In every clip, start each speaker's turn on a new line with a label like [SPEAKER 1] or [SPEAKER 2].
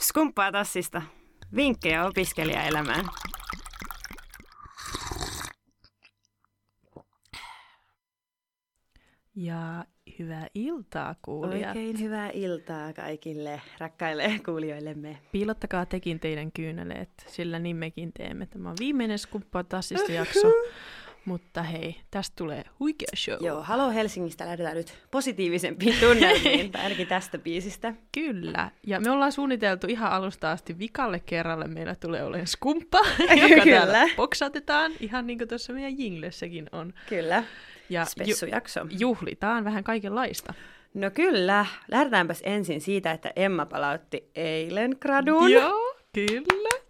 [SPEAKER 1] Skumppaa tassista. Vinkkejä opiskelijaelämään.
[SPEAKER 2] Ja hyvää iltaa kuulijat.
[SPEAKER 3] Oikein hyvää iltaa kaikille rakkaille kuulijoillemme.
[SPEAKER 2] Piilottakaa tekin teidän kyyneleet, sillä niin mekin teemme. Tämä on viimeinen Skumppaa tassista jakso. Mutta hei, tästä tulee huikea show.
[SPEAKER 3] Joo, Halo Helsingistä lähdetään nyt positiivisempiin tunnelmiin, tai ainakin tästä biisistä.
[SPEAKER 2] Kyllä. Ja me ollaan suunniteltu ihan alusta asti vikalle kerralle. Meillä tulee olemaan skumppa, joka täällä
[SPEAKER 3] Kyllä.
[SPEAKER 2] boksatetaan, ihan niin kuin tuossa meidän jinglessäkin on.
[SPEAKER 3] Kyllä,
[SPEAKER 2] Ja ju-
[SPEAKER 3] spessujakso.
[SPEAKER 2] juhlitaan vähän kaikenlaista.
[SPEAKER 3] No kyllä, lähdetäänpäs ensin siitä, että Emma palautti eilen gradun.
[SPEAKER 2] Joo, kyllä.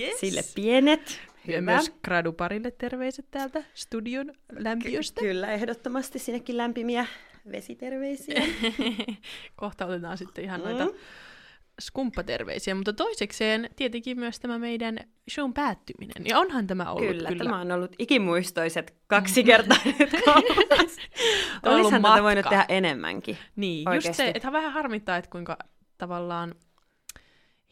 [SPEAKER 2] Yes.
[SPEAKER 3] Sille pienet.
[SPEAKER 2] ja myös graduparille terveiset täältä studion lämpiöstä.
[SPEAKER 3] Kyllä, ehdottomasti sinnekin lämpimiä vesiterveisiä.
[SPEAKER 2] Kohta otetaan sitten ihan
[SPEAKER 3] Mm.
[SPEAKER 2] noita skumppaterveisiä, mutta toisekseen tietenkin myös tämä meidän shown päättyminen. Ja onhan tämä ollut kyllä.
[SPEAKER 3] Kyllä, Mm. tämä on ollut ikimuistoiset kaksi kertaa nyt kolmas.
[SPEAKER 2] On ollut
[SPEAKER 3] Olisihan
[SPEAKER 2] matka.
[SPEAKER 3] tätä voinut tehdä enemmänkin.
[SPEAKER 2] Niin, just
[SPEAKER 3] Oikeesti.
[SPEAKER 2] se, että vähän harmittaa, että kuinka tavallaan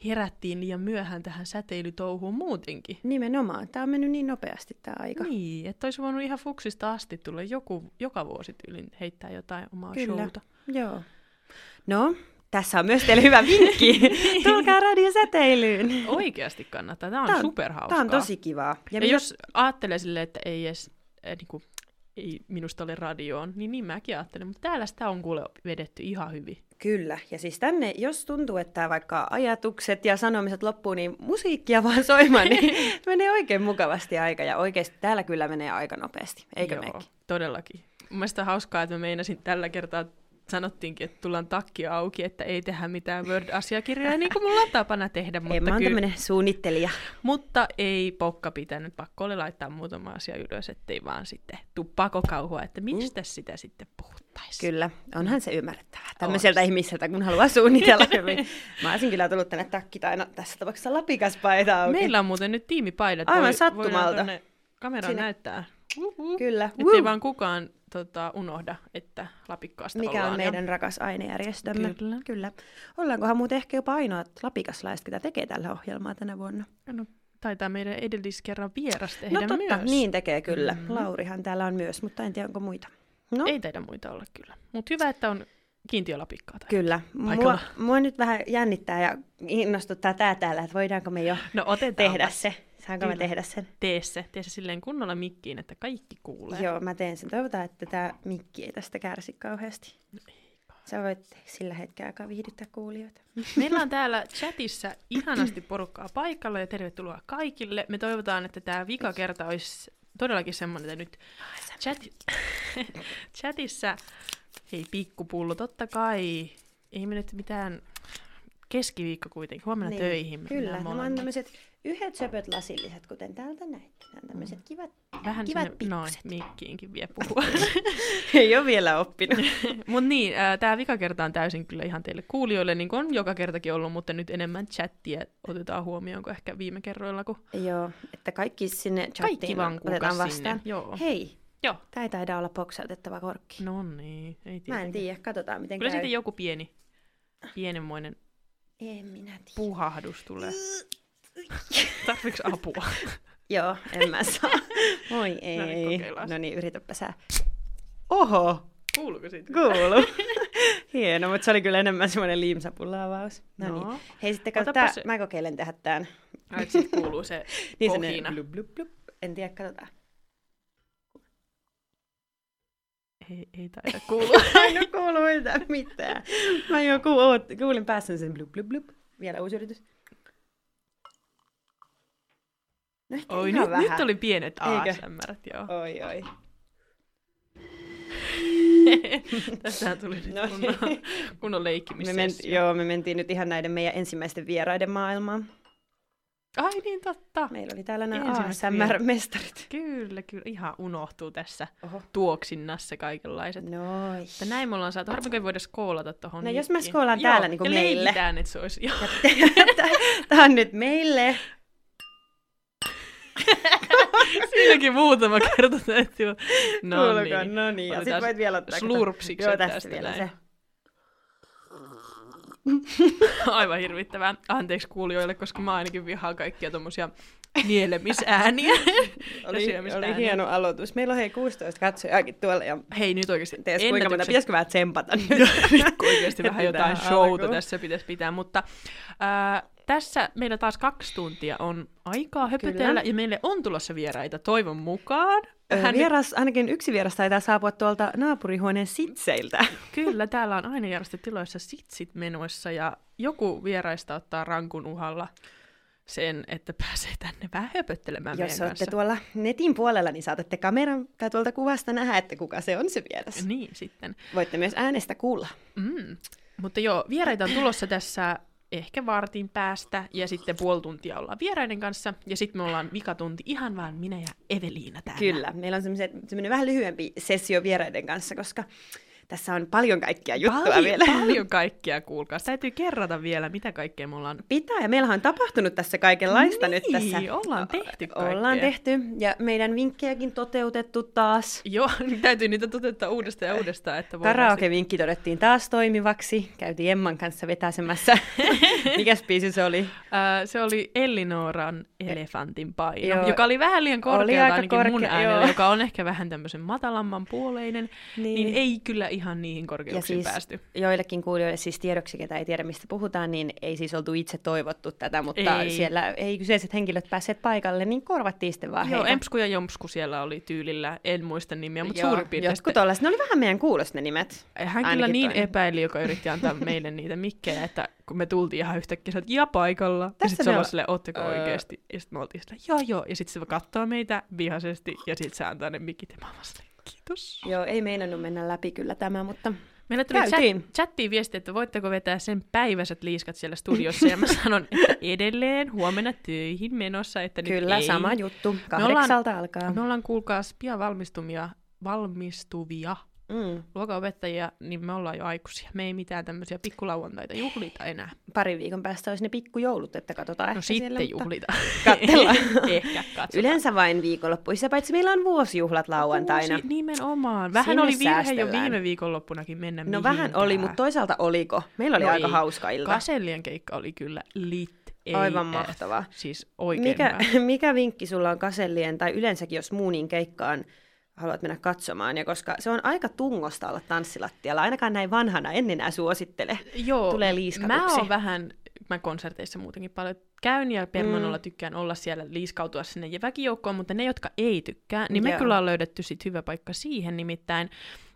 [SPEAKER 2] herättiin liian myöhään tähän säteilytouhuun muutenkin.
[SPEAKER 3] Nimenomaan, tämä on mennyt niin nopeasti tämä aika.
[SPEAKER 2] Niin, että olisi voinut ihan fuksista asti tulla joku, joka vuosi tyylin heittää jotain omaa
[SPEAKER 3] Kyllä.
[SPEAKER 2] showta.
[SPEAKER 3] Joo. No, tässä on myös teille hyvä vinkki. Tulkaa radiosäteilyyn.
[SPEAKER 2] Oikeasti kannattaa, tämä on,
[SPEAKER 3] Tää on-
[SPEAKER 2] superhauskaa.
[SPEAKER 3] Tämä on tosi kivaa.
[SPEAKER 2] Ja,
[SPEAKER 3] myös-
[SPEAKER 2] ja jos ajattelee silleen, että ei edes äh, niin kuin, ei minusta ole radioon, niin niin mäkin ajattelen. Mutta täällä sitä on kuule vedetty ihan hyvin.
[SPEAKER 3] Kyllä. Ja siis tänne, jos tuntuu, että vaikka ajatukset ja sanomiset loppuu, niin musiikkia vaan soimaan, niin menee oikein mukavasti aika. Ja oikeasti täällä kyllä menee aika nopeasti, eikö
[SPEAKER 2] Joo,
[SPEAKER 3] mekin?
[SPEAKER 2] todellakin. Mun mielestä on hauskaa, että me meinasin tällä kertaa sanottiinkin, että tullaan takki auki, että ei tehdä mitään Word-asiakirjaa, niin kuin mulla on tapana tehdä,
[SPEAKER 3] Mutta
[SPEAKER 2] mutta,
[SPEAKER 3] Emma on
[SPEAKER 2] kyllä,
[SPEAKER 3] tämmöinen suunnittelija.
[SPEAKER 2] mutta ei pokka pitänyt. Pakko oli laittaa muutama asia ylös, ettei vaan sitten tuppako kauhua, että mistä sitä sitten puhuttaisiin.
[SPEAKER 3] Kyllä, onhan se ymmärrettävää. Tämmöiseltä ihmiseltä, kun haluaa suunnitella hyvin. Mä olisin kyllä tullut tänne takki tai no, tässä tapauksessa lapikaspaita auki.
[SPEAKER 2] Meillä on muuten nyt tiimipaidat.
[SPEAKER 3] Aivan
[SPEAKER 2] Voi-
[SPEAKER 3] sattumalta.
[SPEAKER 2] voidaan tonne Kameraan
[SPEAKER 3] Sinne.
[SPEAKER 2] näyttää. Uhuhu.
[SPEAKER 3] Kyllä.
[SPEAKER 2] Ettei
[SPEAKER 3] Woo!
[SPEAKER 2] vaan kukaan tota, unohda, että lapikkaasta
[SPEAKER 3] Mikä
[SPEAKER 2] ollaan.
[SPEAKER 3] on meidän
[SPEAKER 2] Ja...
[SPEAKER 3] rakas ainejärjestömme.
[SPEAKER 2] Kyllä.
[SPEAKER 3] Kyllä. Ollaankohan muuten ehkä jopa ainoat lapikaslaiset, ketä tekee tällä ohjelmaa tänä vuonna.
[SPEAKER 2] No, taitaa meidän edelliskerran vieras tehdä
[SPEAKER 3] no totta,
[SPEAKER 2] myös.
[SPEAKER 3] niin tekee kyllä.
[SPEAKER 2] Mm.
[SPEAKER 3] Mm-hmm. Laurihan täällä on myös, mutta en tiedä onko muita. No,
[SPEAKER 2] Ei taida muita olla kyllä. Mutta hyvä, että on kiintiölapikkaa. Tai...
[SPEAKER 3] kyllä.
[SPEAKER 2] paikalla.
[SPEAKER 3] Mua, mua nyt vähän jännittää ja innostuttaa tää täällä, että voidaanko me jo
[SPEAKER 2] No otetaan.
[SPEAKER 3] tehdä se. Saanko me
[SPEAKER 2] Kyllä.
[SPEAKER 3] tehdä sen?
[SPEAKER 2] Tee se. Tee se silleen kunnolla mikkiin, että kaikki kuulee.
[SPEAKER 3] Joo, mä teen sen. Toivotaan, että tämä mikki ei tästä kärsi kauheasti. Sä voit sillä hetkellä alkaa viihdyttää kuulijoita.
[SPEAKER 2] Meillä on täällä chatissa ihanasti porukkaa paikalla ja tervetuloa kaikille. Me toivotaan, että tämä vika kerta olisi todellakin semmoinen, että nyt chat, chatissa, hei pikkupullo, totta kai, ei me nyt mitään keskiviikko kuitenkin, huomenna niin, töihin. me
[SPEAKER 3] Kyllä, No,
[SPEAKER 2] mennään
[SPEAKER 3] nämä on
[SPEAKER 2] molemmat.
[SPEAKER 3] tämmöiset yhdet söpöt lasilliset, kuten täältä näet. Nämä on tämmöiset kivat.
[SPEAKER 2] Vähän
[SPEAKER 3] kivat
[SPEAKER 2] sinne, noin,
[SPEAKER 3] pikkuset.
[SPEAKER 2] mikkiinkin vie puhua.
[SPEAKER 3] Ei ole vielä oppinut.
[SPEAKER 2] Mut niin, äh, tämä vika kerta on täysin kyllä ihan teille kuulijoille, niin kuin on joka kertakin ollut, mutta nyt enemmän chattia otetaan huomioon kuin ehkä viime kerroilla, kun
[SPEAKER 3] Joo, että kaikki sinne chattiin
[SPEAKER 2] kaikki vaan kuukas
[SPEAKER 3] otetaan
[SPEAKER 2] sinne.
[SPEAKER 3] vastaan.
[SPEAKER 2] Joo.
[SPEAKER 3] Hei,
[SPEAKER 2] Joo.
[SPEAKER 3] tämä ei taida olla boksautettava korkki.
[SPEAKER 2] No niin, ei
[SPEAKER 3] Mä en
[SPEAKER 2] tiedä.
[SPEAKER 3] tiedä, katsotaan miten
[SPEAKER 2] Kyllä
[SPEAKER 3] käy.
[SPEAKER 2] siitä joku pieni, pienenmoinen
[SPEAKER 3] En minä tiedä.
[SPEAKER 2] puhahdus tulee. Tarviiko apua?
[SPEAKER 3] Joo, en mä saa. Moi
[SPEAKER 2] No niin,
[SPEAKER 3] ei.
[SPEAKER 2] kokeillaan.
[SPEAKER 3] No niin, yritäpä sä. Oho,
[SPEAKER 2] Kuuluuko siitä?
[SPEAKER 3] kuulu. Hieno, mutta se oli kyllä enemmän semmoinen liimsapullaavaus. No,
[SPEAKER 2] No.
[SPEAKER 3] niin. Hei, sitten katso,
[SPEAKER 2] Otapa
[SPEAKER 3] tää,
[SPEAKER 2] se-
[SPEAKER 3] mä kokeilen tehdä tämän.
[SPEAKER 2] Ai, et sit kuuluu se
[SPEAKER 3] Niin
[SPEAKER 2] kohina.
[SPEAKER 3] se blub, blub, blub. En tiedä, katsotaan.
[SPEAKER 2] Ei, ei taida kuulua.
[SPEAKER 3] Ai, no kuuluu yhtään mitään. Mä jo ku, oot, kuulin päässäni sen blub, blub, blub. Vielä uusi yritys. No ehkä
[SPEAKER 2] Oi,
[SPEAKER 3] ihan
[SPEAKER 2] nyt,
[SPEAKER 3] vähän.
[SPEAKER 2] nyt oli pienet
[SPEAKER 3] Eikö?
[SPEAKER 2] ASMR, joo.
[SPEAKER 3] Oi, oi.
[SPEAKER 2] Tästähän tuli nyt
[SPEAKER 3] No niin.
[SPEAKER 2] kunnon, kunnon
[SPEAKER 3] Me
[SPEAKER 2] leikkimissessio.
[SPEAKER 3] ment, joo, me mentiin nyt ihan näiden meidän ensimmäisten vieraiden maailmaan.
[SPEAKER 2] Ai niin, totta.
[SPEAKER 3] Meillä oli täällä nämä
[SPEAKER 2] Ensimmäiset
[SPEAKER 3] ASMR-mestarit.
[SPEAKER 2] Kyllä, kyllä. Ihan unohtuu tässä
[SPEAKER 3] Oho.
[SPEAKER 2] tuoksinnassa kaikenlaiset.
[SPEAKER 3] Noi.
[SPEAKER 2] Mutta näin me ollaan saatu. Harvoin kun ei voida skoolata tuohon.
[SPEAKER 3] No, jos mä skoolaan täällä niinku
[SPEAKER 2] ja
[SPEAKER 3] meille.
[SPEAKER 2] leikitään, että se olisi... Joo.
[SPEAKER 3] Tämä on nyt meille.
[SPEAKER 2] Siinäkin muutama kerta täytyy. olla. No
[SPEAKER 3] Kuulukaa,
[SPEAKER 2] niin.
[SPEAKER 3] no niin. Ja
[SPEAKER 2] Otetaan
[SPEAKER 3] sit voit vielä ottaa. kato.
[SPEAKER 2] Slurpsiksi
[SPEAKER 3] Joo, tästä vielä se.
[SPEAKER 2] Aivan hirvittävää. Anteeksi kuulijoille, koska mä ainakin vihaan kaikkia tommosia nielemisääniä. ja
[SPEAKER 3] Oli,
[SPEAKER 2] syömisääniä.
[SPEAKER 3] oli hieno aloitus. Meillä on hei 16 katsojaakin tuolla ja
[SPEAKER 2] Hei nyt oikeesti.
[SPEAKER 3] tees kuinka monta,
[SPEAKER 2] ennätykset-
[SPEAKER 3] pitäisikö vähän tsempata nyt?
[SPEAKER 2] Nyt oikeasti vähän
[SPEAKER 3] Heti
[SPEAKER 2] jotain
[SPEAKER 3] tähän
[SPEAKER 2] showta
[SPEAKER 3] alkuun.
[SPEAKER 2] tässä pitäisi pitää, mutta ää, tässä meillä taas kaksi tuntia on aikaa höpötellä
[SPEAKER 3] Kyllä.
[SPEAKER 2] ja meille on tulossa vieraita toivon mukaan.
[SPEAKER 3] Hän...
[SPEAKER 2] Hän,
[SPEAKER 3] Vieras, ainakin yksi vieras taitaa saapua tuolta naapurihuoneen sitseiltä.
[SPEAKER 2] Kyllä, täällä on aina järjestötiloissa sitsit menoissa ja joku vieraista ottaa rankun uhalla sen, että pääsee tänne vähän höpöttelemään meidän
[SPEAKER 3] Jos olette
[SPEAKER 2] kanssa.
[SPEAKER 3] tuolla netin puolella, niin saatatte kameran tai tuolta kuvasta nähdä, että kuka se on se vieras.
[SPEAKER 2] Niin sitten.
[SPEAKER 3] Voitte myös äänestä kuulla.
[SPEAKER 2] Mm. Mutta joo, vieraita on tulossa tässä ehkä vartin päästä ja sitten puoli tuntia ollaan vieraiden kanssa ja sitten me ollaan vikatunti ihan vaan minä ja Eveliina täällä.
[SPEAKER 3] Kyllä, meillä on semmoinen vähän lyhyempi sessio vieraiden kanssa, koska tässä on paljon kaikkia juttua
[SPEAKER 2] Paljon,
[SPEAKER 3] vielä.
[SPEAKER 2] paljon kaikkea, kuulkaa. Sitä Täytyy kerrata vielä, mitä kaikkea me ollaan
[SPEAKER 3] Pitää, ja meillähän on tapahtunut tässä kaikenlaista nyt
[SPEAKER 2] Niin,
[SPEAKER 3] tässä.
[SPEAKER 2] ollaan tehty
[SPEAKER 3] Ollaan
[SPEAKER 2] kaikkea.
[SPEAKER 3] tehty, ja meidän vinkkejäkin toteutettu taas.
[SPEAKER 2] Joo, niin täytyy niitä toteuttaa uudestaan ja uudestaan, että voidaan
[SPEAKER 3] Karaoke-vinkki todettiin taas toimivaksi. Käytiin Emman kanssa vetäsemässä. Mikäs biisi se oli?
[SPEAKER 2] sit- Ää, se oli Elinoran elefantin paino,
[SPEAKER 3] Joo.
[SPEAKER 2] joka oli vähän liian
[SPEAKER 3] Oli
[SPEAKER 2] korkea
[SPEAKER 3] aika
[SPEAKER 2] ainakin mun
[SPEAKER 3] korkea,
[SPEAKER 2] äänellä,
[SPEAKER 3] joo.
[SPEAKER 2] joka on ehkä vähän tämmöisen matalamman puoleinen, niin.
[SPEAKER 3] Niin.
[SPEAKER 2] niin ei kyllä ihan niihin korkeuksiin päästy.
[SPEAKER 3] joillekin kuulijoille siis tiedoksi, ketä ei tiedä mistä puhutaan, niin ei siis oltu itse toivottu tätä, mutta
[SPEAKER 2] Ei.
[SPEAKER 3] ei. siellä ei kyseiset henkilöt päässeet paikalle, niin korvattiin sitten vaan
[SPEAKER 2] Joo,
[SPEAKER 3] heitä.
[SPEAKER 2] Empsku ja Jomsku siellä oli tyylillä, en muista nimiä, mutta
[SPEAKER 3] Joo,
[SPEAKER 2] suurin piirtein
[SPEAKER 3] Jotkut tollaset, ne oli vähän meidän kuulosta ne nimet.
[SPEAKER 2] Hän kyllä
[SPEAKER 3] Ainakin
[SPEAKER 2] niin
[SPEAKER 3] toinen.
[SPEAKER 2] epäili, joka yritti antaa meille niitä mikkejä, että kun me tultiin ihan yhtäkkiä, että ja paikalla. Tässä ja
[SPEAKER 3] Tässä
[SPEAKER 2] sitten se
[SPEAKER 3] me
[SPEAKER 2] on
[SPEAKER 3] o-
[SPEAKER 2] silleen, ootteko
[SPEAKER 3] Öö.
[SPEAKER 2] oikeasti? Ja sitten me oltiin sitä, joo joo. Ja sitten se katsoo meitä vihaisesti ja sitten se antaa ne mikit ja mä oon vaan silleen, kiitos.
[SPEAKER 3] Joo, ei meinannut mennä läpi kyllä tämä, mutta
[SPEAKER 2] Meillä tuli
[SPEAKER 3] Käytiin.
[SPEAKER 2] chat- chattiin viesti, että voitteko vetää sen päiväiset liiskat siellä studiossa. ja mä sanon, että edelleen huomenna töihin menossa, että nyt
[SPEAKER 3] kyllä
[SPEAKER 2] ei.
[SPEAKER 3] sama juttu.
[SPEAKER 2] Me ollaan- No.
[SPEAKER 3] Kahdeksalta alkaa.
[SPEAKER 2] Me ollaan kuulkaas pian valmistumia, valmistuvia
[SPEAKER 3] Mm,
[SPEAKER 2] luokanopettajia, niin me ollaan jo aikuisia. Me ei mitään tämmöisiä pikkulauantaita juhlita enää.
[SPEAKER 3] parin viikon päästä olisi ne pikkujoulut, että katsotaan
[SPEAKER 2] No
[SPEAKER 3] ehkä
[SPEAKER 2] sitten
[SPEAKER 3] siellä, mutta-
[SPEAKER 2] juhlita.
[SPEAKER 3] Kattellaan.
[SPEAKER 2] Ehkä katsotaan.
[SPEAKER 3] Yleensä vain viikonloppuissa, paitsi meillä on vuosijuhlat lauantaina.
[SPEAKER 2] Vuosi nimenomaan. Vähän
[SPEAKER 3] Sinne
[SPEAKER 2] oli virhe jo
[SPEAKER 3] säästellään.
[SPEAKER 2] viime viikonloppunakin mennä
[SPEAKER 3] No vähän oli, mutta toisaalta oliko? Meillä oli
[SPEAKER 2] No
[SPEAKER 3] aika
[SPEAKER 2] ei.
[SPEAKER 3] hauska ilta.
[SPEAKER 2] Kasellien keikka oli kyllä lit. AF.
[SPEAKER 3] Aivan mahtavaa.
[SPEAKER 2] Siis oikein
[SPEAKER 3] Mikä,
[SPEAKER 2] hyvä.
[SPEAKER 3] mikä vinkki sulla on kasellien tai yleensäkin jos muunin keikkaan haluat mennä katsomaan? Ja koska se on aika tungosta olla tanssilattialla, ainakaan näin vanhana en enää suosittele.
[SPEAKER 2] Joo,
[SPEAKER 3] tulee liiskatuksi.
[SPEAKER 2] Mä oon vähän, mä konserteissa muutenkin paljon käyn ja permanolla mm. tykkään olla siellä liiskautua sinne ja väkijoukkoon, mutta ne, jotka ei tykkää, niin me
[SPEAKER 3] Joo.
[SPEAKER 2] kyllä on löydetty sit hyvä paikka siihen nimittäin.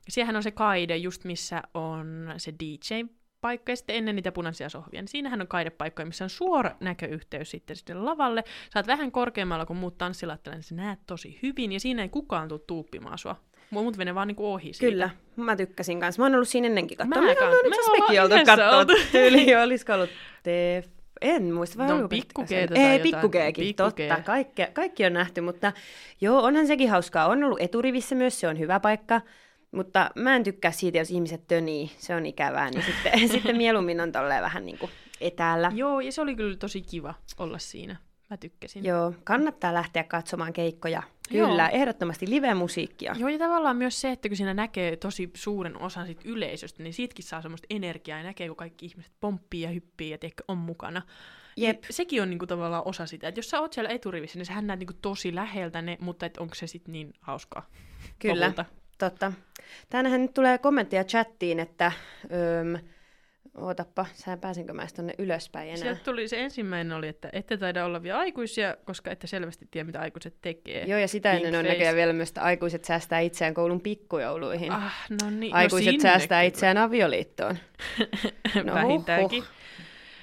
[SPEAKER 2] Siehän on se kaide just missä on se DJ paikka ja sitten ennen niitä punaisia sohvia. Niin siinähän on kaidepaikkoja, missä on suora näköyhteys sitten sinne lavalle. Sä oot vähän korkeammalla kuin muut tanssilatteilla, niin sä näet tosi hyvin ja siinä ei kukaan tule tuuppimaan sua. Muut menee vaan niinku ohi siitä.
[SPEAKER 3] Kyllä, mä tykkäsin kanssa. Mä oon ollut siinä ennenkin katsoa.
[SPEAKER 2] Mä
[SPEAKER 3] Me ollaan
[SPEAKER 2] kans.
[SPEAKER 3] itse
[SPEAKER 2] Me
[SPEAKER 3] asiassa mekin
[SPEAKER 2] ollaan
[SPEAKER 3] oltu
[SPEAKER 2] yhdessä oltu.
[SPEAKER 3] katsoa. Tyyli, olisiko ollut TF... En muista. vai
[SPEAKER 2] No,
[SPEAKER 3] oliko
[SPEAKER 2] pikku
[SPEAKER 3] Pekka sen?
[SPEAKER 2] G-tä tai
[SPEAKER 3] Ei,
[SPEAKER 2] jotain.
[SPEAKER 3] pikkukeekin,
[SPEAKER 2] Pikku G.
[SPEAKER 3] totta. Kaikki, kaikki on nähty, mutta joo, onhan sekin hauskaa. On ollut eturivissä myös, se on hyvä paikka. Mutta mä en tykkää siitä, jos ihmiset tönii. Se on ikävää, niin sitten, sitten mieluummin on tolleen vähän niin kuin etäällä.
[SPEAKER 2] Joo, ja se oli kyllä tosi kiva olla siinä. Mä tykkäsin.
[SPEAKER 3] Joo, kannattaa lähteä katsomaan keikkoja.
[SPEAKER 2] Joo.
[SPEAKER 3] Kyllä, ehdottomasti live-musiikkia.
[SPEAKER 2] Joo, ja tavallaan myös se, että kun siinä näkee tosi suuren osan sit yleisöstä, niin siitäkin saa semmoista energiaa ja näkee, kun kaikki ihmiset pomppii ja hyppii ja tiedätkö, on mukana.
[SPEAKER 3] Jep.
[SPEAKER 2] Sekin on niinku tavallaan osa sitä, että jos sä oot siellä eturivissä, niin sähän näet niinku tosi läheltä ne, mutta et onko se sitten niin hauskaa
[SPEAKER 3] Kyllä,
[SPEAKER 2] lopulta.
[SPEAKER 3] totta. Tänähän nyt tulee kommentteja chattiin, että öm, ootappa, sä pääsenkö mä edes tonne ylöspäin enää.
[SPEAKER 2] Sieltä tuli se ensimmäinen oli, että ette taida olla vielä aikuisia, koska ette selvästi tiedä, mitä aikuiset tekee.
[SPEAKER 3] Joo, ja sitä
[SPEAKER 2] Pink
[SPEAKER 3] ennen on
[SPEAKER 2] face.
[SPEAKER 3] näköjään vielä myös, että aikuiset säästää itseään koulun pikkujouluihin. Ah,
[SPEAKER 2] Ah, no niin.
[SPEAKER 3] aikuiset
[SPEAKER 2] no
[SPEAKER 3] säästää
[SPEAKER 2] sinne
[SPEAKER 3] itseään avioliittoon.
[SPEAKER 2] kyllä.
[SPEAKER 3] No,
[SPEAKER 2] Vähintäänkin.
[SPEAKER 3] huh, huh.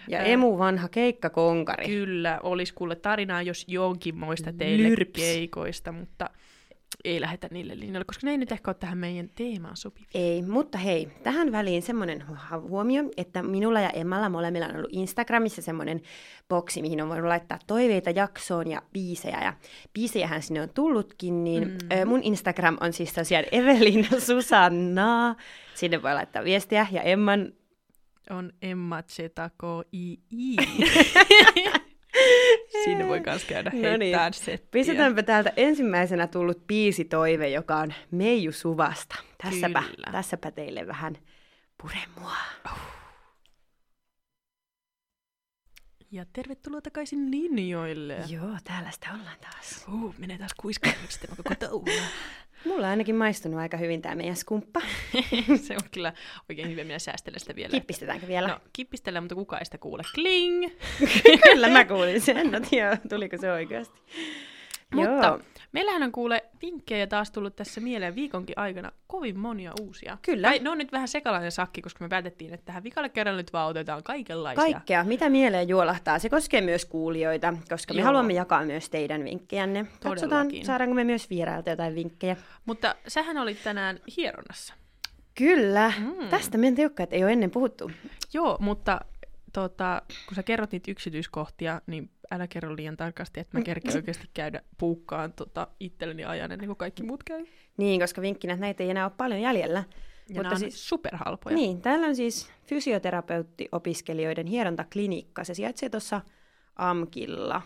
[SPEAKER 3] Ja
[SPEAKER 2] Ää,
[SPEAKER 3] emu vanha keikkakonkari.
[SPEAKER 2] Kyllä, olisi kuule tarinaa, jos jonkin moista teille Lyrps.
[SPEAKER 3] Lyrps.
[SPEAKER 2] keikoista, mutta ei lähetä niille linjoille, koska ne ei nyt ehkä ole tähän meidän teemaan sopivi.
[SPEAKER 3] Ei, mutta hei, tähän väliin semmoinen hu- huomio, että minulla ja Emmalla molemmilla on ollut Instagramissa semmoinen boksi, mihin on voinut laittaa toiveita jaksoon ja biisejä. Ja biisejähän sinne on tullutkin, niin mm. mun Instagram on siis tosiaan Evelina Susanna. Sinne voi laittaa viestiä ja Emman...
[SPEAKER 2] On Emma Zetako II. Sinne voi myös käydä
[SPEAKER 3] No niin.
[SPEAKER 2] heittämään settiä.
[SPEAKER 3] Pistetäänpä täältä ensimmäisenä tullut biisitoive, joka on Meiju Suvasta. Tässäpä,
[SPEAKER 2] Kyllä.
[SPEAKER 3] tässäpä teille vähän puremua.
[SPEAKER 2] Ja tervetuloa takaisin linjoille.
[SPEAKER 3] Joo, täällä sitä ollaan taas.
[SPEAKER 2] Uu, menee taas kuiskailuksi tämä koko touhua.
[SPEAKER 3] Mulla on ainakin maistunut aika hyvin tämä meidän skumppa.
[SPEAKER 2] Se on kyllä oikein hyvä, minä säästelen sitä vielä.
[SPEAKER 3] Kippistetäänkö vielä?
[SPEAKER 2] No, kippistellä, mutta kuka ei sitä kuule. Kling!
[SPEAKER 3] Kyllä mä kuulin sen, en tiedä tuliko se oikeasti.
[SPEAKER 2] Mutta
[SPEAKER 3] Joo.
[SPEAKER 2] meillähän on kuule vinkkejä taas tullut tässä mieleen viikonkin aikana kovin monia uusia.
[SPEAKER 3] Kyllä.
[SPEAKER 2] Tai ne on nyt vähän sekalainen sakki, koska me päätettiin, että tähän vikalle kerran nyt vaan otetaan kaikenlaisia.
[SPEAKER 3] Kaikkea, mitä mieleen juolahtaa, se koskee myös kuulijoita, koska me
[SPEAKER 2] Joo.
[SPEAKER 3] haluamme jakaa myös teidän vinkkejänne. Katsotaan,
[SPEAKER 2] Todellakin.
[SPEAKER 3] saadaanko me myös vierailta jotain vinkkejä.
[SPEAKER 2] Mutta sähän olit tänään hieronnassa.
[SPEAKER 3] Kyllä,
[SPEAKER 2] Mm.
[SPEAKER 3] mm. tästä meidän teukkaat ei ole ennen puhuttu.
[SPEAKER 2] Joo, mutta tota, kun sä kerrot niitä yksityiskohtia, niin älä kerro liian tarkasti, että mä kerkeän oikeasti käydä puukkaan tota, itselleni ajan ennen kuin kaikki muut käy.
[SPEAKER 3] Niin, koska vinkkinä että näitä ei enää ole paljon jäljellä.
[SPEAKER 2] Ja Mutta
[SPEAKER 3] siis-
[SPEAKER 2] siis superhalpoja.
[SPEAKER 3] Niin, täällä on siis fysioterapeuttiopiskelijoiden hierontaklinikka. Se sijaitsee tuossa AMKilla.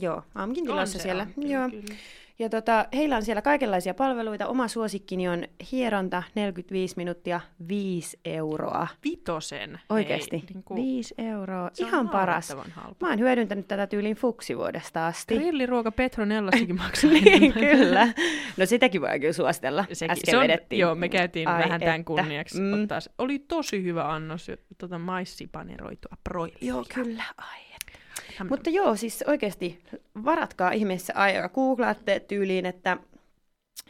[SPEAKER 3] Joo, AMKin tilassa siellä.
[SPEAKER 2] Kyllä,
[SPEAKER 3] Joo.
[SPEAKER 2] kyllä.
[SPEAKER 3] Ja tota, heillä on siellä kaikenlaisia palveluita. Oma suosikkini on hieronta 45 minuuttia 5 euroa.
[SPEAKER 2] Vitosen.
[SPEAKER 3] Oikeasti.
[SPEAKER 2] Hei, niin kuin,
[SPEAKER 3] 5 euroa.
[SPEAKER 2] se on
[SPEAKER 3] Ihan paras.
[SPEAKER 2] naurettavan Halpa.
[SPEAKER 3] Mä oon hyödyntänyt tätä tyylin fuksivuodesta asti.
[SPEAKER 2] Grilliruoka Petronellastakin maksaa
[SPEAKER 3] niin,
[SPEAKER 2] enemmän.
[SPEAKER 3] kyllä. No sitäkin voi kyllä suositella.
[SPEAKER 2] Sekin.
[SPEAKER 3] Äsken
[SPEAKER 2] se on,
[SPEAKER 3] vedettiin.
[SPEAKER 2] Joo, me käytiin Ai
[SPEAKER 3] Ai
[SPEAKER 2] vähän
[SPEAKER 3] että.
[SPEAKER 2] tämän kunniaksi. Mm.
[SPEAKER 3] Mm.
[SPEAKER 2] Ottaa, se- oli tosi hyvä annos jo- tota, maissipaneroitua broilia.
[SPEAKER 3] Joo, kyllä. Ai
[SPEAKER 2] Nam-
[SPEAKER 3] Mutta joo, siis oikeasti varatkaa ihmeessä aikaa. Googlaatte tyyliin, että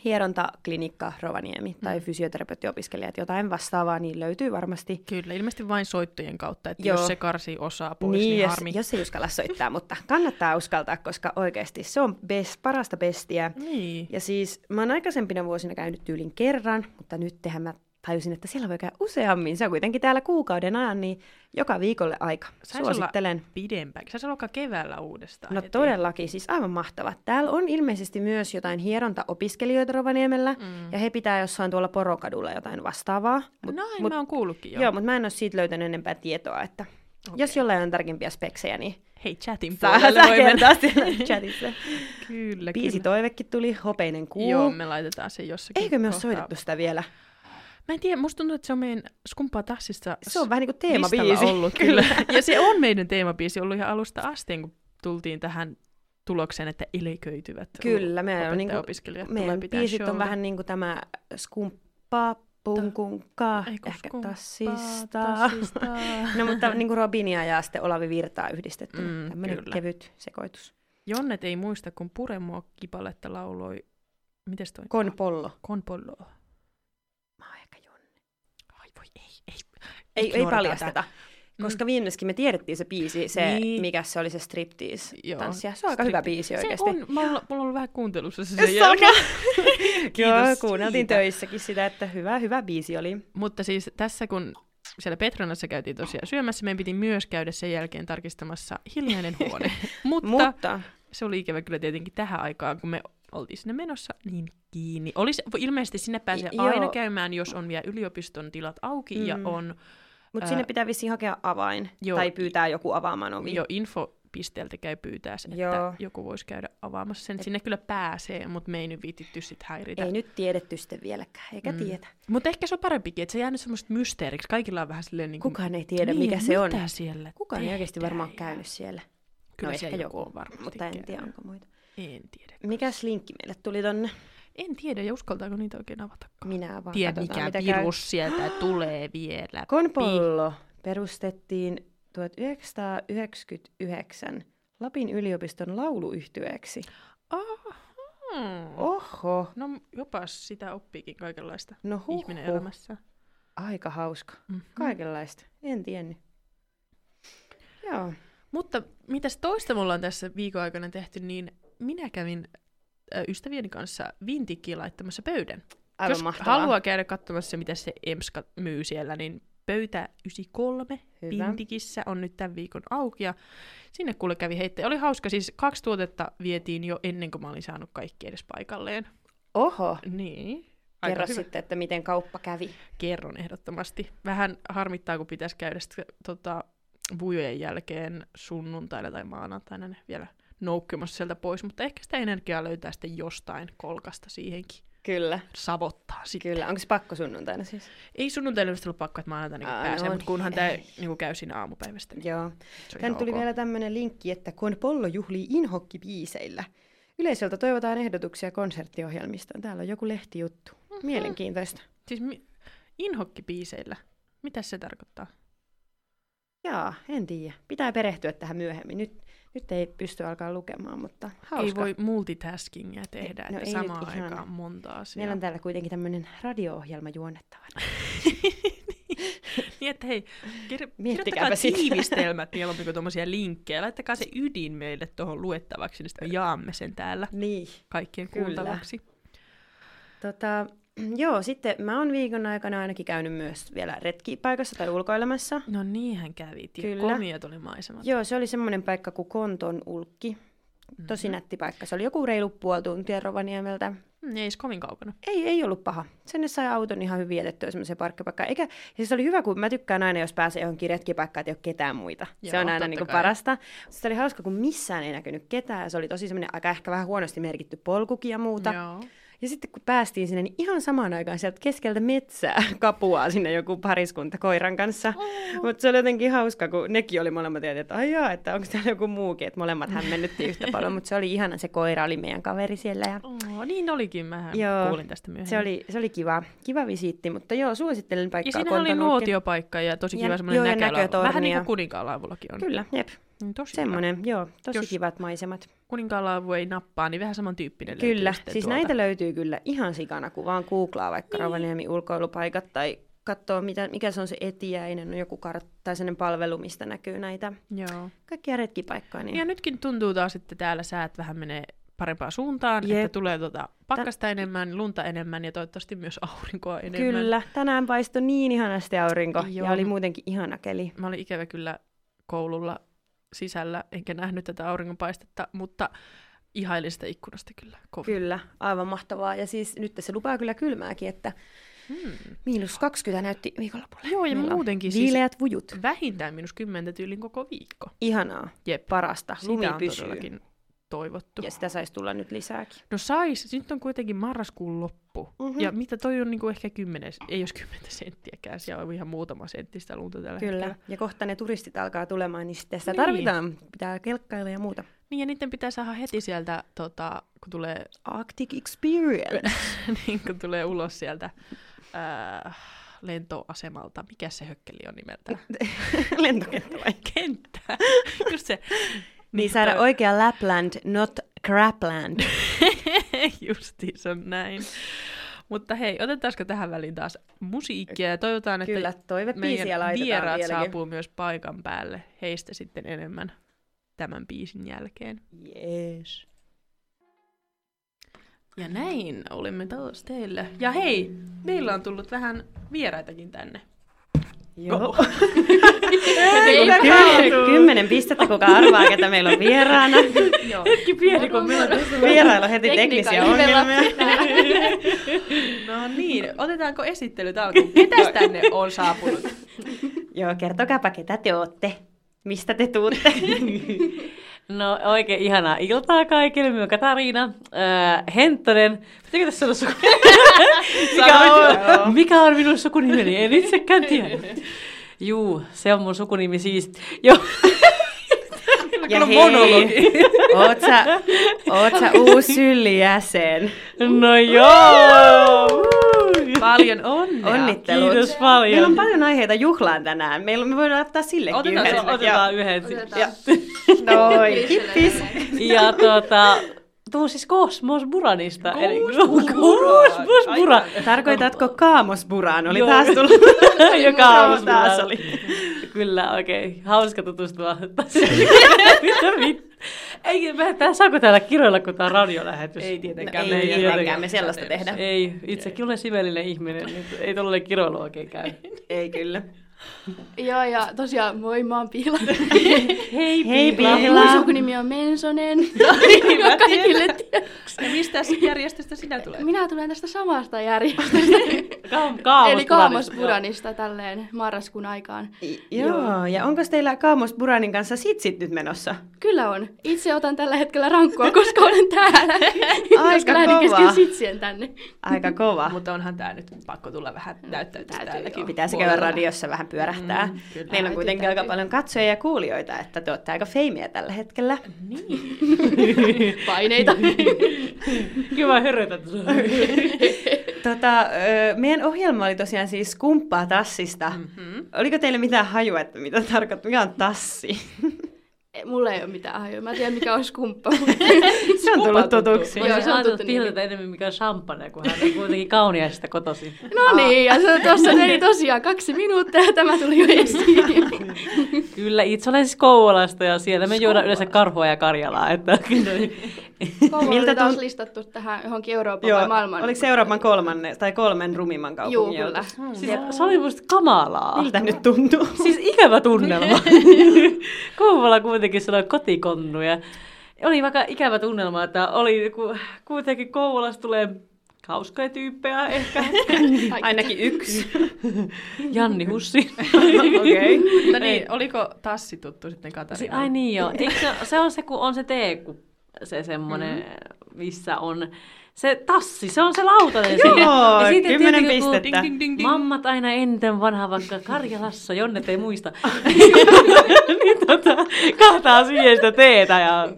[SPEAKER 3] hierontaklinikka Rovaniemi
[SPEAKER 2] Mm.
[SPEAKER 3] tai fysioterapeuttiopiskelijat, jotain vastaavaa, niin löytyy varmasti.
[SPEAKER 2] Kyllä, ilmeisesti vain soittojen kautta, että
[SPEAKER 3] Joo.
[SPEAKER 2] jos se karsii osaa pois, niin,
[SPEAKER 3] jos,
[SPEAKER 2] harmi.
[SPEAKER 3] jos ei uskalla soittaa, mutta kannattaa uskaltaa, koska oikeasti se on best, parasta bestiä.
[SPEAKER 2] Niin.
[SPEAKER 3] Ja siis mä oon aikaisempina vuosina käynyt tyylin kerran, mutta nyt tehän mä tajusin, että siellä voi käydä useammin. Se on kuitenkin täällä kuukauden ajan, niin joka viikolle aika.
[SPEAKER 2] Saisi olla-
[SPEAKER 3] Suosittelen.
[SPEAKER 2] Pidempään. Saisi alkaa keväällä uudestaan.
[SPEAKER 3] No
[SPEAKER 2] heti.
[SPEAKER 3] todellakin, siis aivan mahtavaa. Täällä on ilmeisesti myös jotain hierontaopiskelijoita Rovaniemellä,
[SPEAKER 2] Mm.
[SPEAKER 3] ja he pitää jossain tuolla Porokadulla jotain vastaavaa. Mut,
[SPEAKER 2] No Näin
[SPEAKER 3] mut,
[SPEAKER 2] mä oon kuullutkin jo.
[SPEAKER 3] joo, mutta mä en ole siitä löytänyt enempää tietoa, että okay. jos jollain on tarkempia speksejä, niin
[SPEAKER 2] Hei, chatin
[SPEAKER 3] saa,
[SPEAKER 2] puolelle
[SPEAKER 3] saa
[SPEAKER 2] voi mennä.
[SPEAKER 3] kertoa siellä chatissa.
[SPEAKER 2] Kyllä,
[SPEAKER 3] Biisi
[SPEAKER 2] kyllä.
[SPEAKER 3] toivekin tuli, hopeinen kuu.
[SPEAKER 2] Joo, me laitetaan se jossakin
[SPEAKER 3] Eikö me ole
[SPEAKER 2] kohtaa.
[SPEAKER 3] soitettu sitä vielä?
[SPEAKER 2] Mä en tiedä, musta tuntuu, että se on meidän skumpaa tassissa
[SPEAKER 3] Se on vähän niin kuin
[SPEAKER 2] listalla
[SPEAKER 3] teemabiisi.
[SPEAKER 2] ollut. Kyllä. ja se on meidän teemabiisi ollut ihan alusta asti, kun tultiin tähän tulokseen, että eläköityvät
[SPEAKER 3] Kyllä, meidän on niinku-
[SPEAKER 2] opiskelijat tulee
[SPEAKER 3] Meidän
[SPEAKER 2] pitää
[SPEAKER 3] biisit on
[SPEAKER 2] showta.
[SPEAKER 3] vähän niin kuin tämä skumppaa, punkunkaa,
[SPEAKER 2] Ei kun
[SPEAKER 3] ehkä
[SPEAKER 2] skumppaa,
[SPEAKER 3] tassista. No mutta niin kuin Robinia ja sitten Olavi Virtaa yhdistetty.
[SPEAKER 2] Mm,
[SPEAKER 3] Mm, Tämmöinen
[SPEAKER 2] kyllä.
[SPEAKER 3] kevyt sekoitus.
[SPEAKER 2] Jonnet ei muista, kun Puremua kipaletta lauloi. Mites toi?
[SPEAKER 3] Con pollo.
[SPEAKER 2] Konpollo.
[SPEAKER 3] Mä oon ehkä Jonna.
[SPEAKER 2] Ai voi ei, ei.
[SPEAKER 3] Ei, ei
[SPEAKER 2] Ignorataan
[SPEAKER 3] paljasteta. Koska viimeisekin me tiedettiin se biisi, se,
[SPEAKER 2] Mm. Niin.
[SPEAKER 3] niin. mikä se oli se striptease
[SPEAKER 2] Joo.
[SPEAKER 3] tanssia. Se on aika hyvä biisi
[SPEAKER 2] Se
[SPEAKER 3] oikeasti.
[SPEAKER 2] on, mä oon, mulla on ollut vähän kuuntelussa se sen
[SPEAKER 3] Sama.
[SPEAKER 2] jälkeen.
[SPEAKER 3] Joo,
[SPEAKER 2] Kiitos
[SPEAKER 3] kuunneltiin
[SPEAKER 2] siitä.
[SPEAKER 3] töissäkin sitä, että hyvä, hyvä biisi oli.
[SPEAKER 2] Mutta siis tässä kun siellä Petronassa käytiin tosiaan syömässä, meidän piti myös käydä sen jälkeen tarkistamassa hiljainen huone. Mutta, Mutta
[SPEAKER 3] Mutta
[SPEAKER 2] se oli ikävä kyllä tietenkin tähän aikaan, kun me oltiin sinne menossa niin kiinni. Olisi, ilmeisesti sinne pääsee
[SPEAKER 3] I- joo.
[SPEAKER 2] aina käymään, jos on vielä yliopiston tilat auki mm. ja
[SPEAKER 3] Mm.
[SPEAKER 2] on
[SPEAKER 3] mut
[SPEAKER 2] Ää,
[SPEAKER 3] sinne pitää vissiin hakea avain.
[SPEAKER 2] joo.
[SPEAKER 3] Tai pyytää joku avaamaan ovi.
[SPEAKER 2] jo infopisteeltä käy pyytää, se, että
[SPEAKER 3] Joo.
[SPEAKER 2] joku voisi käydä avaamassa sen. Sinne kyllä pääsee, mutta me ei nyt viititty sit häiritä.
[SPEAKER 3] Ei nyt tiedetty sitten vieläkään, eikä
[SPEAKER 2] Mm.
[SPEAKER 3] mm. tietä.
[SPEAKER 2] Mutta ehkä se on parempikin, että se jää nyt semmoista mysteeriksi. Kaikilla on vähän silleen niin kuin,
[SPEAKER 3] Kukaan ei tiedä,
[SPEAKER 2] niin,
[SPEAKER 3] mikä se on.
[SPEAKER 2] mitä siellä
[SPEAKER 3] Kukaan ei oikeasti varmaan ole
[SPEAKER 2] tehdään ja-
[SPEAKER 3] käynyt siellä.
[SPEAKER 2] Kyllä
[SPEAKER 3] no
[SPEAKER 2] siellä
[SPEAKER 3] ehkä
[SPEAKER 2] joku
[SPEAKER 3] joku,
[SPEAKER 2] on varmasti
[SPEAKER 3] mutta en tiedä,
[SPEAKER 2] käynyt.
[SPEAKER 3] onko muita.
[SPEAKER 2] En tiedä.
[SPEAKER 3] Mikäs linkki meille tuli tonne?
[SPEAKER 2] En tiedä, ja uskaltaako niitä oikein avata.
[SPEAKER 3] Minä vaan
[SPEAKER 2] Tiedä,
[SPEAKER 3] katsotaan,
[SPEAKER 2] mikä
[SPEAKER 3] mitä käy.
[SPEAKER 2] virus sieltä tulee vielä.
[SPEAKER 3] Konpollo perustettiin 1999 Lapin yliopiston lauluyhtyeeksi.
[SPEAKER 2] Hmm.
[SPEAKER 3] Oho,
[SPEAKER 2] No jopas sitä oppiikin kaikenlaista
[SPEAKER 3] no
[SPEAKER 2] huh,
[SPEAKER 3] huhu,
[SPEAKER 2] ihminen elämässä.
[SPEAKER 3] aika hauska.
[SPEAKER 2] Mhm.
[SPEAKER 3] Kaikenlaista, en tiennyt. Joo,
[SPEAKER 2] Mutta mitäs toista me ollaan tässä viikon aikana tehty, niin minä kävin ö, ystävieni kanssa vintikkiin laittamassa pöydän.
[SPEAKER 3] aivan
[SPEAKER 2] Jos
[SPEAKER 3] mahtavaa.
[SPEAKER 2] haluaa käydä katsomassa, mitä se Emska myy siellä, niin pöytä 93
[SPEAKER 3] Hyvä.
[SPEAKER 2] Vintikissä on nyt tämän viikon auki ja sinne kuule kävi heitte. Oli hauska, siis kaksi tuotetta vietiin jo ennen kuin mä olin saanut kaikki edes paikalleen.
[SPEAKER 3] Oho,
[SPEAKER 2] Niin. Aika
[SPEAKER 3] kerro
[SPEAKER 2] hyvä.
[SPEAKER 3] sitten, että miten kauppa kävi.
[SPEAKER 2] Kerron ehdottomasti. Vähän harmittaa, kun pitäisi käydä sitten tota, vujojen jälkeen sunnuntaina tai maanantaina ne vielä noukkimassa sieltä pois, mutta ehkä sitä energiaa löytää sitten jostain kolkasta siihenkin.
[SPEAKER 3] Kyllä,
[SPEAKER 2] savottaa sitä.
[SPEAKER 3] kyllä. Onko se pakko sunnuntaina siis?
[SPEAKER 2] Ei sunnuntaina ollut pakko, että maanantaina
[SPEAKER 3] Aa,
[SPEAKER 2] niin pääsee,
[SPEAKER 3] no
[SPEAKER 2] mutta kunhan
[SPEAKER 3] niin.
[SPEAKER 2] tämä niin käy siinä aamupäivästä. Niin
[SPEAKER 3] Joo.
[SPEAKER 2] se on
[SPEAKER 3] Tänne
[SPEAKER 2] ihan
[SPEAKER 3] tuli
[SPEAKER 2] ok.
[SPEAKER 3] vielä tämmöinen linkki, että kun Pollo juhlii inhokkibiiseillä. Yleisöltä toivotaan ehdotuksia konserttiohjelmista. Täällä on joku lehtijuttu. Mielenkiintoista.
[SPEAKER 2] Mm-hmm. Siis mi- inhokkibiiseillä. Mitä se tarkoittaa?
[SPEAKER 3] Jaa, en tiedä. Pitää perehtyä tähän myöhemmin. Nyt, nyt ei pysty alkaa lukemaan, mutta hauska.
[SPEAKER 2] Ei voi multitaskingia tehdä,
[SPEAKER 3] no
[SPEAKER 2] että
[SPEAKER 3] ei nyt
[SPEAKER 2] samaan
[SPEAKER 3] ihan.
[SPEAKER 2] aikaan monta asiaa.
[SPEAKER 3] Meillä on täällä kuitenkin tämmöinen radio-ohjelma juonnettavana.
[SPEAKER 2] Niin, että hei, kir-
[SPEAKER 3] Miettikääpä
[SPEAKER 2] kirjoittakaa
[SPEAKER 3] sitä.
[SPEAKER 2] tiivistelmät niin mieluummin kuin tuommoisia niinku linkkejä. Laittakaa se ydin meille tuohon luettavaksi, niin sitten me jaamme sen täällä
[SPEAKER 3] Niin.
[SPEAKER 2] kaikkien
[SPEAKER 3] Kyllä.
[SPEAKER 2] kuultavaksi.
[SPEAKER 3] Tota, joo, sitten mä oon viikon aikana ainakin käynyt myös vielä retkipaikassa tai ulkoilemassa.
[SPEAKER 2] No niinhän kävit, ja
[SPEAKER 3] Kyllä.
[SPEAKER 2] komiot oli maisemat.
[SPEAKER 3] Joo, se oli semmoinen paikka kuin Konton ulkki. Tosi
[SPEAKER 2] Mhm.
[SPEAKER 3] nätti paikka. Se oli joku reilu puoli tuntia Rovaniemeltä.
[SPEAKER 2] Mm-hmm. Mm, ei edes kovin kaukana.
[SPEAKER 3] Ei, ei ollut paha. Sinne sai auton ihan hyvin jätettyä semmoiseen parkkipaikkaan. Eikä, ja se oli hyvä, kun mä tykkään aina, jos pääsee johonkin retkipaikkaan, että ei ole ketään muita. Joo, se
[SPEAKER 2] Joo,
[SPEAKER 3] on aina
[SPEAKER 2] totta
[SPEAKER 3] niin kuin
[SPEAKER 2] kai.
[SPEAKER 3] parasta. Se oli hauska, kun missään ei näkynyt ketään. Ja se oli tosi semmoinen aika ehkä vähän huonosti merkitty polkukin ja muuta.
[SPEAKER 2] Joo.
[SPEAKER 3] Ja sitten kun päästiin sinne, niin ihan samaan aikaan sieltä keskeltä metsää kapuaa sinne joku pariskunta koiran kanssa. Mutta se oli jotenkin hauska, kun nekin oli molemmat tiedät, että aijaa, että onko täällä joku muukin. Että molemmat hämmennyttiin yhtä paljon, mutta se oli ihana, se koira oli meidän kaveri siellä. Ja
[SPEAKER 2] Oh, niin olikin, mä
[SPEAKER 3] Joo.
[SPEAKER 2] kuulin tästä myöhemmin.
[SPEAKER 3] se oli, se oli kiva, kiva visiitti, mutta joo, suosittelen
[SPEAKER 2] ja
[SPEAKER 3] paikkaa.
[SPEAKER 2] siinähän oli
[SPEAKER 3] Kontonurkki.
[SPEAKER 2] nuotiopaikka ja tosi
[SPEAKER 3] Ja-
[SPEAKER 2] kiva semmoinen
[SPEAKER 3] joo, ja
[SPEAKER 2] näkölauvu. Vähän niin
[SPEAKER 3] näkötornia.
[SPEAKER 2] kuin kuninkaanlaavullakin on.
[SPEAKER 3] Kyllä, jep,
[SPEAKER 2] Niin tosi Semmoinen.
[SPEAKER 3] semmoinen, joo, tosi
[SPEAKER 2] Jos-
[SPEAKER 3] kivat maisemat.
[SPEAKER 2] Hyvä. Kuninkaanlaavu ei nappaa, niin vähän samantyyppinen
[SPEAKER 3] Kyllä,
[SPEAKER 2] löytyy sitten
[SPEAKER 3] siis
[SPEAKER 2] tuolta.
[SPEAKER 3] näitä löytyy kyllä ihan sikana, kun vaan googlaa vaikka niin. Rovaniemi ulkoilupaikat tai katsoo, mitä, mikä se on se etiäinen, no joku kartta tai sellainen palvelu, mistä näkyy näitä
[SPEAKER 2] Joo.
[SPEAKER 3] kaikkia retkipaikkoja. Niin...
[SPEAKER 2] Ja nytkin tuntuu taas, että täällä säät vähän menee parempaan suuntaan, Jep.
[SPEAKER 3] Jep.
[SPEAKER 2] että tulee tuota pakkasta enemmän, lunta enemmän ja toivottavasti myös aurinkoa enemmän.
[SPEAKER 3] Kyllä, tänään paistoi niin ihanasti aurinko Joo.
[SPEAKER 2] niin Joo.
[SPEAKER 3] ja oli muutenkin ihana keli.
[SPEAKER 2] Mä olin ikävä kyllä koululla sisällä, enkä nähnyt tätä auringonpaistetta, mutta ihailin sitä ikkunasta kyllä kovin.
[SPEAKER 3] Kyllä, aivan mahtavaa. Ja siis nyt se lupaa kyllä kylmääkin, että
[SPEAKER 2] Hmm.
[SPEAKER 3] miinus 20 näytti viikonlopulla.
[SPEAKER 2] Joo, ja
[SPEAKER 3] Meillä on
[SPEAKER 2] muutenkin siis-
[SPEAKER 3] Viileät vujut.
[SPEAKER 2] Vähintään minus kymmentä tyylin koko viikko.
[SPEAKER 3] Ihanaa,
[SPEAKER 2] Jep,
[SPEAKER 3] parasta. Lumi
[SPEAKER 2] sitä on
[SPEAKER 3] pysyy.
[SPEAKER 2] todellakin toivottu.
[SPEAKER 3] Ja sitä saisi tulla nyt lisääkin.
[SPEAKER 2] No sais, nyt on kuitenkin marraskuun loppu.
[SPEAKER 3] Mhm.
[SPEAKER 2] Mm-hmm. Ja mitä toi on niinku ehkä kymmenen, ei jos kymmentä senttiäkään, siellä on ihan muutama sentti sitä lunta tällä
[SPEAKER 3] Kyllä,
[SPEAKER 2] hetkellä.
[SPEAKER 3] ja kohta ne turistit alkaa tulemaan, niin sitten sitä
[SPEAKER 2] Niin.
[SPEAKER 3] tarvitaan. Pitää kelkkailla ja muuta.
[SPEAKER 2] Niin ja niiden pitää saada heti sieltä, tota, kun tulee
[SPEAKER 3] Arctic Experience.
[SPEAKER 2] niin kun tulee ulos sieltä ää, lentoasemalta. Mikä se hökkeli on nimeltä?
[SPEAKER 3] Lentokenttä vai?
[SPEAKER 2] Kenttä. Just se.
[SPEAKER 3] Niin saada
[SPEAKER 2] toi-
[SPEAKER 3] oikea Lapland, not Crapland.
[SPEAKER 2] Justiin, se on näin. Mutta hei, otetaanko tähän väliin taas musiikkia ja toivotaan, että
[SPEAKER 3] Kyllä, toivebiisiä
[SPEAKER 2] meidän
[SPEAKER 3] laitetaan
[SPEAKER 2] vieraat
[SPEAKER 3] vieläkin.
[SPEAKER 2] saapuu myös paikan päälle. Heistä sitten enemmän tämän biisin jälkeen.
[SPEAKER 3] Yes.
[SPEAKER 2] Ja näin olemme taas teillä. Ja hei, meillä on tullut vähän vieraitakin tänne.
[SPEAKER 3] Joo.
[SPEAKER 2] Ei,
[SPEAKER 3] Kyllä, Kymmenen pistettä, kuka arvaa, ketä meillä on vieraana.
[SPEAKER 2] Hetki pieni, kun meillä on
[SPEAKER 3] Vierailla heti teknisiä ongelmia.
[SPEAKER 2] No niin, otetaanko esittelyt alkuun? Ketäs tänne on saapunut?
[SPEAKER 3] Joo, kertokaapa, ketä te ootte. Mistä te tuutte?
[SPEAKER 4] No oikein ihanaa iltaa kaikille. Minä Katariina äh, Henttonen. Pitääkö tässä olla suku? mikä, on, mikä on minun sukunimeni? En itsekään tiedä. Juu, se on mun sukunimi siis. Joo.
[SPEAKER 3] Ja hei, oot sä, oot sä uusi syllijäsen.
[SPEAKER 4] No joo. Woo!
[SPEAKER 2] Paljon onnea.
[SPEAKER 3] Onnittelut.
[SPEAKER 4] Kiitos paljon.
[SPEAKER 3] Meillä on paljon aiheita juhlaan tänään. Meillä, me voidaan ottaa sillekin
[SPEAKER 2] Otetaan
[SPEAKER 3] yhden.
[SPEAKER 2] se,
[SPEAKER 4] Otetaan yhden. Otetaan.
[SPEAKER 3] Joo. Noin, kippis.
[SPEAKER 4] Ja tota, tuo siis Cosmos Buranista. eli- Cosmos Buran.
[SPEAKER 3] Tarkoitatko kaamosburaan? Oli
[SPEAKER 4] Joo.
[SPEAKER 3] taas tullut. No,
[SPEAKER 4] Joka aamu
[SPEAKER 3] taas
[SPEAKER 4] sulla-
[SPEAKER 3] oli.
[SPEAKER 4] Kyllä, okei. Okay. Hauska tutustua. Mitä vittu? Ei, mä, tää, saako täällä kiroilla, kun tää on radiolähetys?
[SPEAKER 2] Ei tietenkään,
[SPEAKER 3] No
[SPEAKER 4] me
[SPEAKER 3] ei
[SPEAKER 4] ei
[SPEAKER 3] tietenkään me sellaista tehdä.
[SPEAKER 4] Ei, itsekin olen sivellinen ihminen, niin ei tolle kiroilu oikein käy.
[SPEAKER 3] Ei kyllä.
[SPEAKER 5] Joo, ja tosiaan moi, mä oon Piila.
[SPEAKER 4] Hei,
[SPEAKER 3] Hei Piila.
[SPEAKER 5] Mun sukunimi on Mensonen.
[SPEAKER 2] mä
[SPEAKER 5] Kaikille tiedä.
[SPEAKER 2] Ja mistä järjestöstä sinä tulet?
[SPEAKER 5] Minä tulen tästä samasta järjestöstä.
[SPEAKER 4] Kaam, kaamos
[SPEAKER 5] Eli Kaamos Buranista tälleen marraskuun aikaan.
[SPEAKER 3] I- Joo, ja onko teillä Kaamos Buranin kanssa sitsit nyt menossa?
[SPEAKER 5] Kyllä on. Itse otan tällä hetkellä rankkua, koska olen täällä. koska lähdin
[SPEAKER 3] kovaa.
[SPEAKER 5] kesken sitsien tänne.
[SPEAKER 3] Aika kova.
[SPEAKER 2] Mutta onhan tämä nyt pakko tulla vähän näyttäytyä
[SPEAKER 5] täytyy
[SPEAKER 2] täälläkin.
[SPEAKER 5] joo.
[SPEAKER 3] Pitäisi käydä radiossa vähän pyörähtää. Mm, Meillä
[SPEAKER 2] kyllä.
[SPEAKER 3] on
[SPEAKER 5] Täytyy,
[SPEAKER 3] kuitenkin aika
[SPEAKER 5] täytyy.
[SPEAKER 3] paljon katsoja ja kuulijoita, että te olette aika feimiä tällä hetkellä.
[SPEAKER 5] Paineita.
[SPEAKER 4] Kiva hörötä.
[SPEAKER 3] Tota, ö, meidän ohjelma oli tosiaan siis kumppaa tassista. Mm-hmm. Oliko teille mitään hajua, että mitä tarkoittaa, mikä on tassi?
[SPEAKER 5] Ei, Mulla ei ole mitään hajua. Mä en tiedä, mikä on skumppa.
[SPEAKER 3] Se on tullut
[SPEAKER 4] tuttu.
[SPEAKER 3] tutuksi.
[SPEAKER 5] Joo, se on tuttu nimi.
[SPEAKER 4] Pihlata enemmän mikä on champagne, kun hän on kuitenkin kauniaisista kotoisin.
[SPEAKER 5] No niin, ja se tuossa meni tosiaan kaksi minuuttia ja tämä tuli jo esiin.
[SPEAKER 4] Kyllä, itse olen siis Kouvolasta ja siellä me juodaan yleensä karhua ja karjalaa. Että,
[SPEAKER 5] Koulu
[SPEAKER 3] Miltä
[SPEAKER 5] oli taas
[SPEAKER 3] tunt-
[SPEAKER 5] listattu tähän johonkin Euroopan
[SPEAKER 3] Joo,
[SPEAKER 5] vai maailman.
[SPEAKER 3] oliko se Euroopan kolmanne tai kolmen rumimman
[SPEAKER 5] Juu,
[SPEAKER 3] kaupungin
[SPEAKER 5] kyllä.
[SPEAKER 3] joukossa?
[SPEAKER 4] siis, se oli musta kamalaa.
[SPEAKER 3] Miltä nyt tuntuu?
[SPEAKER 4] Siis ikävä tunnelma. Kouvola kuitenkin sanoi kotikonnu ja oli vaikka ikävä tunnelma, että oli ku- kuitenkin Kouvolasta tulee hauskoja tyyppejä ehkä.
[SPEAKER 3] Ainakin yksi.
[SPEAKER 4] Janni Hussi.
[SPEAKER 3] Okei. Okay.
[SPEAKER 2] Mutta niin, oliko tassi tuttu sitten Katarina?
[SPEAKER 4] Ai niin joo. Eikö se, se on se, kun on se teekku, se semmoinen, mm-hmm. missä on se tassi, se on se lautanen siinä.
[SPEAKER 3] Joo,
[SPEAKER 4] Ja siitä
[SPEAKER 3] kymmenen
[SPEAKER 4] tietenkin joku-
[SPEAKER 3] pistettä.
[SPEAKER 2] Ding, ding, ding.
[SPEAKER 4] Mammat aina enten vanha, vaikka Karjalassa, Jonnet ei muista. niin tota, kahtaa siihen sitä teetä ja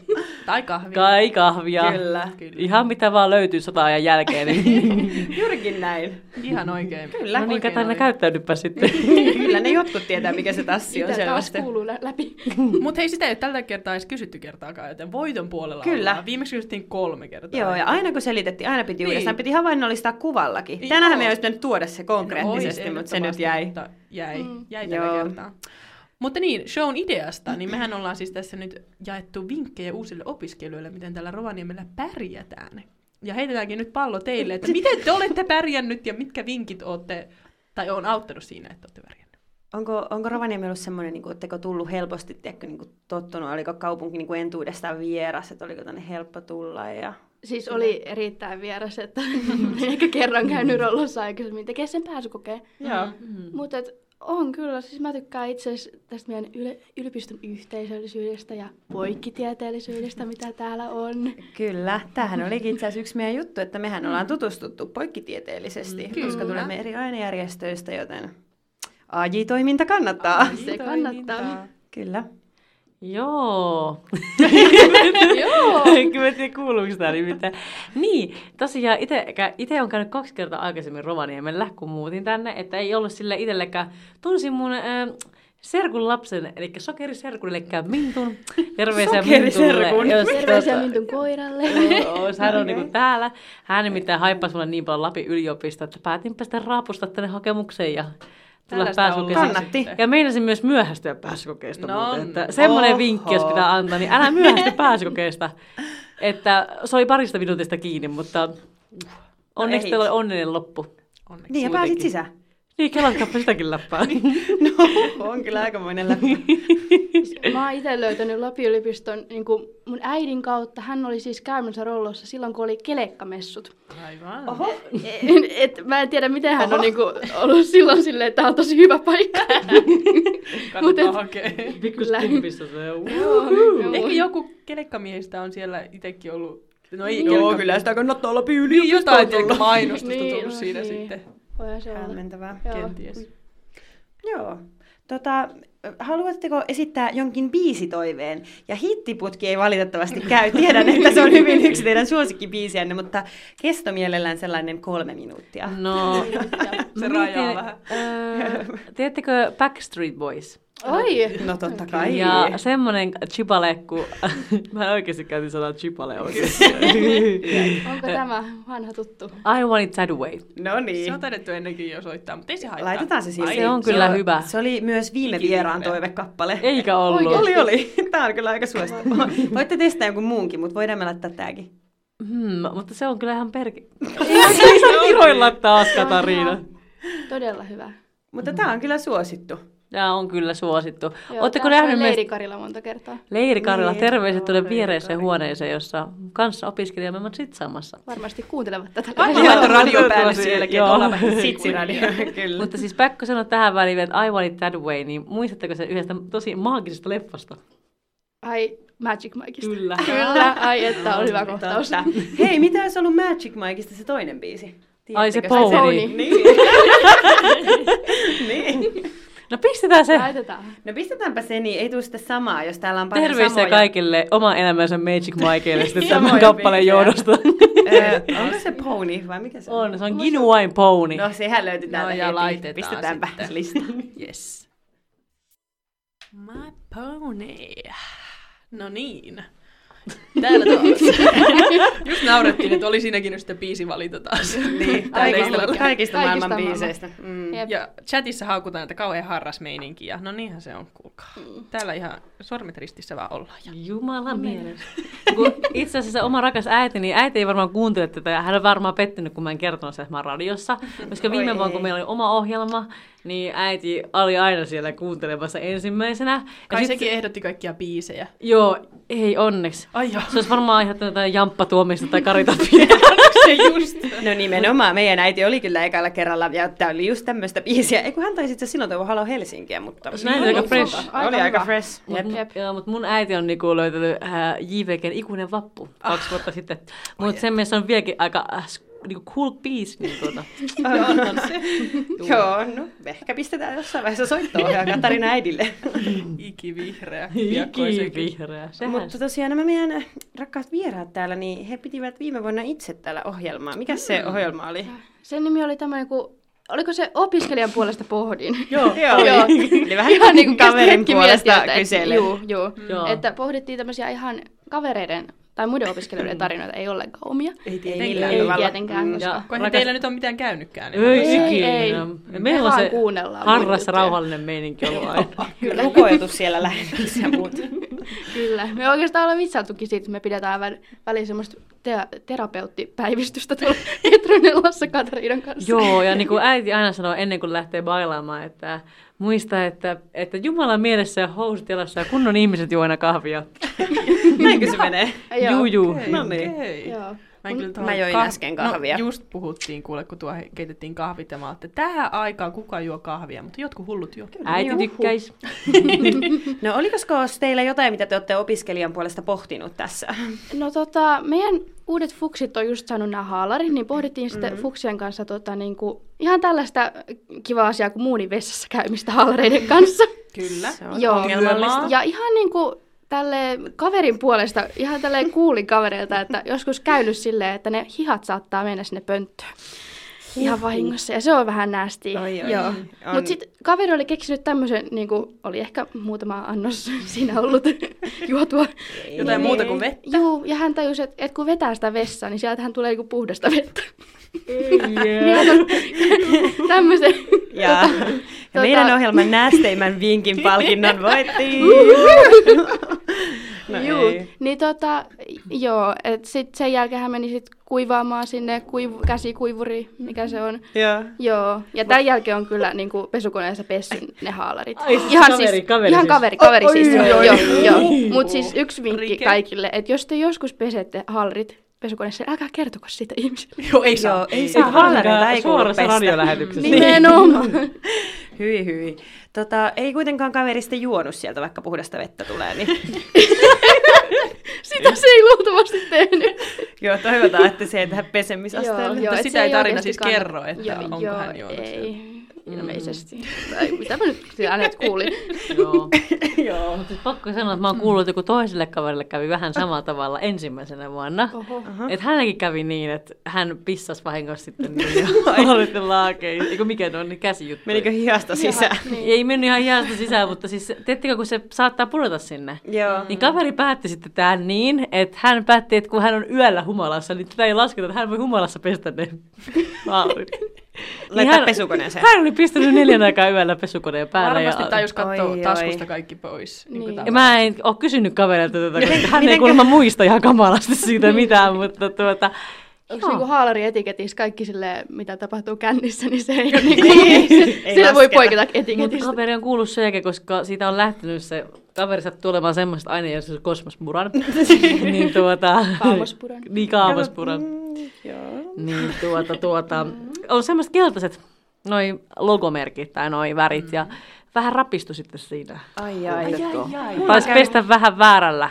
[SPEAKER 2] Tai kahvi.
[SPEAKER 4] kai kahvia.
[SPEAKER 3] Kyllä.
[SPEAKER 4] Ihan mitä vaan löytyy sota-ajan jälkeen. Niin.
[SPEAKER 3] Juurikin näin.
[SPEAKER 2] Ihan oikein.
[SPEAKER 3] Kyllä.
[SPEAKER 4] no niin,
[SPEAKER 2] Oikein
[SPEAKER 4] Katarina,
[SPEAKER 2] oli.
[SPEAKER 4] käyttäydypä sitten.
[SPEAKER 3] Kyllä ne jotkut tietää, mikä se tassi on
[SPEAKER 5] Mitä taas
[SPEAKER 3] selvästi.
[SPEAKER 5] kuuluu lä- läpi?
[SPEAKER 2] Mutta hei, sitä ei ole tällä kertaa edes kysytty kertaakaan, joten voiton puolella
[SPEAKER 3] Kyllä.
[SPEAKER 2] ollaan. Viimeksi kysyttiin kolme kertaa.
[SPEAKER 3] Joo, ja aina kun selitettiin, aina piti
[SPEAKER 2] Niin.
[SPEAKER 3] uudestaan. Piti havainnollistaa kuvallakin. Tänään me
[SPEAKER 2] Joo.
[SPEAKER 3] olisi pitänyt tuoda se konkreettisesti,
[SPEAKER 2] Ois
[SPEAKER 3] mutta se nyt
[SPEAKER 2] ehdottomasti,
[SPEAKER 3] jäi.
[SPEAKER 2] mutta jäi,
[SPEAKER 5] Mm.
[SPEAKER 2] jäi tällä
[SPEAKER 3] Joo.
[SPEAKER 2] kertaa. Mutta niin, shown ideasta, niin mehän ollaan siis tässä nyt jaettu vinkkejä uusille opiskelijoille, miten täällä Rovaniemellä pärjätään. Ja heitetäänkin nyt pallo teille, että miten te olette pärjännyt ja mitkä vinkit olette, tai on auttanut siinä, että olette pärjännyt.
[SPEAKER 3] Onko, onko Rovaniemi ollut semmoinen, niin oletteko tullut helposti, tiedätkö, niin kuin tottunut, oliko kaupunki niin kuin entuudestaan vieras, että oliko tänne helppo tulla ja...
[SPEAKER 5] Siis oli erittäin vieras, että olin ehkä kerran käynyt rollossa aikaisemmin tekee sen pääsykokeen.
[SPEAKER 3] Joo.
[SPEAKER 4] Mm.
[SPEAKER 5] Mutta on kyllä, siis mä tykkään itse asiassa tästä meidän yle- yliopiston yhteisöllisyydestä ja poikkitieteellisyydestä, mitä täällä on.
[SPEAKER 3] Kyllä, tämähän oli itse asiassa yksi meidän juttu, että mehän ollaan tutustuttu poikkitieteellisesti, mm, koska
[SPEAKER 2] kyllä.
[SPEAKER 3] tulemme eri ainejärjestöistä, joten AJ-toiminta kannattaa. Ai.
[SPEAKER 5] Se kannattaa.
[SPEAKER 3] Kyllä.
[SPEAKER 4] Joo.
[SPEAKER 5] Joo!
[SPEAKER 4] Kyllä mä en tiedä kuuluuko tää nimittäin. Niin, tosiaan itse on käynyt kaksi kertaa aikaisemmin Rovaniemellä, kun muutin tänne, että ei ollut sille itsellekään. Tunsin mun äh, serkun lapsen, eli sokeriserkun, eli Mintun. Terveisiä
[SPEAKER 3] Sokeriserkun.
[SPEAKER 4] Mintulle. jos
[SPEAKER 5] Terveisiä
[SPEAKER 4] tota-
[SPEAKER 5] Mintun koiralle.
[SPEAKER 4] Joo, hän on niinku täällä. Hän nimittäin haippasi mulle niin paljon Lapin yliopistoa, että päätinpä sitten raapustaa tänne hakemukseen ja tulla
[SPEAKER 2] Tällaista
[SPEAKER 4] pääsykokeeseen.
[SPEAKER 2] ollaan
[SPEAKER 3] Kannatti.
[SPEAKER 2] sitten.
[SPEAKER 4] Ja meinasin myös myöhästyä pääsykokeista
[SPEAKER 2] No,
[SPEAKER 4] no, muuten. Että
[SPEAKER 2] no.
[SPEAKER 4] semmoinen
[SPEAKER 3] Oho.
[SPEAKER 4] vinkki, jos pitää antaa, niin älä myöhästy pääsykokeista. Että se oli parista minuutista kiinni, mutta
[SPEAKER 2] No
[SPEAKER 4] onneksi
[SPEAKER 3] ei.
[SPEAKER 4] teillä oli onnellinen loppu.
[SPEAKER 2] Onneksi.
[SPEAKER 3] Niin, ja pääsit sisään.
[SPEAKER 4] Niin, kelatkaappa sitäkin läppää.
[SPEAKER 2] Niin.
[SPEAKER 3] No, on kyllä aikamoinen läpi.
[SPEAKER 5] Mä oon itse löytänyt Lapin yliopiston niin mun äidin kautta. Hän oli siis käymässä rollossa silloin, kun oli kelekkamessut.
[SPEAKER 2] Aivan.
[SPEAKER 3] Oho,
[SPEAKER 5] En- Et, mä en tiedä, miten hän on niinku ollut silloin silleen, että tämä on tosi hyvä paikka.
[SPEAKER 2] Kannattaa
[SPEAKER 5] mut et-
[SPEAKER 2] hakea.
[SPEAKER 4] Pikkus
[SPEAKER 5] Kyllä.
[SPEAKER 4] kumpissä se on.
[SPEAKER 5] Joo.
[SPEAKER 2] Ehkä joku kelekkamiehistä on siellä itsekin ollut. No ei,
[SPEAKER 3] Joo,
[SPEAKER 2] kelekka-
[SPEAKER 3] kyllä sitä kannattaa läpi
[SPEAKER 2] Niin, jotain
[SPEAKER 3] yliopistoon
[SPEAKER 2] tiedätkö,
[SPEAKER 3] tulla.
[SPEAKER 2] mainostusta
[SPEAKER 5] Niin,
[SPEAKER 2] tullut
[SPEAKER 5] no
[SPEAKER 2] siinä
[SPEAKER 5] niin.
[SPEAKER 2] sitten.
[SPEAKER 5] Voihan se olla.
[SPEAKER 3] Hämmentävää.
[SPEAKER 5] Joo.
[SPEAKER 2] Kenties.
[SPEAKER 3] Joo. Tota, haluatteko esittää jonkin biisitoiveen? Ja hittiputki ei valitettavasti käy. Tiedän, että se on hyvin yksi teidän suosikkibiisiänne, mutta kesto mielellään sellainen kolme minuuttia.
[SPEAKER 4] No,
[SPEAKER 2] Se
[SPEAKER 4] mä
[SPEAKER 2] rajaa
[SPEAKER 4] mietin,
[SPEAKER 2] vähän.
[SPEAKER 4] öö, Tiedättekö Backstreet Boys?
[SPEAKER 5] Oi!
[SPEAKER 3] No totta kai.
[SPEAKER 4] Ja semmonen chipale, kun... mä en oikeasti käytin sanaa chipale oikeasti.
[SPEAKER 5] Onko tämä vanha tuttu?
[SPEAKER 4] I want it that way.
[SPEAKER 3] No
[SPEAKER 2] Se on
[SPEAKER 3] niin.
[SPEAKER 2] taidettu ennenkin jo soittaa, mutta ei se haittaa.
[SPEAKER 3] Laitetaan se silti.
[SPEAKER 4] Se on kyllä
[SPEAKER 3] Joo.
[SPEAKER 4] hyvä.
[SPEAKER 3] Se oli myös viime
[SPEAKER 2] Ikiviime.
[SPEAKER 3] vieraan toivekappale.
[SPEAKER 4] Eikä ollut.
[SPEAKER 3] Oli,
[SPEAKER 5] Oikeesti?
[SPEAKER 3] oli. Tämä on kyllä aika suosittavaa. Voitte testaa jonkun muunkin, mutta voidaan me laittaa tämäkin.
[SPEAKER 4] Hmm, mutta se on kyllä ihan perki... Ei saa kiroilla taas,
[SPEAKER 5] Se on
[SPEAKER 4] Katariina.
[SPEAKER 5] ihan Todella hyvä.
[SPEAKER 3] Mutta tämä on kyllä suosittu.
[SPEAKER 4] Tämä on kyllä suosittu.
[SPEAKER 5] Joo,
[SPEAKER 4] Oletteko
[SPEAKER 5] täällä
[SPEAKER 4] nähnyt
[SPEAKER 5] on
[SPEAKER 4] myös
[SPEAKER 5] Leiri Karila monta kertaa.
[SPEAKER 4] Leiri Karjala,
[SPEAKER 2] Niin,
[SPEAKER 4] terveiset
[SPEAKER 2] joo,
[SPEAKER 4] tulee
[SPEAKER 2] Leiri
[SPEAKER 4] viereiseen
[SPEAKER 2] Karjala.
[SPEAKER 4] huoneeseen, jossa kanssa opiskelijamme ovat sitsaamassa.
[SPEAKER 5] Varmasti kuuntelevat tätä.
[SPEAKER 4] Varmaan Joo,
[SPEAKER 3] Laitto radio päälle
[SPEAKER 4] tosi,
[SPEAKER 3] sielläkin,
[SPEAKER 4] joo.
[SPEAKER 3] että ollaan vähän sitsiradio. Kyllä.
[SPEAKER 4] Mutta siis pakko sanoa tähän väliin, vielä, että I Want It That Way, niin muistatteko se yhdestä tosi maagisesta leffasta?
[SPEAKER 5] Ai, Magic Mikeista.
[SPEAKER 4] Kyllä.
[SPEAKER 5] Kyllä, ai että oli hyvä kohtaus.
[SPEAKER 3] Totta. Hei, mitä olisi ollut Magic Mikeista se toinen biisi?
[SPEAKER 4] Ai se
[SPEAKER 3] Tiedättekö
[SPEAKER 4] Pony.
[SPEAKER 5] Pony.
[SPEAKER 3] Niin. niin.
[SPEAKER 4] No pistetään se.
[SPEAKER 5] Laitetaan.
[SPEAKER 3] No pistetäänpä se, niin ei tule sitä samaa, jos täällä on paljon
[SPEAKER 4] Terveisiä
[SPEAKER 3] samoja.
[SPEAKER 4] kaikille oma elämänsä Magic Mikeille sitten tämän
[SPEAKER 3] Samoja
[SPEAKER 4] kappaleen
[SPEAKER 3] biisejä.
[SPEAKER 4] johdosta.
[SPEAKER 3] Ö, onko se Pony vai mikä se on?
[SPEAKER 4] on, se on Ginuain Pony.
[SPEAKER 3] No sehän löytyy täältä
[SPEAKER 2] ja
[SPEAKER 3] heti.
[SPEAKER 2] laitetaan
[SPEAKER 3] Pistetäänpä
[SPEAKER 2] sitten.
[SPEAKER 3] listaan.
[SPEAKER 2] Yes. My pony. No niin. Täällä taas. Just naurettiin, että oli siinäkin nyt sitten biisivalinta taas.
[SPEAKER 3] niin,
[SPEAKER 2] Täällä ei
[SPEAKER 3] kaikista,
[SPEAKER 2] ole-
[SPEAKER 3] kaikista maailman
[SPEAKER 5] maailman.
[SPEAKER 3] biiseistä. Mm.
[SPEAKER 5] Jep.
[SPEAKER 2] Ja chatissa haukutaan, että kauhean harras meininki. Ja no niinhän se on, kuulkaa. Täällä ihan sormet ristissä vaan ollaan. Ja
[SPEAKER 4] Jumala mielessä. Kun itse asiassa oma rakas äiti, niin äiti ei varmaan kuuntele tätä ja hän on varmaan pettynyt, kun mä en kertonut sen, että mä oon radiossa. Koska
[SPEAKER 3] Oi
[SPEAKER 4] viime vuonna,
[SPEAKER 3] ei.
[SPEAKER 4] kun meillä oli oma ohjelma, niin äiti oli aina siellä kuuntelemassa ensimmäisenä. Ja
[SPEAKER 2] Kai
[SPEAKER 4] sit-
[SPEAKER 2] sekin ehdotti kaikkia biisejä.
[SPEAKER 4] Joo, ei onneksi.
[SPEAKER 2] Ai joo.
[SPEAKER 4] Se olisi varmaan aiheuttanut jotain jamppatuomista tai karitapia.
[SPEAKER 2] se just.
[SPEAKER 3] No nimenomaan, meidän äiti oli kyllä ekalla kerralla, ja tää oli just tämmöistä biisiä. Ei kun hän taisi itse silloin tuohon Halo Helsinkiä, mutta...
[SPEAKER 4] Se näytti aika fresh.
[SPEAKER 5] Aika
[SPEAKER 3] oli aika
[SPEAKER 5] hyvä.
[SPEAKER 3] fresh. Jep.
[SPEAKER 4] Mut,
[SPEAKER 5] Jep.
[SPEAKER 4] Joo, mutta mun äiti on niinku löytänyt äh, JVGn ikuinen vappu kaksi vuotta sitten. Mutta sen mielestä on vieläkin aika äh, sk- niinku cool piece. Niin tuota.
[SPEAKER 3] Joo, no ehkä pistetään jossain vaiheessa soittoa ja Katarina äidille.
[SPEAKER 2] Ikivihreä.
[SPEAKER 4] Ikivihreä. Sehän
[SPEAKER 3] Mutta tosiaan nämä meidän eh, rakkaat vieraat täällä, niin he pitivät viime vuonna itse täällä ohjelmaa. Mikä se ohjelma oli?
[SPEAKER 5] Sen nimi oli tämmöinen kuin, oliko se opiskelijan puolesta pohdin?
[SPEAKER 3] Joo, joo. Eli vähän
[SPEAKER 5] Ihan niinku
[SPEAKER 3] niin kuin kaverin
[SPEAKER 5] kaikki miettii,
[SPEAKER 3] puolesta
[SPEAKER 5] että-
[SPEAKER 3] kyselen.
[SPEAKER 5] Juu, juu.
[SPEAKER 4] Joo.
[SPEAKER 5] Että pohdittiin tämmöisiä ihan kavereiden tai muiden opiskelijoiden tarinoita, ei ollenkaan omia.
[SPEAKER 3] Ei, ei
[SPEAKER 5] Ei
[SPEAKER 3] millään Mm. tavalla. Mm.
[SPEAKER 5] tietenkään, koska
[SPEAKER 4] Ja
[SPEAKER 2] Kun
[SPEAKER 4] rakas-
[SPEAKER 2] eihän teillä nyt on mitään käynytkään.
[SPEAKER 4] Ei,
[SPEAKER 5] Ei,
[SPEAKER 4] ikinä.
[SPEAKER 5] ei.
[SPEAKER 4] Meillä
[SPEAKER 5] Me
[SPEAKER 4] on
[SPEAKER 5] vaan
[SPEAKER 4] se
[SPEAKER 5] kuunnellaan mun
[SPEAKER 4] harras
[SPEAKER 5] juttuja.
[SPEAKER 4] rauhallinen meininki ollut aina.
[SPEAKER 3] Kyllä. Rukoiltu siellä lähetyksessä ja muut.
[SPEAKER 5] Kyllä. Me oikeastaan ollaan vitsailtukin siitä, että me pidetään väl, väliin semmoista te- terapeuttipäivystystä tuolla Petronellassa Katariinan kanssa.
[SPEAKER 4] Joo, ja niin kuin äiti aina sanoo ennen kuin lähtee bailaamaan, että muista, että, että Jumalan mielessä ja housut jalassa ja kunnon ihmiset juo aina kahvia.
[SPEAKER 3] Näinkö se menee?
[SPEAKER 5] Joo.
[SPEAKER 4] Juu, juu.
[SPEAKER 3] No niin.
[SPEAKER 5] Joo.
[SPEAKER 2] Mä, en kyllä
[SPEAKER 3] Mä join
[SPEAKER 2] tuohon
[SPEAKER 3] äsken kahvia.
[SPEAKER 2] No, just puhuttiin kuule, kun tuo keitettiin kahvit ja mä ajattelin, että tähän aikaan kuka juo kahvia, mutta jotkut hullut juo.
[SPEAKER 4] Äiti tykkäisi.
[SPEAKER 3] No olikosko teillä jotain, mitä te olette opiskelijan puolesta pohtinut tässä?
[SPEAKER 5] No tota, meidän uudet fuksit on just saanut nämä haalarit, niin pohdittiin sitten
[SPEAKER 3] Mm-hmm.
[SPEAKER 5] fuksien kanssa tota, niin kuin, ihan tällaista kivaa asiaa kuin muunin vessassa käymistä haalareiden kanssa.
[SPEAKER 2] Kyllä.
[SPEAKER 3] Se on
[SPEAKER 5] Joo.
[SPEAKER 3] ongelmallista.
[SPEAKER 5] Ja ihan niin kuin tälle kaverin puolesta, ihan tälleen kuulin kavereilta, että joskus käynyt silleen, että ne hihat saattaa mennä sinne pönttöön. Ihan vahingossa, ja se on vähän näästi.
[SPEAKER 3] Oi, oi.
[SPEAKER 5] Joo.
[SPEAKER 3] On-
[SPEAKER 5] Mutta sitten kaveri oli keksinyt tämmöisen, niin kuin, oli ehkä muutama annos siinä ollut juotua.
[SPEAKER 2] Jotain
[SPEAKER 5] Niin.
[SPEAKER 2] muuta kuin vettä.
[SPEAKER 5] Juu, ja hän tajusi, että, että kun vetää sitä vessaa, niin sieltähän tulee niinku puhdasta vettä. Yeah. Tämmöisen.
[SPEAKER 3] Ja, ja meidän
[SPEAKER 5] tota-
[SPEAKER 3] ohjelman näästeimmän vinkin palkinnon voitti. no
[SPEAKER 5] Juu,
[SPEAKER 3] ei.
[SPEAKER 5] niin tota, joo, et sit sen jälkeen hän meni sit kuivaamaan sinne kuivu, käsikuivuri, mikä se on.
[SPEAKER 3] Joo.
[SPEAKER 5] Joo, ja tämän jälkeen on kyllä niinku pesukoneessa pessyn ne haalarit.
[SPEAKER 4] Ai siis
[SPEAKER 5] ihan
[SPEAKER 4] kaveri, kaveri
[SPEAKER 5] ihan
[SPEAKER 4] siis.
[SPEAKER 5] kaveri, kaveri
[SPEAKER 3] Oi,
[SPEAKER 5] siis.
[SPEAKER 3] oi,
[SPEAKER 5] joo,
[SPEAKER 3] oi,
[SPEAKER 5] joo,
[SPEAKER 3] oi.
[SPEAKER 5] joo. Mut siis yksi vinkki
[SPEAKER 2] Rike.
[SPEAKER 5] kaikille, että jos te joskus pesette haalarit pesukoneessa, niin älkää kertoko sitä ihmisille.
[SPEAKER 2] Joo, ei
[SPEAKER 3] Joo,
[SPEAKER 2] saa.
[SPEAKER 3] ei
[SPEAKER 4] Ei
[SPEAKER 3] saa hallareita,
[SPEAKER 4] varsinkaan
[SPEAKER 3] ei kuulu
[SPEAKER 4] suorassa
[SPEAKER 3] pestä.
[SPEAKER 4] radiolähetyksessä.
[SPEAKER 5] Niin. Nimenomaan.
[SPEAKER 3] Hyi, hyi. Tota, ei kuitenkaan kaverista juonut sieltä, vaikka puhdasta vettä tulee. Niin.
[SPEAKER 5] Sitä se ei luultavasti tehnyt.
[SPEAKER 3] Joo, toivotaan, että se ei tähän pesemisasteelle.
[SPEAKER 2] joo.
[SPEAKER 5] et
[SPEAKER 2] Siis sitä
[SPEAKER 5] se
[SPEAKER 2] ei tarina
[SPEAKER 5] oikeasti
[SPEAKER 2] siis kerro, että onko hän juonut
[SPEAKER 5] Ei, ilmeisesti. Tai mitä mä nyt siellä hänet kuulin.
[SPEAKER 4] Joo. Joo. Mutta siis pakko sanoa, että mä oon kuullut, että joku toiselle kaverille kävi vähän samalla tavalla ensimmäisenä vuonna.
[SPEAKER 5] Oho.
[SPEAKER 4] Että hänelläkin kävi niin, että hän pissasi vahingossa sitten niin hallitin laakein. Eikö mikä ne on, niin käsijuttu.
[SPEAKER 3] Menikö hihasta sisään?
[SPEAKER 5] niin.
[SPEAKER 4] Ei mennyt ihan hiasta sisään, mutta siis teettekö, kun se saattaa pudota sinne.
[SPEAKER 3] Joo.
[SPEAKER 4] Niin kaveri päätti sitten tämän niin, että hän päätti, että kun hän on yöllä humalassa, niin tätä ei lasketa, että hän voi humalassa pestä ne haarit.
[SPEAKER 3] Laittaa
[SPEAKER 4] hän-
[SPEAKER 3] pesukoneeseen.
[SPEAKER 4] Hän oli pistänyt neljän aikaa yöllä pesukoneen päälle.
[SPEAKER 2] Varmasti tajus katsoo
[SPEAKER 3] Oi, oi.
[SPEAKER 2] taskusta kaikki pois. Niin.
[SPEAKER 5] Niin.
[SPEAKER 2] Niin
[SPEAKER 4] Ja mä en ole kysynyt kaverilta tätä, koska hän ei
[SPEAKER 3] mitenkä-
[SPEAKER 4] kuulemma muista ihan kamalasti siitä mitään, mutta tuota,
[SPEAKER 5] Onko se
[SPEAKER 4] Joo.
[SPEAKER 5] niinku haalarietiketissä kaikki sille, mitä tapahtuu kännissä, niin se ei ole niinku, se,
[SPEAKER 1] Ei
[SPEAKER 5] sillä voi
[SPEAKER 1] lasketa.
[SPEAKER 5] poiketa
[SPEAKER 4] Mutta
[SPEAKER 5] etiketistä.
[SPEAKER 4] kaveri on kuullut sen jälkeen, koska siitä on lähtenyt se, kaveri sattuu olemaan semmoista aina, jos se kosmosmuran. niin tuota...
[SPEAKER 5] Kaamospuran.
[SPEAKER 4] Niin
[SPEAKER 3] mm,
[SPEAKER 4] kaavospuran.
[SPEAKER 5] Joo.
[SPEAKER 4] Niin tuota tuota... On semmoiset keltaiset noi logomerkit tai noi värit ja vähän rapistu sitten siinä.
[SPEAKER 3] Ai ai.
[SPEAKER 4] Taisi pestä vähän väärällä.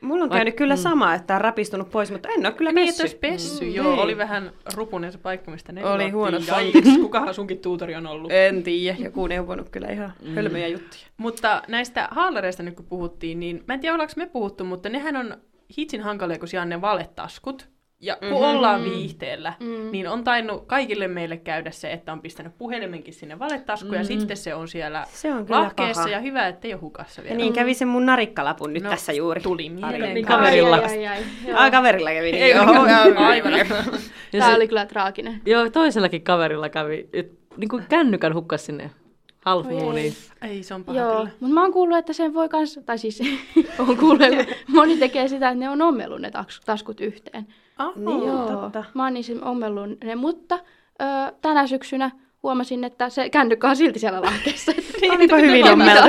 [SPEAKER 3] Mulla on käynyt kyllä sama, että on rapistunut pois, mutta en ole kyllä
[SPEAKER 2] Niin, että
[SPEAKER 3] pessy.
[SPEAKER 2] olisi pessy, mm,
[SPEAKER 3] niin.
[SPEAKER 2] joo. Oli vähän rupunen se paikka, mistä ne
[SPEAKER 6] Oli
[SPEAKER 2] juottiin.
[SPEAKER 6] huonot
[SPEAKER 2] Jais, Kukahan sunkin tuutori on ollut.
[SPEAKER 6] En tiedä, joku neuvonut kyllä ihan mm. hölmöjä juttuja.
[SPEAKER 2] Mutta näistä haalareista nyt kun puhuttiin, niin mä en tiedä ollaanko me puhuttu, mutta nehän on hitsin hankalia, kun siellä on ne valetaskut. Ja kun
[SPEAKER 3] Mhm.
[SPEAKER 2] mm-hmm. ollaan viihteellä, mm-hmm. niin on tainnut kaikille meille käydä se, että on pistänyt puhelimenkin sinne valetaskuun mm-hmm. ja sitten se on siellä
[SPEAKER 3] Mhm. Se on kyllä
[SPEAKER 2] lahkeessa
[SPEAKER 3] paha.
[SPEAKER 2] ja hyvä, ettei ole hukassa
[SPEAKER 3] Ja
[SPEAKER 2] vielä.
[SPEAKER 3] niin kävi sen mun narikkalapun nyt
[SPEAKER 2] No,
[SPEAKER 3] tässä juuri.
[SPEAKER 2] Tuli mieleen.
[SPEAKER 4] Niin kaverilla.
[SPEAKER 5] Ai, ai, ai, ai. Joo.
[SPEAKER 3] Ah, kaverilla kävi niin. Joo.
[SPEAKER 2] Aivan.
[SPEAKER 4] Ja
[SPEAKER 5] Tämä
[SPEAKER 4] se-
[SPEAKER 5] oli kyllä traaginen.
[SPEAKER 4] Joo, toisellakin kaverilla kävi. Et, niin kuin kännykän hukkas sinne half
[SPEAKER 5] Oi ei.
[SPEAKER 4] mooniin.
[SPEAKER 2] Ei, se on paha
[SPEAKER 5] Joo,
[SPEAKER 2] kyllä.
[SPEAKER 5] mutta mä oon kuullut, että sen voi kans, tai siis oon kuullut, että moni tekee sitä, että ne on ommellut ne taks- taskut yhteen.
[SPEAKER 2] Aha.
[SPEAKER 3] Niin, totta.
[SPEAKER 5] Mä oon niissä ommellut ne, mutta ö, tänä syksynä huomasin, että se kännykkä on silti siellä lahkeessa. Niin,
[SPEAKER 3] Olipa hyvin ommeltu.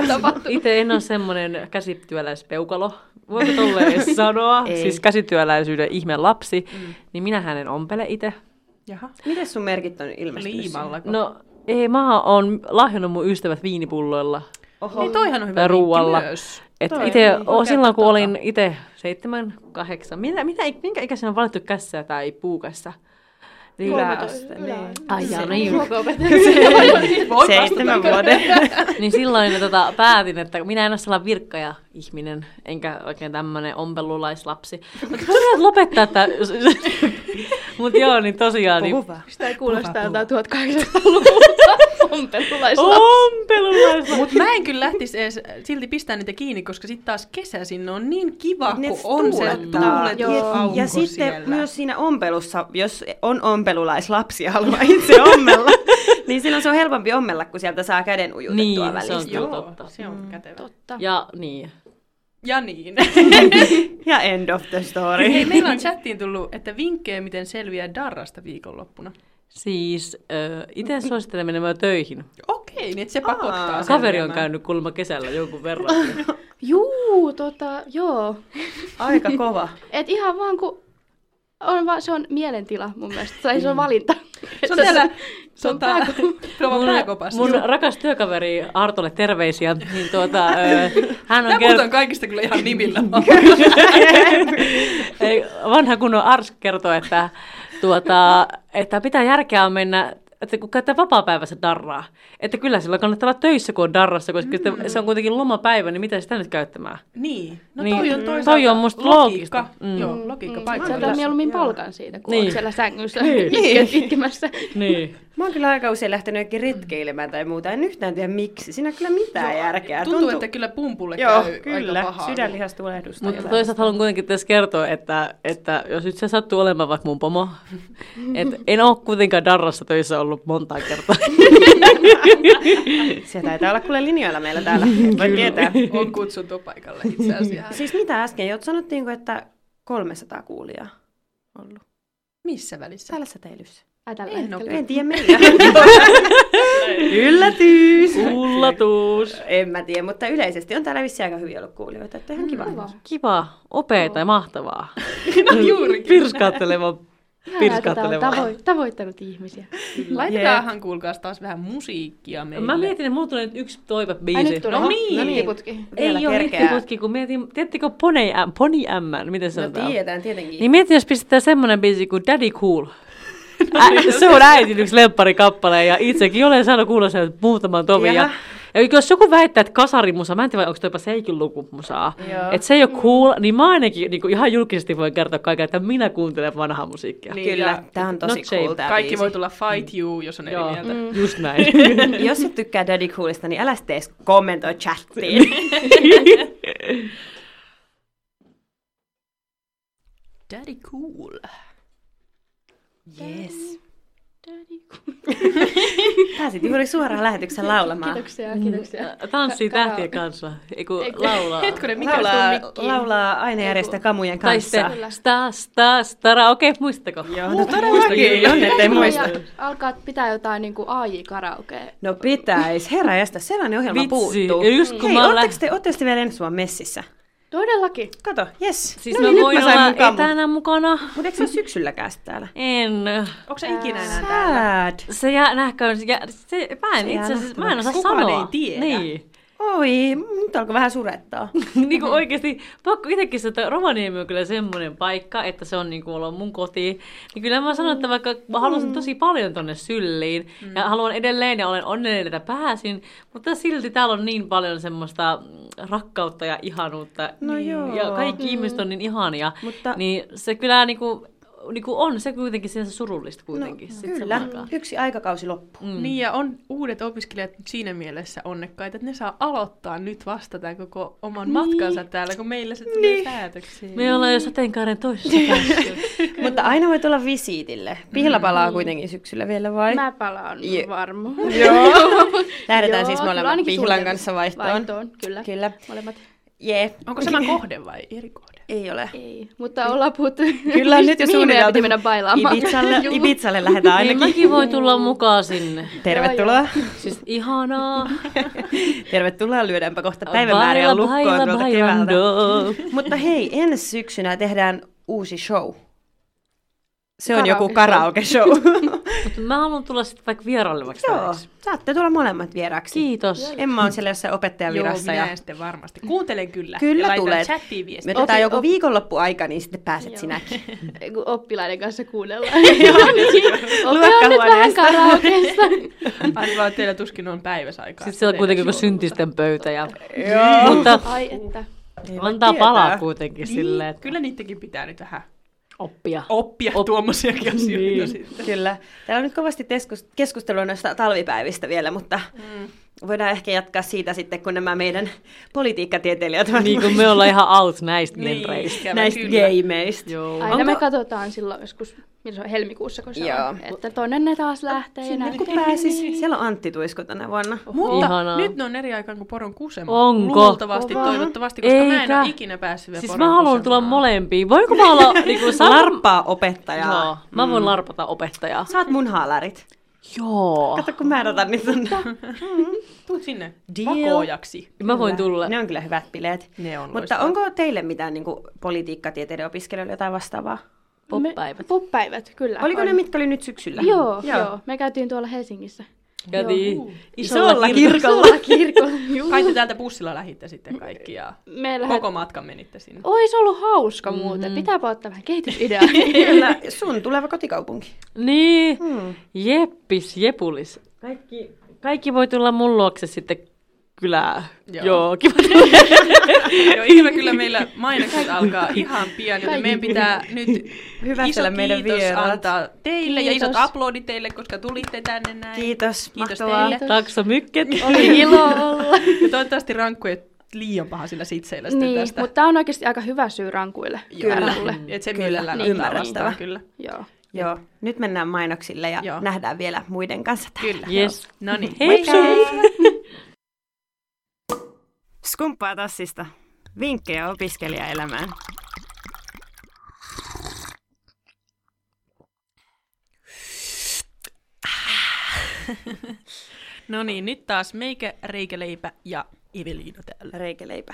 [SPEAKER 4] Itse en ole semmoinen käsityöläispeukalo. Voiko tolleen edes sanoa?
[SPEAKER 3] Ei.
[SPEAKER 4] Siis käsityöläisyyden ihme lapsi. Mm. Niin minähän en ompele itse.
[SPEAKER 2] Jaha.
[SPEAKER 3] Miten sun merkit on ilmestynyt?
[SPEAKER 2] Liimalla.
[SPEAKER 4] No ei, mä oon lahjonnut mun ystävät viinipulloilla.
[SPEAKER 2] Ei, toihan Niin on hyvä
[SPEAKER 4] Tai
[SPEAKER 2] vinkki
[SPEAKER 4] ruualla.
[SPEAKER 2] myös.
[SPEAKER 4] Et
[SPEAKER 3] Toi,
[SPEAKER 4] ite,
[SPEAKER 3] niin,
[SPEAKER 4] o,
[SPEAKER 2] voi
[SPEAKER 4] silloin kun
[SPEAKER 2] käyttää
[SPEAKER 4] olin itse seitsemän, kahdeksan, mitä, mitä, minkä ikäisenä on valittu kässä tai puukassa? Niin,
[SPEAKER 3] Yläaste, niin.
[SPEAKER 4] ai jaa, no juu.
[SPEAKER 2] no niin,
[SPEAKER 3] Seitsemän vuoden.
[SPEAKER 4] niin silloin tota, päätin, että minä en ole sellainen virkkaja ihminen, enkä oikein tämmöinen ompelulaislapsi. Mutta voidaan lopettaa tämä. Mutta joo, niin tosiaan. Niin,
[SPEAKER 3] Puhu vaan.
[SPEAKER 5] Sitä tuota kuulostaa jotain 1800-luvulta
[SPEAKER 4] Oh!
[SPEAKER 5] ompelulaislapsi.
[SPEAKER 4] ompelulaislapsi.
[SPEAKER 2] Mutta mä en kyllä lähtisi edes silti pistää niitä kiinni, koska sitten taas kesä sinne on niin kiva,
[SPEAKER 3] Ne
[SPEAKER 2] kun on se
[SPEAKER 3] tuulettaa.
[SPEAKER 2] tuuletusaukko
[SPEAKER 3] Ja sitten
[SPEAKER 2] siellä.
[SPEAKER 3] myös siinä ompelussa, jos on ompelulaislapsi ja haluaa itse ommella, niin silloin se on helpompi ommella, kun sieltä saa käden ujutettua
[SPEAKER 4] Niin, se
[SPEAKER 3] välistä.
[SPEAKER 4] on
[SPEAKER 2] Joo,
[SPEAKER 4] kyllä totta.
[SPEAKER 2] se on kätevä.
[SPEAKER 5] Totta.
[SPEAKER 4] Ja niin.
[SPEAKER 2] Ja niin.
[SPEAKER 3] Ja end of the story.
[SPEAKER 2] Hei, meillä on chattiin tullut, että vinkkejä, miten selviää darrasta viikonloppuna.
[SPEAKER 4] Siis äh, itse suosittelen menemään töihin.
[SPEAKER 2] Okei, niin että se pakottaa
[SPEAKER 3] Aa.
[SPEAKER 4] Kaveri on
[SPEAKER 2] selviämään.
[SPEAKER 4] käynyt kuulemma kesällä jonkun verran.
[SPEAKER 5] Juu, tota, joo.
[SPEAKER 3] Aika kova.
[SPEAKER 5] Et ihan vaan kun on vaan, se on mielentila mun mielestä, tai se on valinta.
[SPEAKER 2] Se on tota- täällä, se
[SPEAKER 5] se
[SPEAKER 2] on
[SPEAKER 5] on
[SPEAKER 2] tää,
[SPEAKER 5] pääko-
[SPEAKER 2] se on pääkopassa.
[SPEAKER 4] mun
[SPEAKER 2] Mun,
[SPEAKER 4] rakas työkaveri Artolle terveisiä, niin tuota, äh, hän on
[SPEAKER 2] Tää puhutaan
[SPEAKER 4] kert-
[SPEAKER 2] kaikista kyllä ihan nimillä.
[SPEAKER 4] ei, vanha kunnon Ars kertoo, että, tuota, että pitää järkeä on mennä että kun käyttää vapaa-päivässä darraa, että kyllä sillä kannattaa olla töissä, kun on darrassa, koska mm. se on kuitenkin lomapäivä, niin mitä sitä nyt käyttämään?
[SPEAKER 2] niin, no
[SPEAKER 4] Niin.
[SPEAKER 2] toi on
[SPEAKER 4] Mm.
[SPEAKER 2] toisaalta
[SPEAKER 4] Toi on musta loogista.
[SPEAKER 2] logiikka.
[SPEAKER 4] Mm.
[SPEAKER 2] Joo, logiikka
[SPEAKER 5] Mm,
[SPEAKER 2] paikalla.
[SPEAKER 5] Sä otat mieluummin palkan siitä, kun
[SPEAKER 4] Niin.
[SPEAKER 5] niin. siellä sängyssä
[SPEAKER 4] Niin.
[SPEAKER 5] itket, itkemässä.
[SPEAKER 4] Niin.
[SPEAKER 3] Mä oon kyllä aika usein lähtenyt jonnekin retkeilemään tai muuta. En yhtään tiedä miksi. Siinä on kyllä mitään järkeä.
[SPEAKER 2] Tuntuu, että kyllä pumpulle
[SPEAKER 3] Joo,
[SPEAKER 2] käy aika
[SPEAKER 3] kyllä.
[SPEAKER 2] pahaa. niin-
[SPEAKER 3] Sydänlihastulehdusta.
[SPEAKER 4] Mutta toisaalta haluan kuitenkin tässä kertoa, että, että jos nyt se sattuu olemaan vaikka mun pomo, että en ole kuitenkaan darrassa töissä ollut monta kertaa.
[SPEAKER 3] Se taitaa olla kuule linjoilla meillä täällä. Voi tietää.
[SPEAKER 2] On kutsuttu paikalle itse asiassa.
[SPEAKER 3] Siis mitä äsken? Jot sanottiinko, että 300 kuulijaa ollut
[SPEAKER 2] Missä välissä?
[SPEAKER 3] täällä säteilyssä?
[SPEAKER 5] Ai tällä
[SPEAKER 2] En oo
[SPEAKER 5] hetkellä.
[SPEAKER 3] En tiedä meillä. Yllätys!
[SPEAKER 4] Ullatus!
[SPEAKER 3] En mä tiedä, mutta yleisesti on täällä vissiin aika hyvin ollut kuulijoita, että
[SPEAKER 2] Mm,
[SPEAKER 3] ihan kiva.
[SPEAKER 5] Kiva.
[SPEAKER 4] Kiva, opeeta ja mahtavaa. Mm.
[SPEAKER 2] No juurikin.
[SPEAKER 4] Pirskaatteleva.
[SPEAKER 5] Ihanaa, että tää on
[SPEAKER 4] Pirskaatteleva.
[SPEAKER 5] tavo- tavoittanut ihmisiä.
[SPEAKER 2] Laitetaanhan kuulkaas taas vähän musiikkia meille.
[SPEAKER 4] Mä mietin, että mulla tulee nyt yksi toivebiisi.
[SPEAKER 5] Ai nyt tulee.
[SPEAKER 2] No niin.
[SPEAKER 5] Hittiputki.
[SPEAKER 3] Vielä
[SPEAKER 4] Ei ole
[SPEAKER 3] kerkeää.
[SPEAKER 4] hittiputki, kun mietin, tiedättekö Pony M, Pony M, miten se
[SPEAKER 3] No
[SPEAKER 4] on täällä?
[SPEAKER 3] tiedetään tietenkin.
[SPEAKER 4] Niin mietin, jos pistetään semmonen biisi kuin Daddy Cool. Ä, se on äitin yksi lempparikappale ja itsekin olen saanut kuulla sen muutaman tovin. Ja,
[SPEAKER 3] Jaha.
[SPEAKER 4] ja jos joku väittää, että kasarimusa, mä en tiedä, onko toipa seikin lukumusaa,
[SPEAKER 3] Joo.
[SPEAKER 4] että se ei ole cool, niin mä ainakin niin ihan julkisesti voin kertoa kaiken, että minä kuuntelen vanhaa musiikkia.
[SPEAKER 2] Niin,
[SPEAKER 3] Kyllä,
[SPEAKER 2] ja
[SPEAKER 3] tää on tosi
[SPEAKER 4] Not
[SPEAKER 3] cool
[SPEAKER 4] shame.
[SPEAKER 3] tää
[SPEAKER 2] Kaikki
[SPEAKER 3] biisi.
[SPEAKER 2] voi tulla fight you, jos on eri
[SPEAKER 4] Joo, Mm.
[SPEAKER 2] mieltä.
[SPEAKER 4] just näin.
[SPEAKER 3] Jos et tykkää Daddy Coolista, niin älä sitten edes kommentoi chattiin.
[SPEAKER 2] Daddy cool.
[SPEAKER 3] yes.
[SPEAKER 5] Daddy.
[SPEAKER 3] Pääsit juuri suoraan lähetyksen laulamaan.
[SPEAKER 5] Kiitoksia, kiitoksia.
[SPEAKER 4] Mm, Tanssii
[SPEAKER 5] Ka- karaoke.
[SPEAKER 4] tähtien kanssa, ei kun
[SPEAKER 5] Ei kun-
[SPEAKER 4] laulaa.
[SPEAKER 5] Hetkinen, mikä on
[SPEAKER 3] Laulaa,
[SPEAKER 5] sun mikki?
[SPEAKER 3] laulaa ainejärjestä kamujen
[SPEAKER 4] Tai
[SPEAKER 3] kanssa.
[SPEAKER 4] sitten
[SPEAKER 5] Kyllä.
[SPEAKER 4] sta, sta, stara, okei, muistako?
[SPEAKER 3] Joo, no todellakin, jonne ettei muista.
[SPEAKER 5] Ja alkaa pitää jotain niinku AJ-karaokea.
[SPEAKER 3] No pitäis, herra jästä, sellainen ohjelma
[SPEAKER 4] Vitsi,
[SPEAKER 3] puuttuu.
[SPEAKER 4] ja just kun
[SPEAKER 3] Hei,
[SPEAKER 4] mä oon
[SPEAKER 3] ootteko
[SPEAKER 4] lä-
[SPEAKER 3] te, No ootteko te vielä ensi vuonna messissä?
[SPEAKER 5] Todellakin.
[SPEAKER 3] Kato, jes.
[SPEAKER 4] Siis
[SPEAKER 3] no
[SPEAKER 4] no,
[SPEAKER 3] niin,
[SPEAKER 4] mä
[SPEAKER 3] nyt
[SPEAKER 4] voin
[SPEAKER 3] sain
[SPEAKER 4] olla
[SPEAKER 3] mukaan mun-
[SPEAKER 4] etänä mukana.
[SPEAKER 3] Mutta eikö se ole syksylläkään sit täällä?
[SPEAKER 4] En.
[SPEAKER 2] Onko se ikinä enää täällä?
[SPEAKER 3] Sad.
[SPEAKER 4] Se jää nähköön. Ja, se, mä en
[SPEAKER 3] Se
[SPEAKER 4] itse
[SPEAKER 3] jää
[SPEAKER 4] asiassa, mä en osaa
[SPEAKER 3] nähtäväksi.
[SPEAKER 4] sanoa.
[SPEAKER 2] Kukaan ei tiedä.
[SPEAKER 4] Niin.
[SPEAKER 3] Oi, nyt alkoi vähän surettaa.
[SPEAKER 4] niin kuin oikeasti, pakko itsekin sanoa, että Rovaniemi on kyllä semmoinen paikka, että se on niin kuin ollut mun koti. Niin kyllä mä sanon, että vaikka mä
[SPEAKER 3] Mm.
[SPEAKER 4] halusin tosi paljon tonne Sylliin, ja haluan edelleen ja olen onnellinen, että pääsin, mutta silti täällä on niin paljon semmoista mm, rakkautta ja ihanuutta.
[SPEAKER 3] No
[SPEAKER 4] Niin.
[SPEAKER 3] joo.
[SPEAKER 4] Ja kaikki ihmiset on niin ihania.
[SPEAKER 3] Mutta-
[SPEAKER 4] Niin se kyllä niin kuin, niin kuin on se kuitenkin sinänsä surullista kuitenkin. sit samaan
[SPEAKER 3] No, Kyllä,
[SPEAKER 4] aikaan.
[SPEAKER 3] yksi aikakausi loppuu.
[SPEAKER 4] Mm.
[SPEAKER 2] Niin ja on uudet opiskelijat nyt siinä mielessä onnekkaita, että ne saa aloittaa nyt vasta tämän koko oman niin. matkansa täällä, kun meillä se tulee niin. päätöksiin.
[SPEAKER 4] Me ollaan jo sateenkaaren toisessa päässä.
[SPEAKER 3] Mutta aina voi tulla visiitille. Pihla palaa kuitenkin syksyllä vielä vai?
[SPEAKER 5] Mä palaan
[SPEAKER 3] Je-
[SPEAKER 5] varmaan.
[SPEAKER 3] Joo. Lähdetään
[SPEAKER 5] Joo,
[SPEAKER 3] siis
[SPEAKER 5] kyllä
[SPEAKER 3] molemmat
[SPEAKER 5] ainakin
[SPEAKER 3] Pihlan
[SPEAKER 5] suunnitelma-
[SPEAKER 3] kanssa vaihtoon.
[SPEAKER 5] Vaihtoon, kyllä.
[SPEAKER 3] Kyllä.
[SPEAKER 5] Molemmat
[SPEAKER 3] Jee.
[SPEAKER 2] Onko sama kohde vai eri kohde?
[SPEAKER 3] Ei ole.
[SPEAKER 5] ei, mutta ollaan puhuttu.
[SPEAKER 3] Kyllä on nyt jo
[SPEAKER 5] Mihin meidän
[SPEAKER 3] suunniteltu.
[SPEAKER 5] piti mennä bailaamaan.
[SPEAKER 3] Ibizalle,
[SPEAKER 5] Juu.
[SPEAKER 3] Ibizalle lähdetään
[SPEAKER 4] Niin
[SPEAKER 3] ainakin.
[SPEAKER 4] mäkin voi tulla mukaan sinne.
[SPEAKER 3] Tervetuloa.
[SPEAKER 4] Siis ihanaa.
[SPEAKER 3] Tervetuloa, lyödäänpä kohta päivämääriä
[SPEAKER 4] Baila,
[SPEAKER 3] lukkoon
[SPEAKER 4] baila,
[SPEAKER 3] tuolta keväältä.
[SPEAKER 4] bailando.
[SPEAKER 3] Mutta hei, ensi syksynä tehdään uusi show. Se on joku karaoke
[SPEAKER 5] Karaoke-show.
[SPEAKER 3] show.
[SPEAKER 4] Mutta mä haluan tulla sitten vaikka vierailemmaksi
[SPEAKER 3] Joo,
[SPEAKER 4] täksi.
[SPEAKER 3] saatte tulla molemmat vieraksi.
[SPEAKER 4] Kiitos.
[SPEAKER 3] Emma on siellä jossain opettajan
[SPEAKER 2] Joo,
[SPEAKER 3] virassa.
[SPEAKER 2] minä
[SPEAKER 3] Ja
[SPEAKER 2] ja... sitten varmasti. Kuuntelen kyllä.
[SPEAKER 3] Kyllä
[SPEAKER 2] ja laitan
[SPEAKER 3] tulee.
[SPEAKER 2] chattiin viestiä.
[SPEAKER 3] me otetaan
[SPEAKER 5] Opi-
[SPEAKER 3] joku
[SPEAKER 5] op-
[SPEAKER 3] viikonloppuaika, niin sitten pääset
[SPEAKER 5] Joo.
[SPEAKER 3] sinäkin.
[SPEAKER 5] Kun oppilaiden kanssa kuunnellaan. Joo, niin. Ollaan nyt vähän
[SPEAKER 3] Luokkahuoneessa.
[SPEAKER 5] karaokeessa.
[SPEAKER 2] Arvaa, että niin teillä tuskin on päiväsaikaa.
[SPEAKER 4] Sitten siellä on kuitenkin joku syntisten pöytä ja
[SPEAKER 3] Joo.
[SPEAKER 4] Mutta
[SPEAKER 5] Ai että.
[SPEAKER 4] antaa
[SPEAKER 3] tietää.
[SPEAKER 4] palaa kuitenkin
[SPEAKER 2] Niin,
[SPEAKER 4] silleen, että
[SPEAKER 2] Kyllä niidenkin pitää nyt vähän
[SPEAKER 4] oppia.
[SPEAKER 3] Oh.
[SPEAKER 2] oppia Op- tuommoisiakin asioita
[SPEAKER 4] Niin.
[SPEAKER 2] sitten.
[SPEAKER 3] Kyllä. Täällä on nyt kovasti teskus- keskustelua noista talvipäivistä vielä, mutta voidaan ehkä jatkaa siitä sitten, kun nämä meidän politiikkatieteilijät ovat
[SPEAKER 4] Niin kuin me ollaan ihan out näistä
[SPEAKER 3] Niin.
[SPEAKER 4] genreistä.
[SPEAKER 2] ikävä
[SPEAKER 3] näistä
[SPEAKER 2] kyllä.
[SPEAKER 3] geimeistä.
[SPEAKER 4] Joo.
[SPEAKER 5] Aina
[SPEAKER 3] Onko-
[SPEAKER 5] me katsotaan silloin joskus, milloin se on helmikuussa, kun se
[SPEAKER 3] Joo.
[SPEAKER 5] on. Että tonne ne taas lähtee. ja näin. Niin.
[SPEAKER 3] Sinne kun pääsis. Siellä on Antti Tuisku tänä vuonna.
[SPEAKER 4] Niin
[SPEAKER 2] Mutta
[SPEAKER 4] Ihanaa.
[SPEAKER 2] nyt ne on eri aikaan kuin poron kusema.
[SPEAKER 4] Onko?
[SPEAKER 2] Luultavasti,
[SPEAKER 5] Kovaa.
[SPEAKER 2] toivottavasti, koska Eikä. mä en
[SPEAKER 4] Eikä.
[SPEAKER 2] ole ikinä päässyt vielä
[SPEAKER 4] Siis
[SPEAKER 2] poron
[SPEAKER 4] mä haluan tulla
[SPEAKER 2] kusemaan.
[SPEAKER 4] molempiin. Voinko mä olla niinku
[SPEAKER 3] Niin
[SPEAKER 4] sama?
[SPEAKER 3] Larppaa opettajaa.
[SPEAKER 4] Joo. Mä voin larpata opettajaa.
[SPEAKER 3] Saat mun haalarit.
[SPEAKER 4] Joo.
[SPEAKER 3] Kato, kun mä erotan niitä tonne.
[SPEAKER 2] Tuu sinne
[SPEAKER 4] Deal.
[SPEAKER 2] vakoojaksi.
[SPEAKER 4] Mä voin tulla.
[SPEAKER 3] Ne on kyllä hyvät bileet.
[SPEAKER 2] Ne on
[SPEAKER 3] Mutta
[SPEAKER 2] loistavat.
[SPEAKER 3] onko teille mitään niin kuin, politiikkatieteiden opiskelijoille jotain vastaavaa?
[SPEAKER 4] Poppäivät.
[SPEAKER 5] Me- Poppäivät, kyllä.
[SPEAKER 3] Oliko
[SPEAKER 5] on.
[SPEAKER 3] ne, mitkä oli nyt syksyllä?
[SPEAKER 5] Joo, joo, joo. Me käytiin tuolla Helsingissä.
[SPEAKER 4] Käytiin
[SPEAKER 3] Isolla kirkolla.
[SPEAKER 5] Sulla kirkolla. juu.
[SPEAKER 2] Kai te täältä bussilla lähitte sitten kaikki ja
[SPEAKER 5] Me lähdet...
[SPEAKER 2] koko matkan menitte sinne.
[SPEAKER 5] Ois ollut hauska muuten. Mm-hmm. Pitääpä ottaa vähän kehitysideaa.
[SPEAKER 3] Kyllä, sun tuleva kotikaupunki.
[SPEAKER 4] Niin, hmm. jeppis, jepulis. Kaikki, kaikki voi tulla mun luokse sitten kylää. Joo,
[SPEAKER 2] Joo.
[SPEAKER 4] Joo kiva.
[SPEAKER 2] Joo, ihme kyllä meillä mainokset alkaa ihan pian, joten meidän pitää nyt
[SPEAKER 3] Hyvä
[SPEAKER 2] iso
[SPEAKER 3] siellä meidän
[SPEAKER 2] kiitos
[SPEAKER 3] vieraat.
[SPEAKER 2] antaa teille ja
[SPEAKER 5] Kiitos.
[SPEAKER 2] isot aplodit teille, koska tulitte tänne näin.
[SPEAKER 3] Kiitos,
[SPEAKER 2] Kiitos
[SPEAKER 3] mahtavaa.
[SPEAKER 2] teille.
[SPEAKER 4] Taksa mykket.
[SPEAKER 5] Oli ilo olla.
[SPEAKER 2] Ja toivottavasti rankku ei ole liian paha sillä sitseillä sitten
[SPEAKER 5] niin,
[SPEAKER 2] tästä.
[SPEAKER 5] mutta tämä on oikeasti aika hyvä syy rankuille.
[SPEAKER 2] Joo.
[SPEAKER 5] Rankulle.
[SPEAKER 2] Et sen
[SPEAKER 3] Kyllä,
[SPEAKER 2] kyllä,
[SPEAKER 3] niin. ymmärrettävä.
[SPEAKER 2] Kyllä.
[SPEAKER 5] Joo.
[SPEAKER 3] Joo, nyt mennään mainoksille ja
[SPEAKER 2] Joo.
[SPEAKER 3] nähdään vielä muiden kanssa täällä.
[SPEAKER 2] Kyllä.
[SPEAKER 4] Yes.
[SPEAKER 2] No niin.
[SPEAKER 4] Heipsu!
[SPEAKER 1] Skumppaa tassista. Vinkkejä opiskelijaelämään.
[SPEAKER 2] No niin, nyt taas meikä, Reikäleipä ja Eveliina täällä.
[SPEAKER 3] Reikeleipä.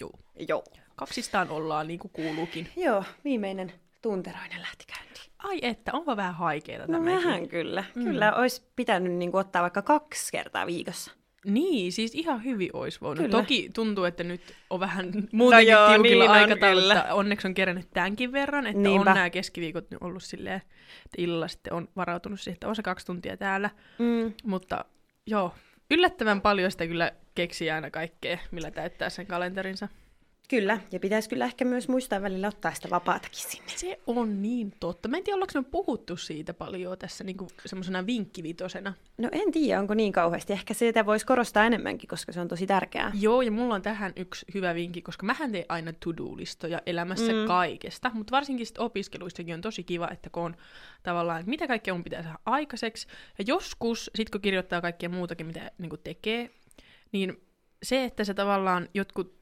[SPEAKER 2] Joo.
[SPEAKER 3] Joo.
[SPEAKER 2] Kaksistaan ollaan niin kuin kuuluukin.
[SPEAKER 3] Joo, viimeinen tunteroinen lähti käyntiin.
[SPEAKER 2] Ai että, onpa vähän haikeita
[SPEAKER 3] No
[SPEAKER 2] tämäkin.
[SPEAKER 3] vähän kyllä. Mm. Kyllä olisi pitänyt niin kuin, ottaa vaikka kaksi kertaa viikossa.
[SPEAKER 2] Niin, siis ihan hyvin olisi voinut.
[SPEAKER 3] Kyllä.
[SPEAKER 2] Kyllä. Toki tuntuu, että nyt on vähän muutenkin
[SPEAKER 3] joo,
[SPEAKER 2] no tiukilla
[SPEAKER 3] niin on
[SPEAKER 2] niin aikataululla.
[SPEAKER 3] kyllä.
[SPEAKER 2] että Onneksi on kerännyt tämänkin verran, että
[SPEAKER 3] Niinpä.
[SPEAKER 2] on nämä keskiviikot nyt ollut silleen, että illalla sitten on varautunut siihen, että on se kaksi tuntia täällä.
[SPEAKER 3] Mm.
[SPEAKER 2] Mutta joo, yllättävän paljon sitä kyllä keksii aina kaikkea, millä täyttää sen kalenterinsa.
[SPEAKER 3] Kyllä, ja pitäisi kyllä ehkä myös muistaa välillä ottaa sitä vapaatakin sinne.
[SPEAKER 2] Se on niin totta. Mä en tiedä, ollaanko me puhuttu siitä paljon tässä niinku semmoisena vinkkivitosena.
[SPEAKER 3] No en tiedä, onko niin kauheasti. Ehkä sitä voisi korostaa enemmänkin, koska se on tosi tärkeää.
[SPEAKER 2] Joo, ja mulla on tähän yksi hyvä vinkki, koska mähän teen aina to-do-listoja elämässä mm. kaikesta, mutta varsinkin sit opiskeluistakin on tosi kiva, että kun on tavallaan, että mitä kaikkea mun pitää saada aikaiseksi, ja joskus, sit kun kirjoittaa kaikkea muutakin, mitä niin tekee, niin se, että se tavallaan jotkut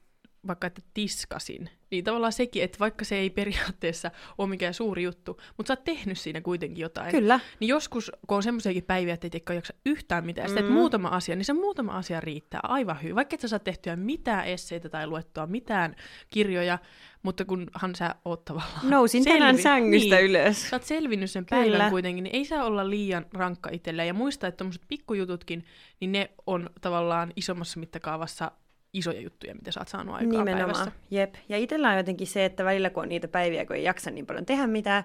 [SPEAKER 2] vaikka että tiskasin, niin tavallaan sekin, että vaikka se ei periaatteessa ole mikään suuri juttu, mutta sä oot tehnyt siinä kuitenkin jotain.
[SPEAKER 3] Kyllä.
[SPEAKER 2] Niin joskus, kun on semmoisiakin päiviä, että ei jaksa yhtään mitään, mm. että muutama asia, niin se muutama asia riittää aivan hyvin. Vaikka et sä saa tehtyä mitään esseitä tai luettua mitään kirjoja, mutta kunhan sä oot tavallaan
[SPEAKER 3] Nousin tänään
[SPEAKER 2] selvi-
[SPEAKER 3] sängystä
[SPEAKER 2] niin,
[SPEAKER 3] ylös.
[SPEAKER 2] Sä oot selvinnyt sen
[SPEAKER 3] Kyllä.
[SPEAKER 2] päivän kuitenkin, niin ei saa olla liian rankka itselleen. Ja muista, että tuommoiset pikkujututkin, niin ne on tavallaan isommassa mittakaavassa isoja juttuja, mitä sä oot saanut aikaa päivässä.
[SPEAKER 3] jep. Ja itsellä on jotenkin se, että välillä kun on niitä päiviä, kun ei jaksa niin paljon tehdä mitään,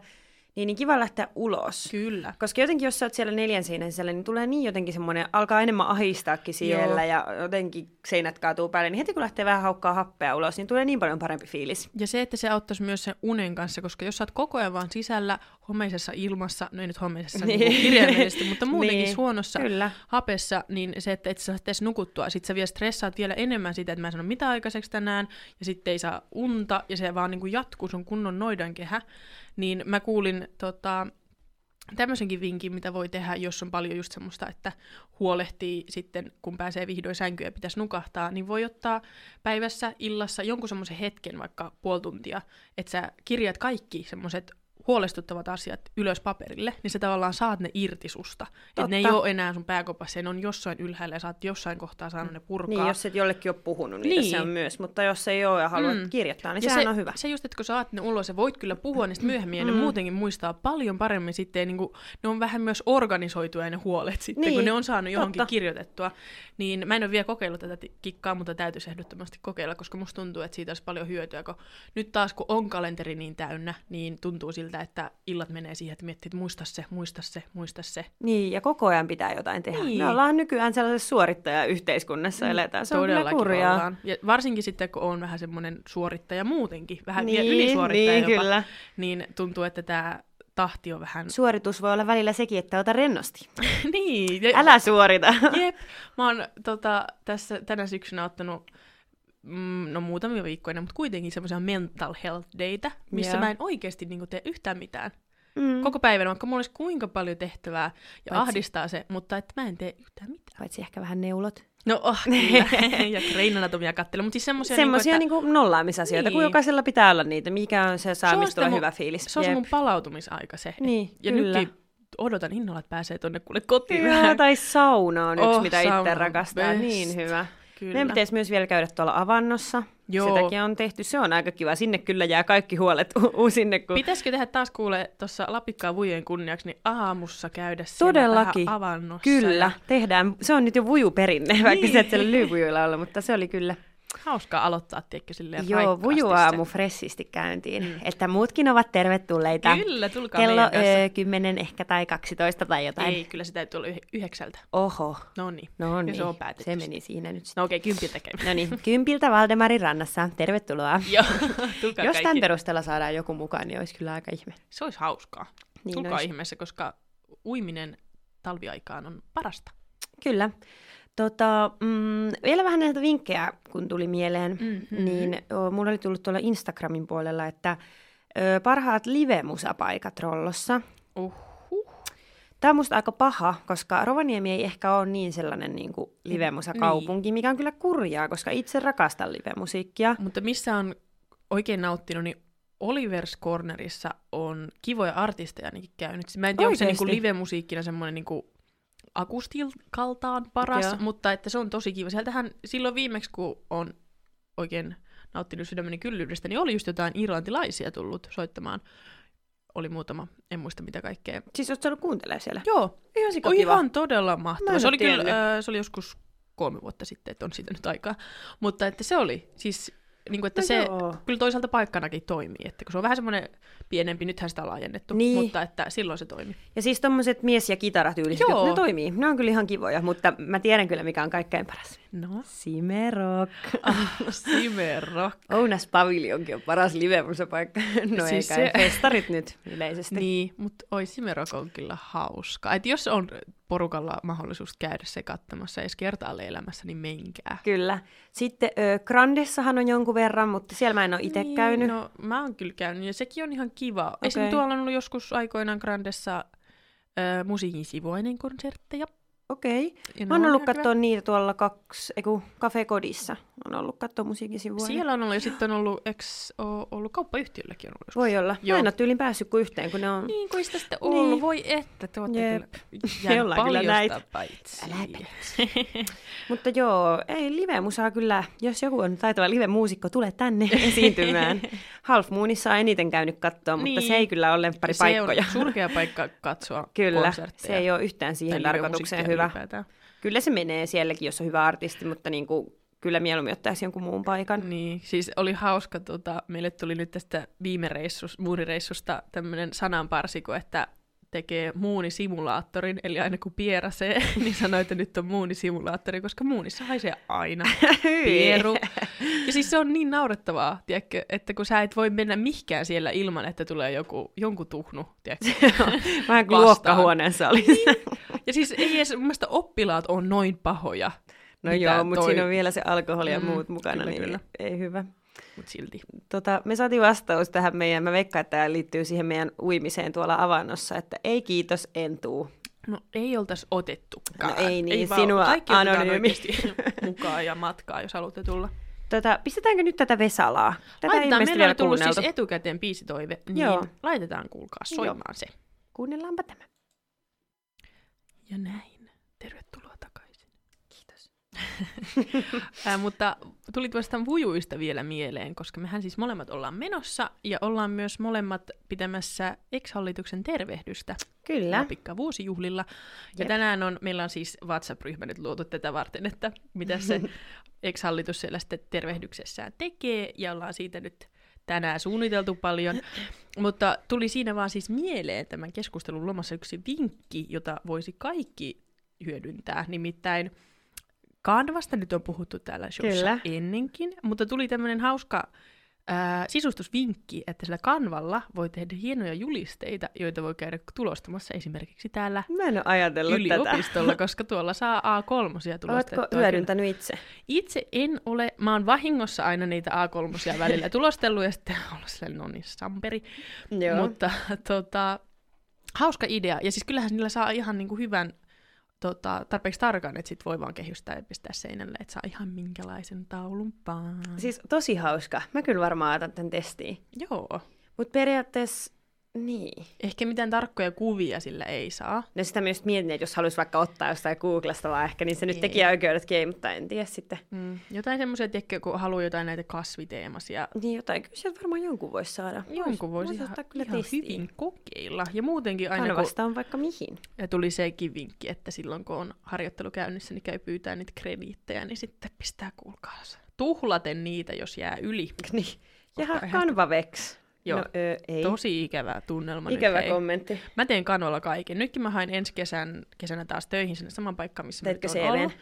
[SPEAKER 3] niin, niin kiva lähteä ulos.
[SPEAKER 2] Kyllä.
[SPEAKER 3] Koska jotenkin, jos sä oot siellä neljän seinän sisällä, niin tulee niin jotenkin semmoinen, alkaa enemmän ahistaakin siellä ja jotenkin seinät kaatuu päälle. Niin heti kun lähtee vähän haukkaa happea ulos, niin tulee niin paljon parempi fiilis.
[SPEAKER 2] Ja se, että se auttaisi myös sen unen kanssa, koska jos sä oot koko ajan vaan sisällä homeisessa ilmassa, no ei nyt homeisessa niin.
[SPEAKER 3] Niin.
[SPEAKER 2] kirjaimellisesti, mutta muutenkin
[SPEAKER 3] Niin,
[SPEAKER 2] niin. huonossa
[SPEAKER 3] kyllä.
[SPEAKER 2] hapessa, niin se, että et sä saa edes nukuttua, sit sä vielä stressaat vielä enemmän sitä, että mä en sano mitä aikaiseksi tänään, ja sitten ei saa unta, ja se vaan niin kuin jatkuu sun kunnon noidankehä, niin mä kuulin tota, tämmöisenkin vinkin, mitä voi tehdä, jos on paljon just semmoista, että huolehtii sitten, kun pääsee vihdoin sänkyyn ja pitäisi nukahtaa, niin voi ottaa päivässä, illassa jonkun semmoisen hetken, vaikka puoli tuntia, että sä kirjaat kaikki semmoiset huolestuttavat asiat ylös paperille, niin sä tavallaan saat ne irti susta. Että ne ei
[SPEAKER 3] Totta.
[SPEAKER 2] ole enää sun pääkopassa, ja ne on jossain ylhäällä ja sä oot jossain kohtaa saanut ne purkaa.
[SPEAKER 3] Niin, jos et jollekin ole puhunut niitä, niin.
[SPEAKER 2] Niin.
[SPEAKER 3] se on myös. Mutta jos ei ole ja haluat mm.
[SPEAKER 2] Mm.
[SPEAKER 3] kirjoittaa, niin
[SPEAKER 2] Ja
[SPEAKER 3] sehän
[SPEAKER 2] se,
[SPEAKER 3] on hyvä.
[SPEAKER 2] Se just, että kun saat ne ulos ja voit kyllä puhua niistä myöhemmin ja ne
[SPEAKER 3] Mm.
[SPEAKER 2] muutenkin muistaa paljon paremmin sitten, niin kuin, ne on vähän myös organisoituja ne huolet sitten,
[SPEAKER 3] Niin,
[SPEAKER 2] kun ne on saanut johonkin
[SPEAKER 3] totta.
[SPEAKER 2] kirjoitettua. Niin mä en ole vielä kokeillut tätä ti- kikkaa, mutta täytyisi ehdottomasti kokeilla, koska musta tuntuu, että siitä olisi paljon hyötyä, kun nyt taas kun on kalenteri niin täynnä, niin tuntuu siltä, että illat menee siihen, että miettii, että muista se, muista se, muista se.
[SPEAKER 3] Niin, ja koko ajan pitää jotain tehdä. Niin.
[SPEAKER 2] Niin.
[SPEAKER 3] Me ollaan nykyään sellaisessa suorittajayhteiskunnassa mm, eletään. Se on kyllä
[SPEAKER 2] Todellakin
[SPEAKER 3] kurjaa.
[SPEAKER 2] ollaan. Ja varsinkin sitten, kun on vähän semmoinen suorittaja muutenkin, vähän niin,
[SPEAKER 3] Niin,
[SPEAKER 2] ylisuorittaja
[SPEAKER 3] niin,
[SPEAKER 2] jopa,
[SPEAKER 3] kyllä.
[SPEAKER 2] niin tuntuu, että tämä tahti on vähän...
[SPEAKER 3] Mm. Suoritus voi olla välillä sekin, että ota rennosti.
[SPEAKER 2] niin, ja-
[SPEAKER 3] Älä suorita.
[SPEAKER 2] Jep, mä oon tota, tässä tänä syksynä ottanut mm, no muutamia viikkoja, mutta kuitenkin semmoisia mental health daytä, missä
[SPEAKER 3] Joo.
[SPEAKER 2] mä en oikeasti niin tee yhtään mitään.
[SPEAKER 3] Mm.
[SPEAKER 2] Koko päivän, vaikka mulla olisi kuinka paljon tehtävää ja
[SPEAKER 3] Paitsi-
[SPEAKER 2] ahdistaa se, mutta et mä en tee yhtään mitään.
[SPEAKER 3] Paitsi ehkä vähän neulot.
[SPEAKER 2] No oh, kyllä.
[SPEAKER 3] niin.
[SPEAKER 2] ja Grain Anatomia katsella, mutta siis semmoisia...
[SPEAKER 3] Semmoisia niinku, nollaamisasioita, niin. kun
[SPEAKER 2] Niin.
[SPEAKER 3] jokaisella pitää olla niitä. Mikä on se, saa,
[SPEAKER 2] Se on
[SPEAKER 3] mistä
[SPEAKER 2] sitä
[SPEAKER 3] tulee
[SPEAKER 2] mun-
[SPEAKER 3] hyvä fiilis.
[SPEAKER 2] Se on se
[SPEAKER 3] Jep.
[SPEAKER 2] mun palautumisaika se.
[SPEAKER 3] Niin,
[SPEAKER 2] ja
[SPEAKER 3] kyllä.
[SPEAKER 2] nytkin odotan innolla, että pääsee tonne kuule kotiin
[SPEAKER 3] Joo,
[SPEAKER 2] vähän.
[SPEAKER 3] tai sauna on yksi,
[SPEAKER 2] Oh,
[SPEAKER 3] mitä itse
[SPEAKER 2] sauna on
[SPEAKER 3] rakastaa.
[SPEAKER 2] best.
[SPEAKER 3] Niin hyvä.
[SPEAKER 2] Kyllä.
[SPEAKER 3] Meidän pitäisi myös vielä käydä tuolla avannossa. Joo.
[SPEAKER 2] Joo.
[SPEAKER 3] Sitäkin on tehty. Se on aika kiva. Sinne kyllä jää kaikki huolet u- u- sinne. Kun...
[SPEAKER 2] Pitäisikö tehdä taas kuule tuossa Lapikkaa vujen kunniaksi, niin aamussa käydä siellä
[SPEAKER 3] Todellakin.
[SPEAKER 2] vähän avannossa.
[SPEAKER 3] Kyllä,
[SPEAKER 2] Ja
[SPEAKER 3] tehdään. Se on nyt jo vujuperinne, niin. vaikka sä et siellä lyyvujuilla ollut, mutta se oli kyllä.
[SPEAKER 2] hauskaa aloittaa, tiedätkö, silleen
[SPEAKER 3] Joo,
[SPEAKER 2] raikkaasti
[SPEAKER 3] vujuaamu
[SPEAKER 2] se.
[SPEAKER 3] fressisti käyntiin. Mm. Että muutkin ovat tervetulleita.
[SPEAKER 2] Kyllä, tulkaa
[SPEAKER 3] Kello
[SPEAKER 2] meidän kanssa.
[SPEAKER 3] ö, 10 ehkä tai 12 tai jotain.
[SPEAKER 2] Ei, kyllä se täytyy olla yh- yhdeksältä.
[SPEAKER 3] Oho,
[SPEAKER 2] No niin.
[SPEAKER 3] no niin.
[SPEAKER 2] se on päätetty.
[SPEAKER 3] se meni siinä nyt.
[SPEAKER 2] No okei, okay, kympiltä käy.
[SPEAKER 3] No niin, kympiltä Valdemarin rannassa. Tervetuloa.
[SPEAKER 2] Joo, tulkaa
[SPEAKER 3] Jos tämän
[SPEAKER 2] kaikki.
[SPEAKER 3] perusteella saadaan joku mukaan, niin olisi kyllä aika ihme.
[SPEAKER 2] Se olisi hauskaa.
[SPEAKER 3] Niin
[SPEAKER 2] Niin tulkaa
[SPEAKER 3] olisi.
[SPEAKER 2] ihmeessä, koska uiminen talviaikaan on parasta.
[SPEAKER 3] Kyllä. Tota, mm, vielä vähän näitä vinkkejä, kun tuli mieleen, mm-hmm.
[SPEAKER 2] Mhm.
[SPEAKER 3] niin o, mulla oli tullut tuolla Instagramin puolella, että ö, parhaat live-musapaikat Rollossa.
[SPEAKER 2] Uhuh.
[SPEAKER 3] Tämä on musta aika paha, koska Rovaniemi ei ehkä ole niin sellainen niin kuin live-musakaupunki,
[SPEAKER 2] Niin.
[SPEAKER 3] mikä on kyllä kurjaa, koska itse rakastan live-musiikkia.
[SPEAKER 2] Mutta missä on oikein nauttinut, niin Oliver's Cornerissa on kivoja artisteja ainakin käynyt. Mä en tiedä, Oikeasti. onko se
[SPEAKER 3] Oikeesti?
[SPEAKER 2] niinku live-musiikkina semmoinen niinku akustilkaltaan paras,
[SPEAKER 3] Joo.
[SPEAKER 2] Joo. mutta että se on tosi kiva. Sieltähän silloin viimeksi, kun on oikein nauttinut sydämeni kyllyydestä, niin oli just jotain irlantilaisia tullut soittamaan. Oli muutama, en muista mitä kaikkea.
[SPEAKER 3] Siis ootko sä ollut kuuntelemaan siellä?
[SPEAKER 2] Joo,
[SPEAKER 3] Ihan
[SPEAKER 2] Oi, ihan todella mahtava.
[SPEAKER 3] Mä en
[SPEAKER 2] Se
[SPEAKER 3] oo
[SPEAKER 2] oli, kyllä,
[SPEAKER 3] tiennyt.
[SPEAKER 2] äh, se oli joskus kolme vuotta sitten, että on siitä nyt aikaa. Mutta että se oli siis niin kuin, että no
[SPEAKER 6] No
[SPEAKER 2] se joo.
[SPEAKER 6] joo.
[SPEAKER 2] kyllä toisaalta paikkanakin toimii. Että kun se on vähän semmoinen pienempi, nythän sitä on laajennettu,
[SPEAKER 3] Niin.
[SPEAKER 2] mutta että silloin se toimii.
[SPEAKER 3] Ja siis tommoset mies- ja kitaratyyliset,
[SPEAKER 2] Joo.
[SPEAKER 3] Joo. ne toimii. Ne on kyllä ihan kivoja, mutta mä tiedän kyllä mikä on kaikkein paras.
[SPEAKER 2] No,
[SPEAKER 3] Simerok.
[SPEAKER 2] Simero.
[SPEAKER 3] Ounas Paviljonkin on paras livemusapaikka. No
[SPEAKER 2] Siis
[SPEAKER 3] siis ei
[SPEAKER 2] se-
[SPEAKER 3] kai, festarit nyt yleisesti.
[SPEAKER 2] Niin, mutta oi Simerok on kyllä hauska. Et jos on porukalla mahdollisuus käydä se katsomassa edes kertaalle elämässä, niin menkää.
[SPEAKER 3] Kyllä. Sitten ö, Grandessahan on jonkun verran, mutta siellä mä en ole itse
[SPEAKER 2] niin,
[SPEAKER 3] käynyt.
[SPEAKER 2] No mä oon kyllä käynyt ja sekin on ihan kiva. Okay. Esim.
[SPEAKER 3] Okei.
[SPEAKER 2] tuolla on ollut joskus aikoinaan Grandessa ö, musiikin sivuainen konsertteja.
[SPEAKER 3] Okei.
[SPEAKER 2] Ja ne
[SPEAKER 3] Mä oon
[SPEAKER 2] on
[SPEAKER 3] ollut
[SPEAKER 2] ihan hyvä.
[SPEAKER 3] katsoa niitä tuolla kaksi, eiku, Cafe Kodissa. On ollut katsoa musiikkisivuja.
[SPEAKER 2] Siellä on ollut ja sitten on ollut, eks oo ollut kauppayhtiölläkin on ollut joskus.
[SPEAKER 3] Voi olla.
[SPEAKER 2] Joo.
[SPEAKER 3] Joo. Mä en ole tyylin päässyt kuin yhteen, kun ne on...
[SPEAKER 2] Niin kuin sitä sitten ollut, niin.
[SPEAKER 3] Niin.
[SPEAKER 2] voi että, te ootte
[SPEAKER 3] Jep.
[SPEAKER 2] kyllä jäänyt
[SPEAKER 3] ollaan kyllä
[SPEAKER 2] paljosta
[SPEAKER 3] näitä.
[SPEAKER 2] paitsi.
[SPEAKER 3] Älä Mutta joo, ei live-musaa kyllä. Jos joku on taitava live-muusikko, tule tänne esiintymään. Half Moonissa on eniten käynyt katsoa, mutta
[SPEAKER 2] Niin.
[SPEAKER 3] se ei kyllä ole lemppari paikkoja.
[SPEAKER 2] Se on surkea paikka katsoa
[SPEAKER 3] Kyllä,
[SPEAKER 2] konsertteja.
[SPEAKER 3] se ei ole yhtään siihen
[SPEAKER 2] tai
[SPEAKER 3] tarkoitukseen
[SPEAKER 2] livemusiikkia
[SPEAKER 3] hyvä.
[SPEAKER 2] ylipäätään.
[SPEAKER 3] Kyllä se menee sielläkin, jos on hyvä artisti, mutta niin kuin, kyllä mieluummin ottaisi jonkun muun paikan.
[SPEAKER 2] Niin, siis oli hauska, tota, meille tuli nyt tästä viime reissus, muurireissusta tämmöinen sananparsiko, että tekee muunisimulaattorin, eli aina kun pierasee, niin sanoo, että nyt on muunisimulaattori, koska muunissa haisee aina pieru. Ja siis se on niin naurettavaa, tiedätkö, että kun sä et voi mennä mihkään siellä ilman, että tulee joku, jonkun tuhnu, tiedätkö.
[SPEAKER 3] Vähän kuin
[SPEAKER 2] Vastaan.
[SPEAKER 3] luokkahuoneessa olisi.
[SPEAKER 2] Ja siis ei edes, mun mielestä oppilaat on noin pahoja,
[SPEAKER 3] No
[SPEAKER 2] Mitä
[SPEAKER 3] joo, mutta
[SPEAKER 2] toi-
[SPEAKER 3] siinä on vielä se alkoholi ja
[SPEAKER 2] Mm,
[SPEAKER 3] muut mukana,
[SPEAKER 2] kyllä,
[SPEAKER 3] niin
[SPEAKER 2] kyllä.
[SPEAKER 3] ei hyvä.
[SPEAKER 2] mutta silti.
[SPEAKER 3] Tota, me saatiin vastaus tähän meidän, mä veikkaan, että tämä liittyy siihen meidän uimiseen tuolla avannossa, että ei kiitos, en tuu.
[SPEAKER 2] No ei oltais otettukaan.
[SPEAKER 3] No ei niin,
[SPEAKER 2] vaan-
[SPEAKER 3] sinua
[SPEAKER 2] kaikki otetaan
[SPEAKER 3] anonyymi.
[SPEAKER 2] oikeesti mukaan ja matkaa, jos haluatte tulla.
[SPEAKER 3] Tota, pistetäänkö nyt tätä Vesalaa? Tätä ei
[SPEAKER 2] laitetaan,
[SPEAKER 3] ilmeisesti
[SPEAKER 2] meillä
[SPEAKER 3] vielä
[SPEAKER 2] on tullut
[SPEAKER 3] kuunneltu.
[SPEAKER 2] siis etukäteen biisitoive, niin Joo.
[SPEAKER 3] Joo.
[SPEAKER 2] laitetaan kuulkaa soimaan Joo. se.
[SPEAKER 3] Kuunnellaanpa tämä.
[SPEAKER 2] Ja näin. Tervetuloa takaisin. Kiitos. äh, mutta tuli tuosta vujuista vielä mieleen, koska mehän siis molemmat ollaan menossa ja ollaan myös molemmat pitämässä ex-hallituksen tervehdystä.
[SPEAKER 3] Kyllä.
[SPEAKER 2] Kyllä. pikkavuosijuhlilla. Ja
[SPEAKER 3] Jep.
[SPEAKER 2] tänään on, meillä on siis WhatsApp-ryhmä nyt luotu tätä varten, että mitä se ex-hallitus siellä sitten tervehdyksessään tekee, ja ollaan siitä nyt tänään suunniteltu paljon. Mutta tuli siinä vaan siis mieleen tämän keskustelun lomassa yksi vinkki, jota voisi kaikki hyödyntää, nimittäin Kanvasta nyt on puhuttu täällä showssa
[SPEAKER 3] Kyllä.
[SPEAKER 2] ennenkin, mutta tuli tämmöinen hauska ää, sisustusvinkki, että sillä kanvalla voi tehdä hienoja julisteita, joita voi käydä tulostamassa esimerkiksi täällä
[SPEAKER 3] Mä en ole ajatellut tätä.
[SPEAKER 2] yliopistolla, koska tuolla saa a 3 tulostettua.
[SPEAKER 3] Oletko
[SPEAKER 2] kyllä.
[SPEAKER 3] hyödyntänyt itse?
[SPEAKER 2] Itse en ole, mä oon vahingossa aina niitä a 3 välillä tulostellut ja sitten olla silleen, no niin, samperi.
[SPEAKER 3] Joo.
[SPEAKER 2] Mutta tota, hauska idea. Ja siis kyllähän niillä saa ihan niinku hyvän tota, tarpeeksi tarkan, että sit voi vaan kehystää ja pistää seinälle, että saa ihan minkälaisen taulun vaan.
[SPEAKER 3] Siis tosi hauska. Mä kyllä varmaan otan tämän testiin.
[SPEAKER 2] Joo.
[SPEAKER 3] Mutta periaatteessa, niin.
[SPEAKER 2] Ehkä mitään tarkkoja kuvia sillä ei saa.
[SPEAKER 3] No sitä myös mietin, että jos haluaisi vaikka ottaa jostain Googlesta vaan ehkä, niin se nyt
[SPEAKER 2] Ei.
[SPEAKER 3] tekijäoikeudetkin ei, mutta en tiedä sitten.
[SPEAKER 2] Mm. Jotain semmoisia, tiedätkö, kun haluaa jotain näitä kasviteemaisia.
[SPEAKER 3] Niin jotain, kyllä sieltä varmaan jonkun voisi saada.
[SPEAKER 2] Jonkun voisi
[SPEAKER 3] vois
[SPEAKER 2] ihan,
[SPEAKER 3] ottaa kyllä
[SPEAKER 2] ihan
[SPEAKER 3] testiin.
[SPEAKER 2] hyvin kokeilla. Ja muutenkin aina kun
[SPEAKER 3] Kanavasta on vaikka mihin.
[SPEAKER 2] ja tuli sekin vinkki, että silloin kun on harjoittelu käynnissä, niin käy pyytää niitä krediittejä, niin sitten pistää kuulkaansa. Tuhlaten niitä, jos jää yli.
[SPEAKER 3] Niin.
[SPEAKER 2] Koska
[SPEAKER 3] Jaha,
[SPEAKER 2] eihän sitä-
[SPEAKER 3] kanvaveks.
[SPEAKER 2] Joo.
[SPEAKER 3] No, ö, ei.
[SPEAKER 2] Tosi ikävä tunnelma
[SPEAKER 3] Ikävä
[SPEAKER 2] nyt, hei.
[SPEAKER 3] kommentti.
[SPEAKER 2] Mä teen kanvalla kaiken. Nytkin mä hain ensi kesän, kesänä taas töihin sinne saman paikkaan, missä
[SPEAKER 3] Teitkö
[SPEAKER 2] mä nyt oon
[SPEAKER 3] CV:n?
[SPEAKER 2] ollut.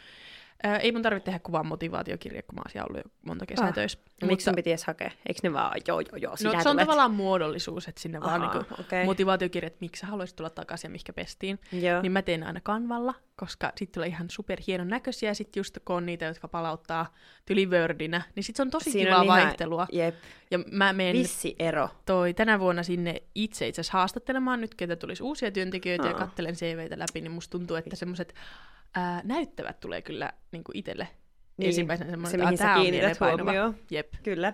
[SPEAKER 2] Ää, ei mun tarvitse tehdä kuvan motivaatiokirja, kun mä oon siellä ollut jo monta kesää
[SPEAKER 3] Ah,
[SPEAKER 2] töissä.
[SPEAKER 3] No, Miksi sun piti edes hakea? Eikö ne vaan, joo, joo, joo,
[SPEAKER 2] No,
[SPEAKER 3] sinä
[SPEAKER 2] se on
[SPEAKER 3] tulet.
[SPEAKER 2] tavallaan muodollisuus, että sinne Aha, vaan
[SPEAKER 3] Ahaa,
[SPEAKER 2] niin okay.
[SPEAKER 3] okei.
[SPEAKER 2] motivaatiokirjat, miksi sä haluaisit tulla takaisin ja mihinkä pestiin.
[SPEAKER 3] Joo.
[SPEAKER 2] Niin mä teen aina kanvalla, koska sit tulee ihan superhienon näköisiä, ja sit just kun on niitä, jotka palauttaa tyli Wordinä, niin sit se on tosi
[SPEAKER 3] Siinä
[SPEAKER 2] kivaa
[SPEAKER 3] on ihan-
[SPEAKER 2] vaihtelua.
[SPEAKER 3] Jep,
[SPEAKER 2] Ja mä menen
[SPEAKER 3] vissi ero.
[SPEAKER 2] toi tänä vuonna sinne itse itse asiassa haastattelemaan nyt, ketä tulisi uusia työntekijöitä ja
[SPEAKER 3] Aa.
[SPEAKER 2] kattelen CVtä läpi, niin musta tuntuu, että semmoiset ää, näyttävät tulee kyllä niin kuin itselle niin.
[SPEAKER 3] Niin,
[SPEAKER 2] ensimmäisenä
[SPEAKER 3] se,
[SPEAKER 2] semmoinen,
[SPEAKER 3] mihin
[SPEAKER 2] että
[SPEAKER 3] sä
[SPEAKER 2] tämä on
[SPEAKER 3] kiinnität
[SPEAKER 2] mieleenpainuva.
[SPEAKER 3] huomioon.
[SPEAKER 2] Jep.
[SPEAKER 3] Kyllä.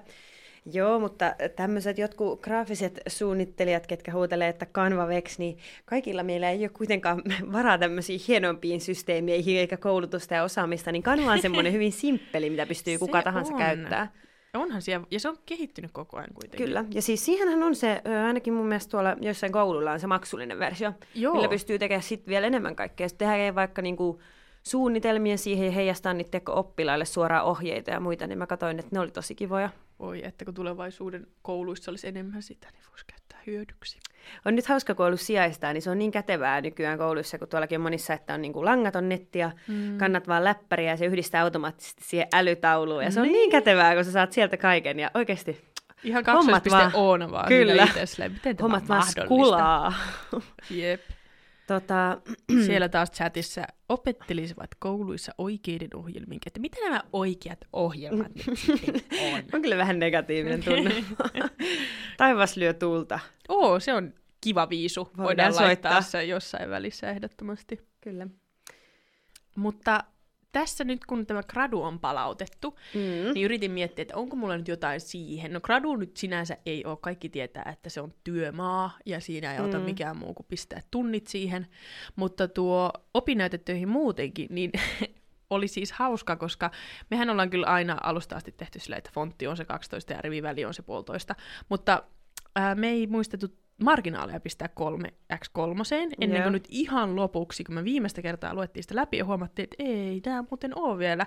[SPEAKER 3] Joo, mutta tämmöiset jotkut graafiset suunnittelijat, ketkä huutelee, että Canva veks, niin kaikilla meillä ei ole kuitenkaan varaa tämmöisiin hienompiin systeemeihin eikä koulutusta ja osaamista, niin Canva on semmoinen hyvin simppeli, mitä pystyy kuka
[SPEAKER 2] Se
[SPEAKER 3] tahansa
[SPEAKER 2] on.
[SPEAKER 3] käyttää.
[SPEAKER 2] Onhan siellä, ja se on kehittynyt koko ajan kuitenkin.
[SPEAKER 3] Kyllä, ja siis siihenhän on se, ö, ainakin mun mielestä tuolla jossain koululla on se maksullinen versio,
[SPEAKER 2] Joo.
[SPEAKER 3] millä pystyy tekemään sit vielä enemmän kaikkea. Sitten tehdään vaikka niinku suunnitelmia siihen ja heijastaa niitä oppilaille suoraan ohjeita ja muita, niin mä katsoin, että ne oli tosi kivoja.
[SPEAKER 2] Oi, että kun tulevaisuuden kouluissa olisi enemmän sitä, niin voisi käyttää hyödyksi.
[SPEAKER 3] On nyt hauska, kun on ollut sijaistaa, niin se on niin kätevää nykyään kouluissa, kun tuollakin on monissa, että on niin kuin langaton netti ja mm. kannat vaan läppäriä ja se yhdistää automaattisesti siihen älytauluun. Ja se on niin, niin kätevää, kun sä saat sieltä kaiken ja oikeasti
[SPEAKER 2] Ihan
[SPEAKER 3] Hommat
[SPEAKER 2] 2.0 vaan.
[SPEAKER 3] Kyllä.
[SPEAKER 2] Kyllä. Silleen, miten tämä
[SPEAKER 3] hommat
[SPEAKER 2] on
[SPEAKER 3] vaan
[SPEAKER 2] mahdollista?
[SPEAKER 3] skulaa.
[SPEAKER 2] Jep.
[SPEAKER 3] Tota,
[SPEAKER 2] Siellä taas chatissa opettelisivat kouluissa oikeiden ohjelmien käyttö. Mitä nämä oikeat ohjelmat nyt sitten on?
[SPEAKER 3] on kyllä vähän negatiivinen tunne. Taivas lyö tuulta.
[SPEAKER 2] Oo, se on kiva viisu. Voidaan,
[SPEAKER 3] Voidaan
[SPEAKER 2] laittaa
[SPEAKER 3] soittaa.
[SPEAKER 2] se jossain välissä ehdottomasti.
[SPEAKER 3] Kyllä.
[SPEAKER 2] Mutta tässä nyt kun tämä gradu on palautettu,
[SPEAKER 3] Mm.
[SPEAKER 2] niin yritin miettiä, että onko mulla nyt jotain siihen. No gradu nyt sinänsä ei ole, kaikki tietää, että se on työmaa ja siinä ei auta
[SPEAKER 3] Mm.
[SPEAKER 2] mikään muu kuin pistää tunnit siihen. Mutta tuo opinnäytetöihin muutenkin, niin oli siis hauska, koska mehän ollaan kyllä aina alusta asti tehty sillä, että fontti on se 12 ja riviväli on se puolitoista, mutta ää, me ei muistettu marginaaleja pistää 3 x 3 ennen
[SPEAKER 3] Joo.
[SPEAKER 2] kuin nyt ihan lopuksi, kun me viimeistä kertaa luettiin sitä läpi ja huomattiin, että ei, tämä muuten ole vielä,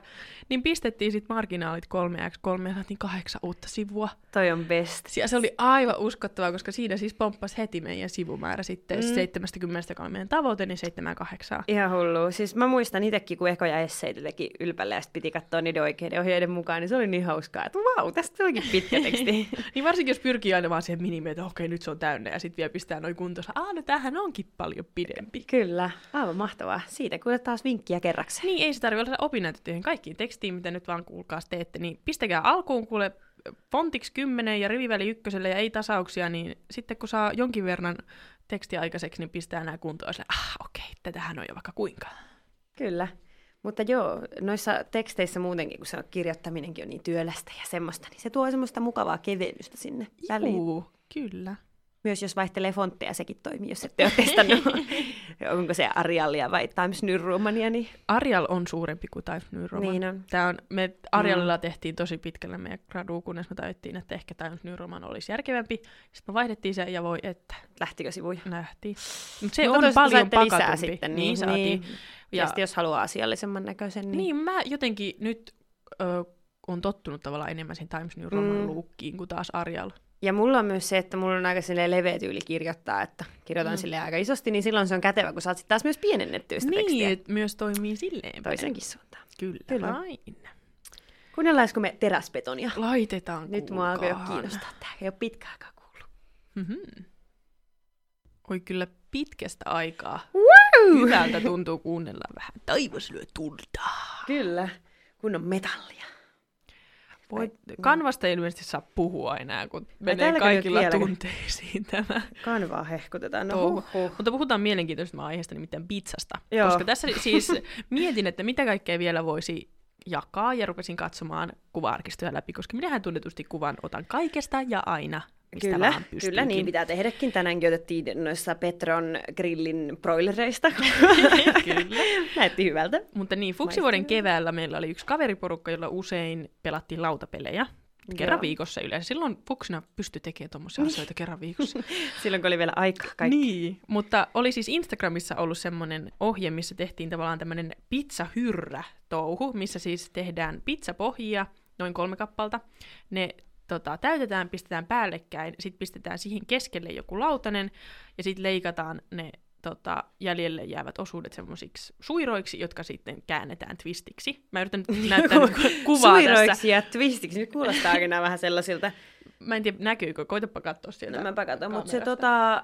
[SPEAKER 2] niin pistettiin sitten marginaalit 3 x 3 ja saatiin kahdeksan uutta sivua.
[SPEAKER 3] Toi on best.
[SPEAKER 2] Ja se oli aivan uskottavaa, koska siinä siis pomppasi heti meidän sivumäärä sitten
[SPEAKER 3] Mm.
[SPEAKER 2] mm. 70, joka oli meidän tavoite, niin 78.
[SPEAKER 3] Ihan hullu. Siis mä muistan itsekin, kun ekoja esseitä teki ylpällä ja sit piti katsoa niiden oikeiden ohjeiden mukaan, niin se oli niin hauskaa, että vau, tästä tulikin pitkä teksti.
[SPEAKER 2] Niin varsinkin jos pyrkii aina vaan siihen minimiin, että okei nyt se on täynnä ja sitten vielä pistää noin kuntoonsa. Aa, no tämähän onkin paljon pidempi.
[SPEAKER 3] Kyllä, aivan mahtavaa. Siitä kuule taas vinkkiä kerraksi.
[SPEAKER 2] Niin ei se tarvitse olla opinnäytetyöhön kaikkiin tekstiin, mitä nyt vaan kuulkaas teette, niin pistäkää alkuun kuule fontiksi 10 ja riviväli ykköselle ja ei tasauksia, niin sitten kun saa jonkin verran tekstiä aikaiseksi, niin pistää nämä kuntoon ja sillä, ah okei, tätähän on jo vaikka kuinka.
[SPEAKER 3] Kyllä. Mutta joo, noissa teksteissä muutenkin, kun se on kirjoittaminenkin on niin työlästä ja semmoista, niin se tuo semmoista mukavaa kevennystä sinne väliin.
[SPEAKER 2] Juu, kyllä.
[SPEAKER 3] Myös jos vaihtelee fontteja, sekin toimii, jos ette ole testannut, onko se Arialia vai Times New Romania, niin
[SPEAKER 2] Arial on suurempi kuin Times New Roman.
[SPEAKER 3] Niin on.
[SPEAKER 2] Tää on, me Arialilla mm. tehtiin tosi pitkällä meidän gradu, kunnes me tajuttiin, että ehkä Times New Roman olisi järkevämpi. Sitten me vaihdettiin se ja voi että
[SPEAKER 3] lähtikö sivuja?
[SPEAKER 2] nähtiin. Mutta se
[SPEAKER 3] Mutta
[SPEAKER 2] on
[SPEAKER 3] toisaalta
[SPEAKER 2] paljon
[SPEAKER 3] saitte lisää
[SPEAKER 2] pakatumpi.
[SPEAKER 3] sitten, niin,
[SPEAKER 2] niin, saatiin.
[SPEAKER 3] niin. Ja, ja
[SPEAKER 2] Ja,
[SPEAKER 3] sitten jos haluaa asiallisemman näköisen, niin,
[SPEAKER 2] niin, mä jotenkin nyt ö, on tottunut tavallaan enemmän siihen Times New Roman
[SPEAKER 3] Mm.
[SPEAKER 2] mm. luukkiin kuin taas Arial.
[SPEAKER 3] Ja mulla on myös se, että mulla on aika silleen leveä tyyli kirjoittaa, että kirjoitan mm. silleen aika isosti, niin silloin se on kätevä, kun saat sitten taas myös pienennettyä sitä tekstiä
[SPEAKER 2] Niin, et myös toimii silleen.
[SPEAKER 3] toisenkin suuntaan.
[SPEAKER 2] Kyllä,
[SPEAKER 3] Kyllä.
[SPEAKER 2] Kyllä. vain.
[SPEAKER 3] Kuunnellaanko me teräspetonia?
[SPEAKER 2] Laitetaan
[SPEAKER 3] Nyt mua alkoi jo
[SPEAKER 2] kuulkaa.
[SPEAKER 3] kiinnostaa. Tämä ei ole pitkä aikaa kuullut.
[SPEAKER 2] Mhm. Oi kyllä pitkästä aikaa.
[SPEAKER 3] Woo!
[SPEAKER 2] Hyvältä tuntuu kuunnella vähän. Taivas lyö tulta.
[SPEAKER 3] Kyllä. Kun on metallia.
[SPEAKER 2] Voi, kanvasta ei ilmeisesti saa puhua enää, kun menee
[SPEAKER 3] täälläkö
[SPEAKER 2] kaikilla
[SPEAKER 3] nyt vieläkö?
[SPEAKER 2] tunteisiin tämä.
[SPEAKER 3] Kanvaa hehkutetaan. No
[SPEAKER 2] touhu.
[SPEAKER 3] huh, huh.
[SPEAKER 2] Mutta puhutaan mielenkiintoisesta aiheesta, nimittäin pizzasta.
[SPEAKER 3] Joo.
[SPEAKER 2] Joo. Koska tässä siis mietin, että mitä kaikkea vielä voisi jakaa, ja rupesin katsomaan kuva-arkistoja läpi, koska minähän tunnetusti kuvan otan kaikesta ja aina, mistä
[SPEAKER 3] Kyllä,
[SPEAKER 2] vaan pystynkin.
[SPEAKER 3] kyllä, niin pitää tehdäkin. Tänäänkin otettiin noissa Petron grillin broilereista.
[SPEAKER 2] Kyllä.
[SPEAKER 3] Näytti hyvältä.
[SPEAKER 2] Mutta niin, Fuksivuoden keväällä meillä oli yksi kaveriporukka, jolla usein pelattiin lautapelejä. Kerran
[SPEAKER 3] Joo. Niin.
[SPEAKER 2] viikossa yleensä. Silloin fuksina pystyi tekemään tuommoisia asioita kerran viikossa.
[SPEAKER 3] Silloin, kun oli vielä aikaa kaikki.
[SPEAKER 2] Niin, mutta oli siis Instagramissa ollut semmoinen ohje, missä tehtiin tavallaan tämmöinen pizzahyrrä-touhu, missä siis tehdään pizzapohjia, noin kolme kappalta. Ne tota, täytetään, pistetään päällekkäin, sitten pistetään siihen keskelle joku lautanen, ja sitten leikataan ne tota, jäljelle jäävät osuudet semmoisiksi suiroiksi, jotka sitten käännetään twistiksi. Mä yritän nyt näyttää nyt kuvaa tässä.
[SPEAKER 3] Suiroiksi ja twistiksi. Nyt kuulostaa aika nää vähän sellaisilta.
[SPEAKER 2] Mä en tiedä, näkyykö, koitapa katsoa sieltä.
[SPEAKER 3] No mäpä katson, mutta se,
[SPEAKER 2] kamerasta.
[SPEAKER 3] tota,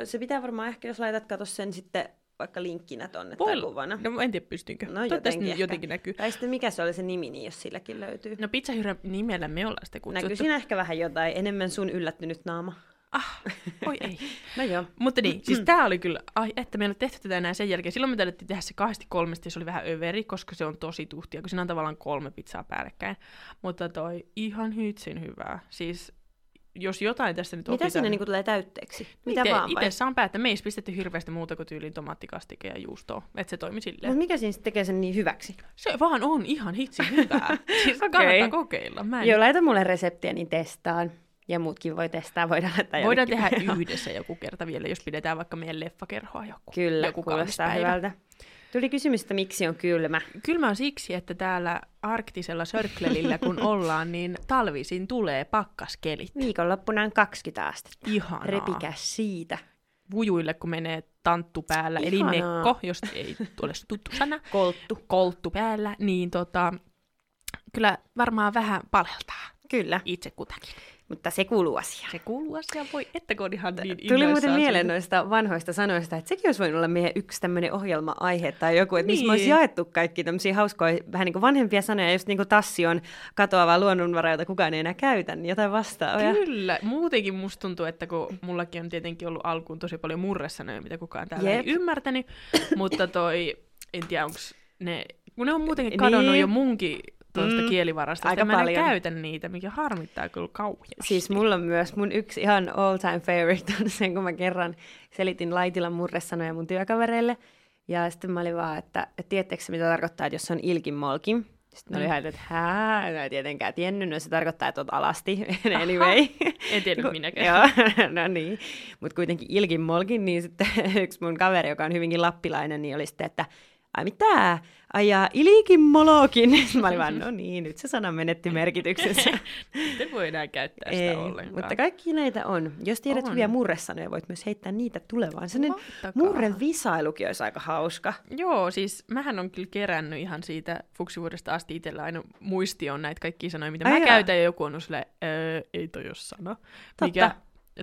[SPEAKER 3] ö, se pitää varmaan ehkä, jos laitat, kato sen sitten vaikka linkkinä tonne tai kuvana.
[SPEAKER 2] No en tiedä, pystynkö.
[SPEAKER 3] No,
[SPEAKER 2] Toivottavasti
[SPEAKER 3] jotenkin ehkä.
[SPEAKER 2] jotenkin näkyy.
[SPEAKER 3] Tai sitten mikä se oli se nimi, niin jos silläkin löytyy.
[SPEAKER 2] No pizzahyrä nimellä me ollaan sitä kutsuttu.
[SPEAKER 3] Näkyy siinä ehkä vähän jotain, enemmän sun yllättynyt naama.
[SPEAKER 2] Ah, oi ei.
[SPEAKER 3] No joo.
[SPEAKER 2] Mutta niin,
[SPEAKER 3] Mm.
[SPEAKER 2] siis tää oli kyllä, ai, että meillä tehty tätä enää sen jälkeen. Silloin me tarvittiin tehdä se kahdesti kolmesta ja se oli vähän överi, koska se on tosi tuhtia, kun siinä on tavallaan kolme pizzaa päällekkäin. Mutta toi ihan hytsin hyvää. Siis jos jotain tästä nyt
[SPEAKER 3] Mitä
[SPEAKER 2] opitaan...
[SPEAKER 3] siinä niinku tulee täytteeksi? Mitä
[SPEAKER 2] ite,
[SPEAKER 3] vaan vai?
[SPEAKER 2] Itse saan päättää. Me ei pistetty hirveästi muuta kuin tyyliin tomaattikastike ja juustoa. Että se toimi silleen.
[SPEAKER 3] Mut mikä siinä sit tekee sen niin hyväksi?
[SPEAKER 2] Se vaan on ihan hitsin hyvää. siis
[SPEAKER 3] Okei.
[SPEAKER 2] kannattaa kokeilla. Mä en
[SPEAKER 3] Joo, laita mulle reseptiä, niin testaan. Ja muutkin voi testaa, voidaan laittaa
[SPEAKER 2] Voidaan tehdä
[SPEAKER 3] jonnekin.
[SPEAKER 2] yhdessä joku kerta vielä, jos pidetään vaikka meidän leffakerhoa joku.
[SPEAKER 3] Kyllä,
[SPEAKER 2] joku
[SPEAKER 3] kuulostaa
[SPEAKER 2] kaunispäivä.
[SPEAKER 3] hyvältä. Tuli kysymys, että miksi on kylmä.
[SPEAKER 2] Kylmä on siksi, että täällä arktisella sörkkelillä kun ollaan, niin talvisin tulee pakkaskelit.
[SPEAKER 3] Viikonloppuna on 20 astetta.
[SPEAKER 2] Ihanaa.
[SPEAKER 3] Repikä siitä.
[SPEAKER 2] Vujuille, kun menee tanttu päällä, Ihanaa. eli
[SPEAKER 3] Ihanaa.
[SPEAKER 2] mekko, jos ei ole tuttu sana,
[SPEAKER 3] Kolttu.
[SPEAKER 2] kolttu päällä, niin tota, kyllä varmaan vähän paleltaa
[SPEAKER 3] Kyllä,
[SPEAKER 2] itse kutakin.
[SPEAKER 3] mutta se kuuluu asiaan.
[SPEAKER 2] Se kuuluu asiaan, voi että kun on ihan niin
[SPEAKER 3] Tuli
[SPEAKER 2] innoissaan
[SPEAKER 3] muuten mieleen
[SPEAKER 2] siitä.
[SPEAKER 3] noista vanhoista sanoista, että sekin olisi voinut olla meidän yksi tämmöinen ohjelma-aihe tai joku, että niin. missä me
[SPEAKER 2] Niin.
[SPEAKER 3] olisi jaettu kaikki tämmöisiä hauskoja, vähän niin kuin vanhempia sanoja, just niin kuin tassi on katoava luonnonvara, jota kukaan ei enää käytä, niin jotain vastaavaa.
[SPEAKER 2] Kyllä, muutenkin musta tuntuu, että kun mullakin on tietenkin ollut alkuun tosi paljon murresanoja, mitä kukaan täällä Jep.
[SPEAKER 3] Jep.
[SPEAKER 2] ei ymmärtänyt, mutta toi, en tiedä onko ne, kun ne on muutenkin kadonnut
[SPEAKER 3] Niin.
[SPEAKER 2] jo munkin tuosta
[SPEAKER 3] Mm.
[SPEAKER 2] mm. kielivarasta,
[SPEAKER 3] Aika
[SPEAKER 2] Aika mä en
[SPEAKER 3] paljon.
[SPEAKER 2] käytä niitä, mikä harmittaa kyllä kauheasti.
[SPEAKER 3] Siis mulla on myös, mun yksi ihan all time favorite on sen, kun mä kerran selitin Laitilan murresanoja mun työkavereille. Ja sitten mä olin vaan, että että tiedättekö mitä tarkoittaa, että jos on ilkin molki? Sitten mä olin
[SPEAKER 2] Mm.
[SPEAKER 3] ihan, että hää, mä en tietenkään tiennyt, no se tarkoittaa, että oot alasti, anyway.
[SPEAKER 2] En tiennyt
[SPEAKER 3] Ku-
[SPEAKER 2] minäkään.
[SPEAKER 3] Joo, no niin. Mutta kuitenkin ilkin molkin, niin sitten yksi mun kaveri, joka on hyvinkin lappilainen, niin oli sitten, että ai mitä, ai ja ilikin molokin. Sitten mä olin vaan, no niin, nyt se sana menetti merkityksensä.
[SPEAKER 2] Miten voi enää käyttää sitä
[SPEAKER 3] Ei,
[SPEAKER 2] ollenkaan?
[SPEAKER 3] Mutta kaikki näitä on. Jos tiedät
[SPEAKER 2] On.
[SPEAKER 3] hyviä murresanoja, voit myös heittää niitä tulevaan. Sellainen
[SPEAKER 2] Laittakaa.
[SPEAKER 3] murrevisailukin olisi aika hauska.
[SPEAKER 2] Joo, siis mähän on kyllä kerännyt ihan siitä fuksivuodesta asti itsellä aina muistioon näitä kaikkia sanoja, mitä
[SPEAKER 3] Ai
[SPEAKER 2] mä
[SPEAKER 3] jaa.
[SPEAKER 2] käytän, ja joku on ollut silleen, "Öö, ei toi ole sana.
[SPEAKER 3] Totta.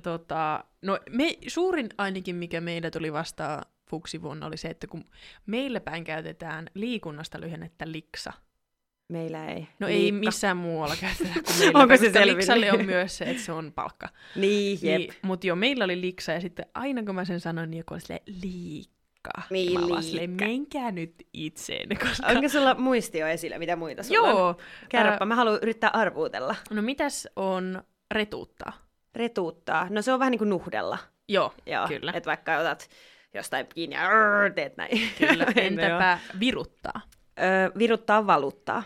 [SPEAKER 2] tota, no me, suurin ainakin, mikä meillä tuli vastaan fuksivuonna, oli se, että kun meillä päin käytetään liikunnasta lyhennettä liksa.
[SPEAKER 3] Meillä ei.
[SPEAKER 2] No ei
[SPEAKER 3] Liikka.
[SPEAKER 2] missään muualla käytetä kuin meillä,
[SPEAKER 3] Onko
[SPEAKER 2] päin,
[SPEAKER 3] se
[SPEAKER 2] koska
[SPEAKER 3] selvinnyt?
[SPEAKER 2] liksalle on myös se, että se on palkka.
[SPEAKER 3] Niin, jep.
[SPEAKER 2] Niin, mutta joo, meillä oli liksa ja sitten aina kun mä sen sanoin, niin joku oli silleen liikka.
[SPEAKER 3] Niin,
[SPEAKER 2] ja mä vaan silleen,
[SPEAKER 3] liikka.
[SPEAKER 2] menkää nyt itseen, koska...
[SPEAKER 3] Onko sulla muistio esillä, mitä muita sulla on?
[SPEAKER 2] Joo.
[SPEAKER 3] Kerropa, mä haluan yrittää arvuutella.
[SPEAKER 2] Äh, No mitäs on retuuttaa?
[SPEAKER 3] Retuuttaa. No se on vähän niin kuin nuhdella.
[SPEAKER 2] Joo,
[SPEAKER 3] Joo,
[SPEAKER 2] kyllä.
[SPEAKER 3] Että vaikka otat jostain kiinni ja arr, teet näin.
[SPEAKER 2] kyllä.
[SPEAKER 3] Ei, no
[SPEAKER 2] Entäpä viruttaa?
[SPEAKER 3] joo. Ö, viruttaa valuttaa.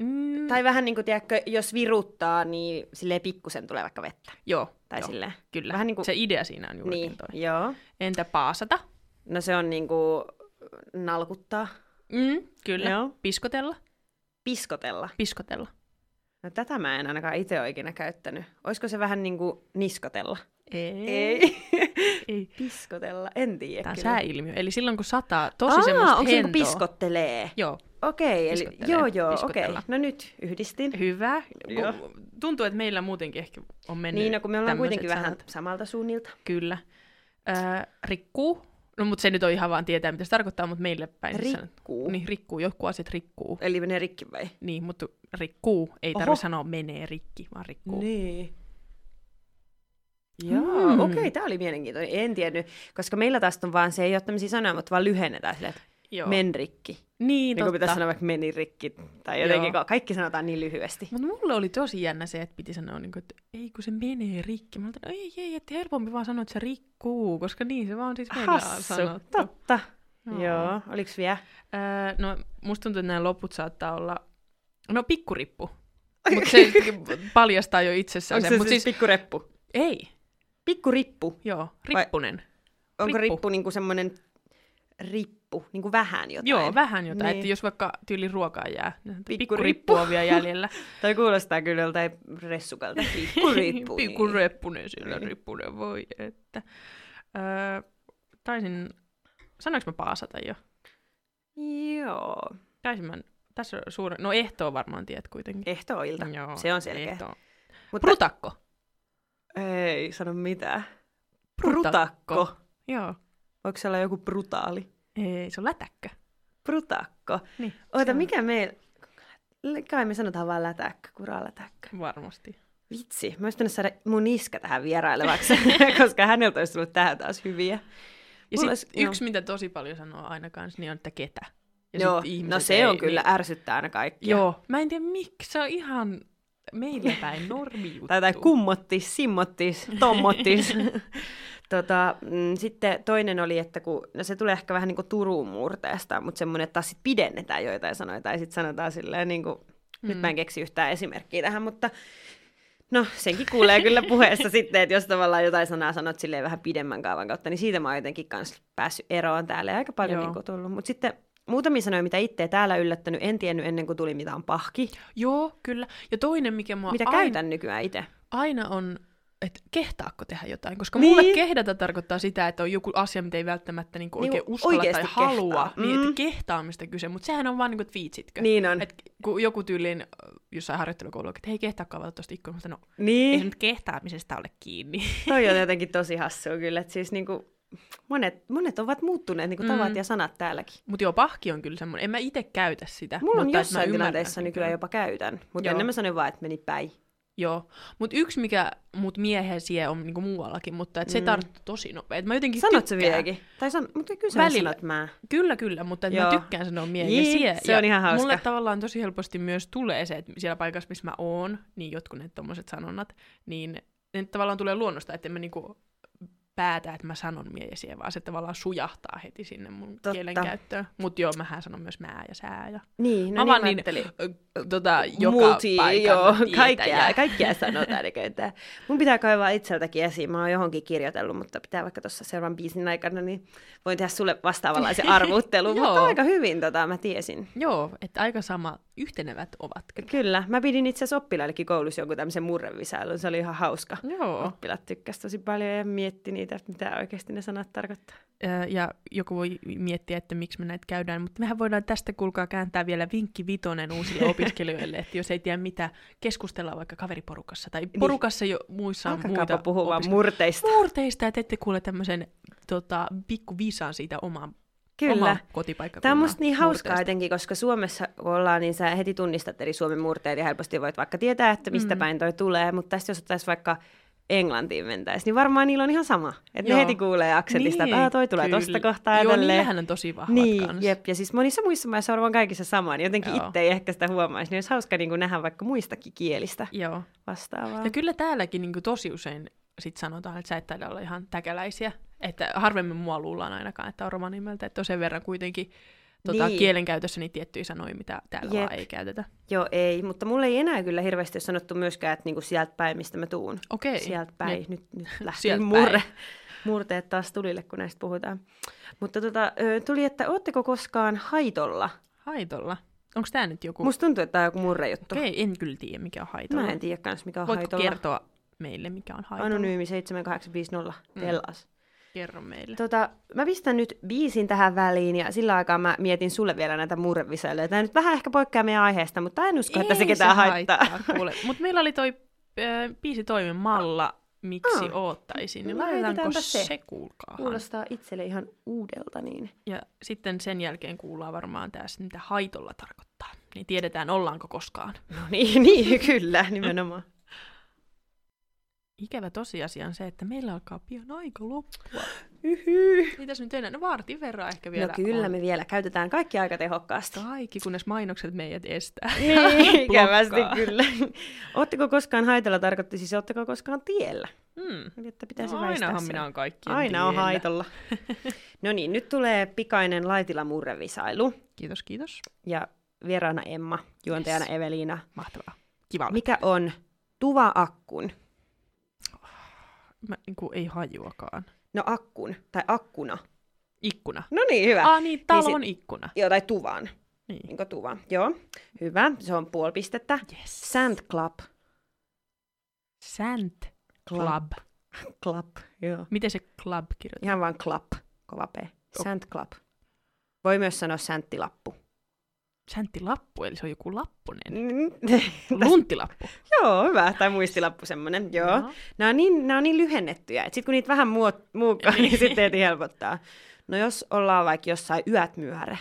[SPEAKER 2] Mm,
[SPEAKER 3] Tai vähän niin kuin, tiedätkö, jos viruttaa, niin silleen pikkusen tulee vaikka vettä.
[SPEAKER 2] joo,
[SPEAKER 3] Tai
[SPEAKER 2] joo,
[SPEAKER 3] silleen.
[SPEAKER 2] kyllä.
[SPEAKER 3] vähän niinku-
[SPEAKER 2] Se idea siinä on juurikin
[SPEAKER 3] Niin,
[SPEAKER 2] niin. toi.
[SPEAKER 3] joo.
[SPEAKER 2] Entä paasata?
[SPEAKER 3] No se on niinku nalkuttaa,
[SPEAKER 2] Mm, kyllä.
[SPEAKER 3] Joo.
[SPEAKER 2] Piskotella?
[SPEAKER 3] piskotella.
[SPEAKER 2] Piskotella.
[SPEAKER 3] No tätä mä en ainakaan itse ole ikinä käyttänyt. Olisiko se vähän niinku niskotella?
[SPEAKER 2] Ei. Ei.
[SPEAKER 3] piskotella, en tiedä
[SPEAKER 2] Tämä on
[SPEAKER 3] kyllä.
[SPEAKER 2] sääilmiö. Eli silloin kun sataa, tosi
[SPEAKER 3] Aa,
[SPEAKER 2] semmoista
[SPEAKER 3] onko se niinku
[SPEAKER 2] hentoa.
[SPEAKER 3] piskottelee?
[SPEAKER 2] Joo,
[SPEAKER 3] Okei, eli
[SPEAKER 2] Piskottelee,
[SPEAKER 3] joo joo, okei.
[SPEAKER 2] piskotella.
[SPEAKER 3] No nyt yhdistin.
[SPEAKER 2] Hyvä.
[SPEAKER 3] Joo.
[SPEAKER 2] Ku- Tuntuu, että meillä muutenkin ehkä on mennyt
[SPEAKER 3] Niin, no kun me ollaan
[SPEAKER 2] tämmöiset
[SPEAKER 3] kuitenkin vähän
[SPEAKER 2] sanat.
[SPEAKER 3] samalta suunnilta.
[SPEAKER 2] Kyllä. Öö, rikkuu. No, mutta se nyt on ihan vaan tietää, mitä se tarkoittaa, mutta meille päin. se sanot-
[SPEAKER 3] Rikkuu.
[SPEAKER 2] Niin, rikkuu. Joku asiat rikkuu.
[SPEAKER 3] Eli menee rikki vai?
[SPEAKER 2] Niin, mutta rikkuu. Ei
[SPEAKER 3] Oho.
[SPEAKER 2] tarvitse sanoa menee rikki, vaan rikkuu.
[SPEAKER 3] Niin. Joo,
[SPEAKER 2] Mm.
[SPEAKER 3] mm. okei, tämä oli mielenkiintoinen. En tiennyt, koska meillä taas on vaan, se ei ole tämmöisiä sanoja, mutta vaan lyhennetään silleen, että
[SPEAKER 2] Joo.
[SPEAKER 3] men rikki.
[SPEAKER 2] niin,
[SPEAKER 3] Niin kuin pitäisi
[SPEAKER 2] totta.
[SPEAKER 3] sanoa vaikka meni rikki tai jotenkin,
[SPEAKER 2] Joo.
[SPEAKER 3] kun kaikki sanotaan niin lyhyesti.
[SPEAKER 2] Mutta mulle oli tosi jännä se, että piti sanoa, niin kuin, että ei kun se menee rikki. Mä ajattelin, ei, ei, että helpompi vaan sanoa, että se rikkuu, koska niin se vaan siis meillä on
[SPEAKER 3] Hassu,
[SPEAKER 2] sanottu.
[SPEAKER 3] totta.
[SPEAKER 2] Joo.
[SPEAKER 3] Joo, oliko vielä?
[SPEAKER 2] Öö, no, musta tuntuu, että nämä loput saattaa olla... No, pikkurippu. Mutta se paljastaa jo itsessään
[SPEAKER 3] Onko
[SPEAKER 2] sen.
[SPEAKER 3] se
[SPEAKER 2] Mut
[SPEAKER 3] siis
[SPEAKER 2] siis,
[SPEAKER 3] pikkureppu?
[SPEAKER 2] ei,
[SPEAKER 3] Pikkurippu.
[SPEAKER 2] joo, rippunen.
[SPEAKER 3] Onko
[SPEAKER 2] Rippu.
[SPEAKER 3] rippu niinku semmoinen rippu, niinku vähän jotain?
[SPEAKER 2] Joo, vähän jotain.
[SPEAKER 3] Niin.
[SPEAKER 2] Niin. Että jos vaikka tyyli ruokaa jää, niin
[SPEAKER 3] Pikkurippu.
[SPEAKER 2] pikkurippu on vielä jäljellä.
[SPEAKER 3] Toi kuulostaa kyllä joltain ressukalta. Pikkurippu. niin.
[SPEAKER 2] Pikkureppunen sillä
[SPEAKER 3] Niin.
[SPEAKER 2] rippunen, voi että. Öö, taisin, sanoinko mä paasata jo?
[SPEAKER 3] Joo,
[SPEAKER 2] Taisin mä, tässä on suuri, no ehtoa varmaan tiedät kuitenkin.
[SPEAKER 3] ehtooilta.
[SPEAKER 2] Joo,
[SPEAKER 3] se on selkeä.
[SPEAKER 2] ehtoo.
[SPEAKER 3] Mutta
[SPEAKER 2] Prutakko.
[SPEAKER 3] ei sano mitään.
[SPEAKER 2] Prutakko.
[SPEAKER 3] Prutakko.
[SPEAKER 2] Joo.
[SPEAKER 3] Voiko se olla joku brutaali?
[SPEAKER 2] Ei, se on lätäkkö.
[SPEAKER 3] Brutakko.
[SPEAKER 2] Niin, se
[SPEAKER 3] Oota,
[SPEAKER 2] on-
[SPEAKER 3] mikä meillä... Kai me sanotaan vaan lätäkkö, kuralätäkkö.
[SPEAKER 2] Varmasti.
[SPEAKER 3] Vitsi, mä olisin saada mun iska tähän vierailevaksi, koska häneltä olisi tullut tähän taas hyviä.
[SPEAKER 2] Ja
[SPEAKER 3] Mulla
[SPEAKER 2] sit
[SPEAKER 3] olisi- joo.
[SPEAKER 2] yksi, mitä tosi paljon sanoo aina kanssa, niin on, että ketä. Ja
[SPEAKER 3] Joo,
[SPEAKER 2] sit ihmiset
[SPEAKER 3] no se
[SPEAKER 2] ei,
[SPEAKER 3] on kyllä,
[SPEAKER 2] Niin,
[SPEAKER 3] ärsyttää aina kaikkia.
[SPEAKER 2] joo, mä en tiedä miksi, se on ihan meillä päin normi juttu.
[SPEAKER 3] Tai, tai kummottis, simmottis, tommottis. tota, mm, sitten toinen oli, että kun, no se tulee ehkä vähän niin kuin Turun murteesta, mutta semmoinen, että taas sit pidennetään joitain sanoja, tai sitten sanotaan silleen niin kuin, mm. nyt mä en keksi yhtään esimerkkiä tähän, mutta No, senkin kuulee kyllä puheessa sitten, että jos tavallaan jotain sanaa sanot silleen vähän pidemmän kaavan kautta, niin siitä mä oon jotenkin kans päässyt eroon täällä ja aika paljon
[SPEAKER 2] Joo.
[SPEAKER 3] niin tullut. Mutta sitten muutamia sanoja, mitä itse täällä yllättänyt, en tiennyt ennen kuin tuli mitä on pahki,
[SPEAKER 2] Joo, kyllä. Ja toinen, mikä mua
[SPEAKER 3] mitä
[SPEAKER 2] aina,
[SPEAKER 3] käytän nykyään itse.
[SPEAKER 2] aina on, että kehtaakko tehdä jotain. Koska
[SPEAKER 3] Niin.
[SPEAKER 2] niin. mulle kehdata tarkoittaa sitä, että on joku asia, mitä ei välttämättä niinku
[SPEAKER 3] Niinku
[SPEAKER 2] oikein niin, uskalla tai
[SPEAKER 3] oikeesti kehtaa.
[SPEAKER 2] halua. Niin,
[SPEAKER 3] Mm.
[SPEAKER 2] että kehtaamista kyse. Mutta sehän on vaan niinku, että viitsitkö.
[SPEAKER 3] Niin on.
[SPEAKER 2] Et kun joku tyyliin äh, jossain harjoittelukoululla, että hei kehtaakaan avata tuosta ikkunasta, no ei se
[SPEAKER 3] Niin,
[SPEAKER 2] nyt kehtaamisesta ole kiinni.
[SPEAKER 3] toi on jotenkin tosi hassua kyllä, että siis niinku, monet, monet ovat muuttuneet niinku tavat
[SPEAKER 2] Mm.
[SPEAKER 3] ja sanat täälläkin.
[SPEAKER 2] Mutta joo, pahki on kyllä semmoinen. En mä itse käytä sitä.
[SPEAKER 3] Mulla on
[SPEAKER 2] mutta et no mä
[SPEAKER 3] jossain
[SPEAKER 2] ymmärrän
[SPEAKER 3] tilanteessa
[SPEAKER 2] sen
[SPEAKER 3] nykyään
[SPEAKER 2] kyllä.
[SPEAKER 3] jopa käytän, mutta
[SPEAKER 2] Joo.
[SPEAKER 3] ennen mä sanoin vaan, että meni päin.
[SPEAKER 2] Joo, mutta yksi mikä mut miehen sie on niinku muuallakin, mutta et se
[SPEAKER 3] Mm.
[SPEAKER 2] tarttuu tosi nopea. Et mä jotenkin
[SPEAKER 3] Sanot se
[SPEAKER 2] tykkään.
[SPEAKER 3] vieläkin? Tai san... mutta kyllä sä
[SPEAKER 2] Niin Välillä.
[SPEAKER 3] sanot mä.
[SPEAKER 2] Kyllä, kyllä, mutta et mä
[SPEAKER 3] Joo.
[SPEAKER 2] tykkään sanoa miehen
[SPEAKER 3] Jii,
[SPEAKER 2] ja sie.
[SPEAKER 3] se
[SPEAKER 2] ja
[SPEAKER 3] on ihan hauska.
[SPEAKER 2] Mulle tavallaan tosi helposti myös tulee se, että siellä paikassa, missä mä oon, niin jotkut ne tommoset sanonnat, niin ne tavallaan tulee luonnosta, että en mä niinku päätä, että mä sanon mie ja sie, vaan se tavallaan sujahtaa heti sinne mun
[SPEAKER 3] Totta.
[SPEAKER 2] kielenkäyttöön. Mutta joo, mähän sanon myös mä ja sää ja
[SPEAKER 3] Niin, no
[SPEAKER 2] Mä vaan
[SPEAKER 3] niin,
[SPEAKER 2] niin,
[SPEAKER 3] mä ajattelin.
[SPEAKER 2] ö, tota, joka
[SPEAKER 3] Multi,
[SPEAKER 2] paikan
[SPEAKER 3] joo,
[SPEAKER 2] tietäjä.
[SPEAKER 3] kaikkea, kaikkea sanotaan ja käytetään. Mun pitää kaivaa itseltäkin esiin, mä oon johonkin kirjoitellut, mutta pitää vaikka tuossa seuraavan biisin aikana, niin voin tehdä sulle vastaavanlaisen arvuttelun, mutta
[SPEAKER 2] Joo.
[SPEAKER 3] aika hyvin tota mä tiesin.
[SPEAKER 2] Joo, että aika sama yhtenevät ovat kyllä.
[SPEAKER 3] Kyllä, mä pidin itse asiassa oppilaillekin koulussa jonkun tämmöisen murrevisailun, se oli ihan hauska.
[SPEAKER 2] Joo.
[SPEAKER 3] Oppilaat tykkäsi tosi paljon ja mietti niitä, että mitä oikeasti ne sanat tarkoittaa.
[SPEAKER 2] Ö, Ja joku voi miettiä, että miksi me näitä käydään, mutta mehän voidaan tästä kuulkaa kääntää vielä vinkki vitonen uusille opiskelijoille, että jos ei tiedä mitä, keskustellaan vaikka kaveriporukassa tai porukassa jo muissa on
[SPEAKER 3] Alkakaapa
[SPEAKER 2] muita
[SPEAKER 3] Niin. puhua vaan
[SPEAKER 2] opiske-
[SPEAKER 3] murteista.
[SPEAKER 2] murteista, että ette kuule tämmöisen tota, pikku viisaan siitä omaan
[SPEAKER 3] Kyllä.
[SPEAKER 2] Oma kotipaikkakunnan
[SPEAKER 3] Tämä on musta niin hauskaa
[SPEAKER 2] murteista.
[SPEAKER 3] jotenkin, koska Suomessa kun ollaan, niin sä heti tunnistat eri Suomen murteet ja helposti voit vaikka tietää, että mistä mm. päin toi tulee, mutta tästä jos ottaisiin vaikka Englantiin mentäisiin, niin varmaan niillä on ihan sama. Että ne
[SPEAKER 2] Joo.
[SPEAKER 3] heti kuulee aksentista, niin, että "Aa, toi tulee
[SPEAKER 2] kyllä.
[SPEAKER 3] tosta kohtaa ja
[SPEAKER 2] Joo,
[SPEAKER 3] tälleen."
[SPEAKER 2] niillähän on tosi vahvat
[SPEAKER 3] Niin,
[SPEAKER 2] kans.
[SPEAKER 3] jep. Ja siis monissa muissa maissa on varmaan kaikissa sama, niin jotenkin
[SPEAKER 2] Joo.
[SPEAKER 3] itse ei ehkä sitä huomaisi. Niin olisi hauska niin kuin nähdä vaikka muistakin kielistä
[SPEAKER 2] Joo.
[SPEAKER 3] vastaavaa.
[SPEAKER 2] Ja kyllä täälläkin niin tosi usein sit sanotaan, että sä et taida olla ihan täkäläisiä. Että harvemmin mua luullaan ainakaan, että on romanimeltä. Että on sen verran kuitenkin tota,
[SPEAKER 3] Niin.
[SPEAKER 2] niin. kielenkäytössä niin tiettyjä sanoja, mitä täällä
[SPEAKER 3] Jep.
[SPEAKER 2] vaan ei käytetä.
[SPEAKER 3] Joo, ei. Mutta mulle ei enää kyllä hirveästi ole sanottu myöskään, että niin kuin sieltä päin, mistä mä tuun.
[SPEAKER 2] Okei.
[SPEAKER 3] Sieltä päin. Nyt, nyt, nyt lähti
[SPEAKER 2] Sieltä
[SPEAKER 3] murre.
[SPEAKER 2] päin.
[SPEAKER 3] Murteet taas tulille, kun näistä puhutaan. Mutta tota, ö, tuli, että ootteko koskaan haitolla?
[SPEAKER 2] Haitolla. Onko tämä nyt joku?
[SPEAKER 3] Musta tuntuu, että tämä on joku murrejuttu.
[SPEAKER 2] Okei, en kyllä tiedä, mikä on haitolla.
[SPEAKER 3] Mä en tiedä kans, mikä on
[SPEAKER 2] Voitko
[SPEAKER 3] haitolla.
[SPEAKER 2] kertoa meille, mikä on haitolla? Mm.
[SPEAKER 3] Anonyymi 7850 tellas.
[SPEAKER 2] Kerro meille.
[SPEAKER 3] Tota, mä pistän nyt biisin tähän väliin ja sillä aikaa mä mietin sulle vielä näitä murrevisailuja. Tämä nyt vähän ehkä poikkeaa meidän aiheesta, mutta en usko, että se
[SPEAKER 2] Ei
[SPEAKER 3] ketään haittaa.
[SPEAKER 2] Mutta meillä oli toi äh, biisi toimen malla,
[SPEAKER 3] Ah.
[SPEAKER 2] miksi oh. oottaisin. Niin
[SPEAKER 3] No laitetaanpa se.
[SPEAKER 2] laitetaanko se, se kuulkaa.
[SPEAKER 3] Kuulostaa itselle ihan uudelta niin.
[SPEAKER 2] Ja sitten sen jälkeen kuullaan varmaan tässä, mitä haitolla tarkoittaa. Niin tiedetään, ollaanko koskaan.
[SPEAKER 3] No niin, niin kyllä, nimenomaan.
[SPEAKER 2] Ikävä tosiasia on se, että meillä alkaa pian aika loppua. Mitäs nyt enää? No vartin verran ehkä vielä.
[SPEAKER 3] no kyllä
[SPEAKER 2] on.
[SPEAKER 3] me vielä käytetään kaikki aika tehokkaasti.
[SPEAKER 2] Kaikki, kunnes mainokset meidät estää.
[SPEAKER 3] Niin, ikävästi
[SPEAKER 2] Blokkaa.
[SPEAKER 3] kyllä. Ootteko koskaan haitolla tarkoitti siis, ootteko koskaan tiellä?
[SPEAKER 2] Hmm.
[SPEAKER 3] Eli että pitäisi
[SPEAKER 2] No,
[SPEAKER 3] väistää
[SPEAKER 2] ainahan
[SPEAKER 3] se.
[SPEAKER 2] minä on kaikkien
[SPEAKER 3] Aina on
[SPEAKER 2] tiellä.
[SPEAKER 3] haitolla. no niin, nyt tulee pikainen laitila murrevisailu.
[SPEAKER 2] Kiitos, kiitos.
[SPEAKER 3] Ja vieraana Emma, juontajana
[SPEAKER 2] Yes.
[SPEAKER 3] Eveliina.
[SPEAKER 2] Mahtavaa. Kiva. Mik-
[SPEAKER 3] Mikä on tuva-akkun?
[SPEAKER 2] Mä, niin kuin, ei hajuakaan.
[SPEAKER 3] No akkun, tai akkuna.
[SPEAKER 2] Ikkuna.
[SPEAKER 3] No niin, hyvä.
[SPEAKER 2] Ah niin, talon
[SPEAKER 3] Niin
[SPEAKER 2] niin
[SPEAKER 3] se-
[SPEAKER 2] ikkuna.
[SPEAKER 3] Joo, tai tuvan.
[SPEAKER 2] Niin.
[SPEAKER 3] Niin tuva. Joo, hyvä. Se on puoli pistettä.
[SPEAKER 2] Yes.
[SPEAKER 3] Sand club.
[SPEAKER 2] Sant club.
[SPEAKER 3] Club, joo.
[SPEAKER 2] Miten se club kirjoitetaan?
[SPEAKER 3] Ihan vaan club, kova P. Sand club. Voi myös sanoa sänttilappu.
[SPEAKER 2] Säntilappu, eli se on joku lappunen.
[SPEAKER 3] Niin. Täs,
[SPEAKER 2] Luntilappu.
[SPEAKER 3] joo, hyvä. Tai muistilappu semmonen, joo.
[SPEAKER 2] Joo.
[SPEAKER 3] Nämä on niin, nämä on niin lyhennettyjä, että sitten kun niitä vähän muot, muukkaa, niin sitten heti helpottaa. No jos ollaan vaikka jossain yöt myöhäre.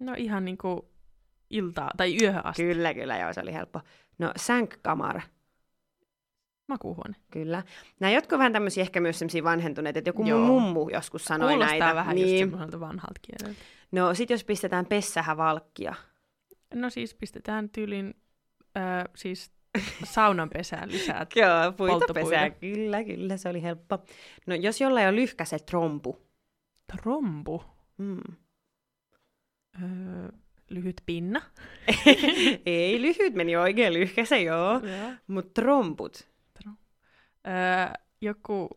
[SPEAKER 2] No ihan niinku iltaa tai yöhön asti.
[SPEAKER 3] Kyllä, kyllä, joo, se oli helppo. No sänkkamar,
[SPEAKER 2] Makuuhuone.
[SPEAKER 3] kyllä. Nämä jotkut vähän tämmöisiä ehkä myös semmoisia vanhentuneita, että joku mun
[SPEAKER 2] Joo.
[SPEAKER 3] mummu joskus sanoi
[SPEAKER 2] Kuulostaa
[SPEAKER 3] näitä.
[SPEAKER 2] vähän niin. just semmoiselta vanhalta kieleltä.
[SPEAKER 3] No sit jos pistetään pessähän valkkia.
[SPEAKER 2] No siis pistetään tyylin äh, siis saunanpesään lisää.
[SPEAKER 3] Joo,
[SPEAKER 2] polttopuita.
[SPEAKER 3] Kyllä, kyllä, se oli helppo. No jos jollain on lyhkä se trompu.
[SPEAKER 2] Trombu.
[SPEAKER 3] Mm.
[SPEAKER 2] Öö, lyhyt pinna.
[SPEAKER 3] Ei lyhyt, meni oikein lyhkä se, joo.
[SPEAKER 2] Joo.
[SPEAKER 3] Mutta tromput.
[SPEAKER 2] Öö, joku...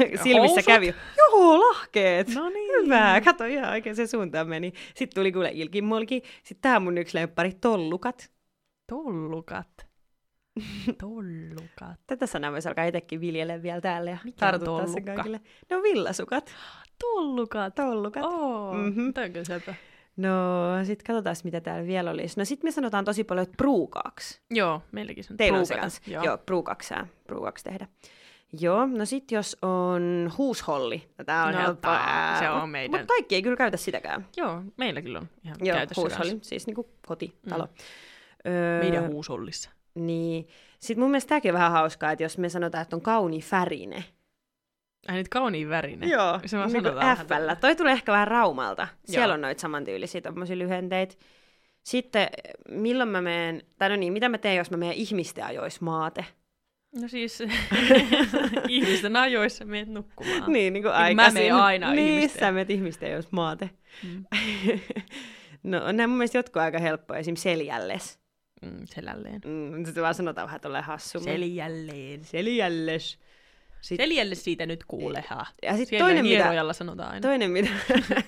[SPEAKER 3] Silmissä
[SPEAKER 2] Housut?
[SPEAKER 3] kävi. Joo, lahkeet.
[SPEAKER 2] No niin.
[SPEAKER 3] Hyvä, kato ihan oikein se suuntaan meni. Sitten tuli kuule ilkimolki. Sitten tää on mun yksi lemppari, tollukat.
[SPEAKER 2] Tollukat. Tollukat.
[SPEAKER 3] Tätä sanaa voisi alkaa itsekin viljellä vielä täällä ja
[SPEAKER 2] Mikä on
[SPEAKER 3] tartuttaa se
[SPEAKER 2] tollukka?
[SPEAKER 3] kaikille. No villasukat,
[SPEAKER 2] Tollukat.
[SPEAKER 3] tollukat.
[SPEAKER 2] Oh,
[SPEAKER 3] Mhm.
[SPEAKER 2] mm-hmm. toi on kyllä sieltä.
[SPEAKER 3] No sit katsotaan mitä täällä vielä olisi. No sit me sanotaan tosi paljon, että pruukaaksi.
[SPEAKER 2] Joo, meilläkin se on
[SPEAKER 3] Teillä on se
[SPEAKER 2] pruukata.
[SPEAKER 3] kanssa. Joo,
[SPEAKER 2] Joo.
[SPEAKER 3] Joo pruukaksi sä, pruukaksi tehdä. Joo, no sit jos on huusholli. No tää on
[SPEAKER 2] No
[SPEAKER 3] helppoa.
[SPEAKER 2] tää- se on meidän.
[SPEAKER 3] Mutta kaikki ei kyllä käytä sitäkään.
[SPEAKER 2] Joo, meillä kyllä on ihan
[SPEAKER 3] Joo,
[SPEAKER 2] käytössä
[SPEAKER 3] huusholli,
[SPEAKER 2] kanssa.
[SPEAKER 3] siis niinku kotitalo. Öö,
[SPEAKER 2] Mm. Meidän huusollissa.
[SPEAKER 3] Niin. Sitten mun mielestä tämäkin on vähän hauskaa, että jos me sanotaan, että on kauni färine.
[SPEAKER 2] Ai nyt kauniin värinen.
[SPEAKER 3] Joo,
[SPEAKER 2] Se vaan
[SPEAKER 3] niin kuin
[SPEAKER 2] sanotaan vähän
[SPEAKER 3] F-llä. Toi tulee ehkä vähän Raumalta. Siellä
[SPEAKER 2] Joo.
[SPEAKER 3] on noita samantyylisiä tommosia lyhenteitä. Sitten eh, milloin mä meen, tai no niin, mitä mä teen, jos mä meen ihmisten ajois maate?
[SPEAKER 2] No siis ihmisten ajoissa menet nukkumaan.
[SPEAKER 3] Niin, niin kuin
[SPEAKER 2] Niin kuin mä meen aina
[SPEAKER 3] niin,
[SPEAKER 2] ihmisten.
[SPEAKER 3] sä meet ihmisten ajois maate.
[SPEAKER 2] Mm.
[SPEAKER 3] no, nämä mun mielestä jotkut aika helppoja, esim. seljälles.
[SPEAKER 2] Mm, selälleen.
[SPEAKER 3] Mm, sitten vaan sanotaan vähän tolleen hassummin.
[SPEAKER 2] Seljälleen.
[SPEAKER 3] seljälles. Sit,
[SPEAKER 2] Seljälle siitä nyt kuuleha.
[SPEAKER 3] ja sitten
[SPEAKER 2] Siellä
[SPEAKER 3] toinen, mitä,
[SPEAKER 2] hierojalla sanotaan aina.
[SPEAKER 3] Toinen, mitä,
[SPEAKER 2] Antaa teidän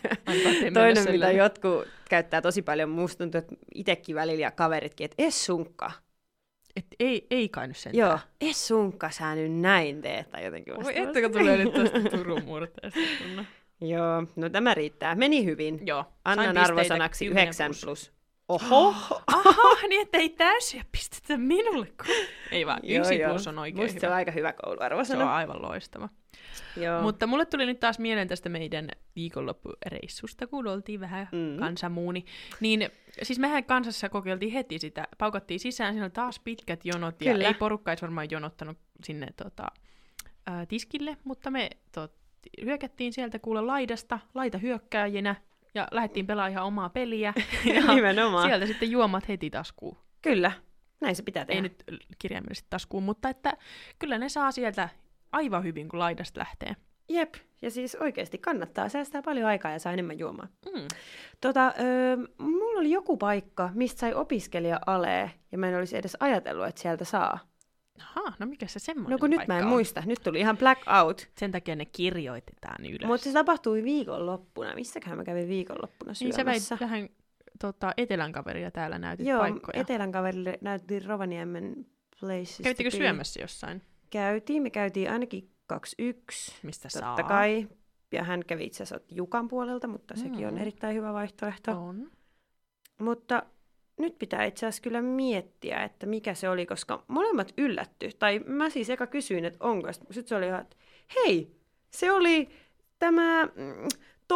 [SPEAKER 2] mennä
[SPEAKER 3] toinen, mitä
[SPEAKER 2] sellainen.
[SPEAKER 3] jotkut käyttää tosi paljon, musta tuntuu, että itekin välillä ja kaveritkin, että es sunkka.
[SPEAKER 2] Et ei, ei kai nyt sentään.
[SPEAKER 3] Joo, es sunkka sä nyt näin teet, tai jotenkin
[SPEAKER 2] Voi
[SPEAKER 3] vastaavasti.
[SPEAKER 2] että kun tulee nyt tästä Turun murteesta. No.
[SPEAKER 3] Joo, no tämä riittää. Meni hyvin.
[SPEAKER 2] Joo.
[SPEAKER 3] Annan
[SPEAKER 2] sain pisteitä
[SPEAKER 3] arvosanaksi
[SPEAKER 2] 10
[SPEAKER 3] 9
[SPEAKER 2] plus.
[SPEAKER 3] plus. Oho!
[SPEAKER 2] Aha, niin ettei täysiä pistetä minulle. Kun... Ei vaan,
[SPEAKER 3] Joo,
[SPEAKER 2] Ah, yksi
[SPEAKER 3] joo.
[SPEAKER 2] plus on oikein
[SPEAKER 3] Musta se on
[SPEAKER 2] hyvä.
[SPEAKER 3] aika hyvä
[SPEAKER 2] Se on
[SPEAKER 3] kouluarvosana.
[SPEAKER 2] aivan loistava.
[SPEAKER 3] Joo.
[SPEAKER 2] Mutta mulle tuli nyt taas mieleen tästä meidän viikonloppureissusta, kun oltiin vähän
[SPEAKER 3] Mm.
[SPEAKER 2] mm. kansamuuni. Niin siis mehän kansassa kokeiltiin heti sitä, paukattiin sisään, siinä oli taas pitkät jonot
[SPEAKER 3] Kyllä.
[SPEAKER 2] ja ei porukka olisi varmaan jonottanut sinne tota, ää, tiskille, mutta me tot, hyökättiin sieltä kuule laidasta, laita hyökkääjinä ja lähdettiin pelaamaan ihan omaa peliä. ja
[SPEAKER 3] Nimenomaan.
[SPEAKER 2] sieltä sitten juomat heti taskuun.
[SPEAKER 3] Kyllä, näin se pitää
[SPEAKER 2] Ei
[SPEAKER 3] tehdä.
[SPEAKER 2] nyt kirjaimellisesti taskuun, mutta että kyllä ne saa sieltä aivan hyvin, kun laidasta lähtee.
[SPEAKER 3] Jep, ja siis oikeasti kannattaa säästää paljon aikaa ja saa enemmän juomaa.
[SPEAKER 2] Mm.
[SPEAKER 3] Tota, öö, mulla oli joku paikka, mistä sai opiskelija alee, ja mä en olisi edes ajatellut, että sieltä saa.
[SPEAKER 2] Aha, no mikä se semmoinen
[SPEAKER 3] No kun nyt
[SPEAKER 2] paikka
[SPEAKER 3] mä en
[SPEAKER 2] on?
[SPEAKER 3] muista, nyt tuli ihan blackout.
[SPEAKER 2] Sen takia ne kirjoitetaan ylös.
[SPEAKER 3] Mutta se tapahtui viikonloppuna. Missäköhän mä kävin viikonloppuna
[SPEAKER 2] niin sä veit
[SPEAKER 3] syömässä?
[SPEAKER 2] vähän tota, etelän kaveria täällä näytit
[SPEAKER 3] Joo,
[SPEAKER 2] paikkoja.
[SPEAKER 3] etelän kaverille näytettiin Rovaniemen places. to
[SPEAKER 2] Kävittekö
[SPEAKER 3] be.
[SPEAKER 2] syömässä jossain,
[SPEAKER 3] Käytiin, me käytiin ainakin 21.
[SPEAKER 2] mistä saa?
[SPEAKER 3] Totta kai. Ja hän kävi itse asiassa Jukan puolelta, mutta sekin on
[SPEAKER 2] Mm.
[SPEAKER 3] erittäin hyvä vaihtoehto.
[SPEAKER 2] On.
[SPEAKER 3] Mutta nyt pitää itse asiassa kyllä miettiä, että mikä se oli, koska molemmat yllätty. Tai mä siis eka kysyin, että onko. Sitten se oli ihan, että hei, se oli tämä mm,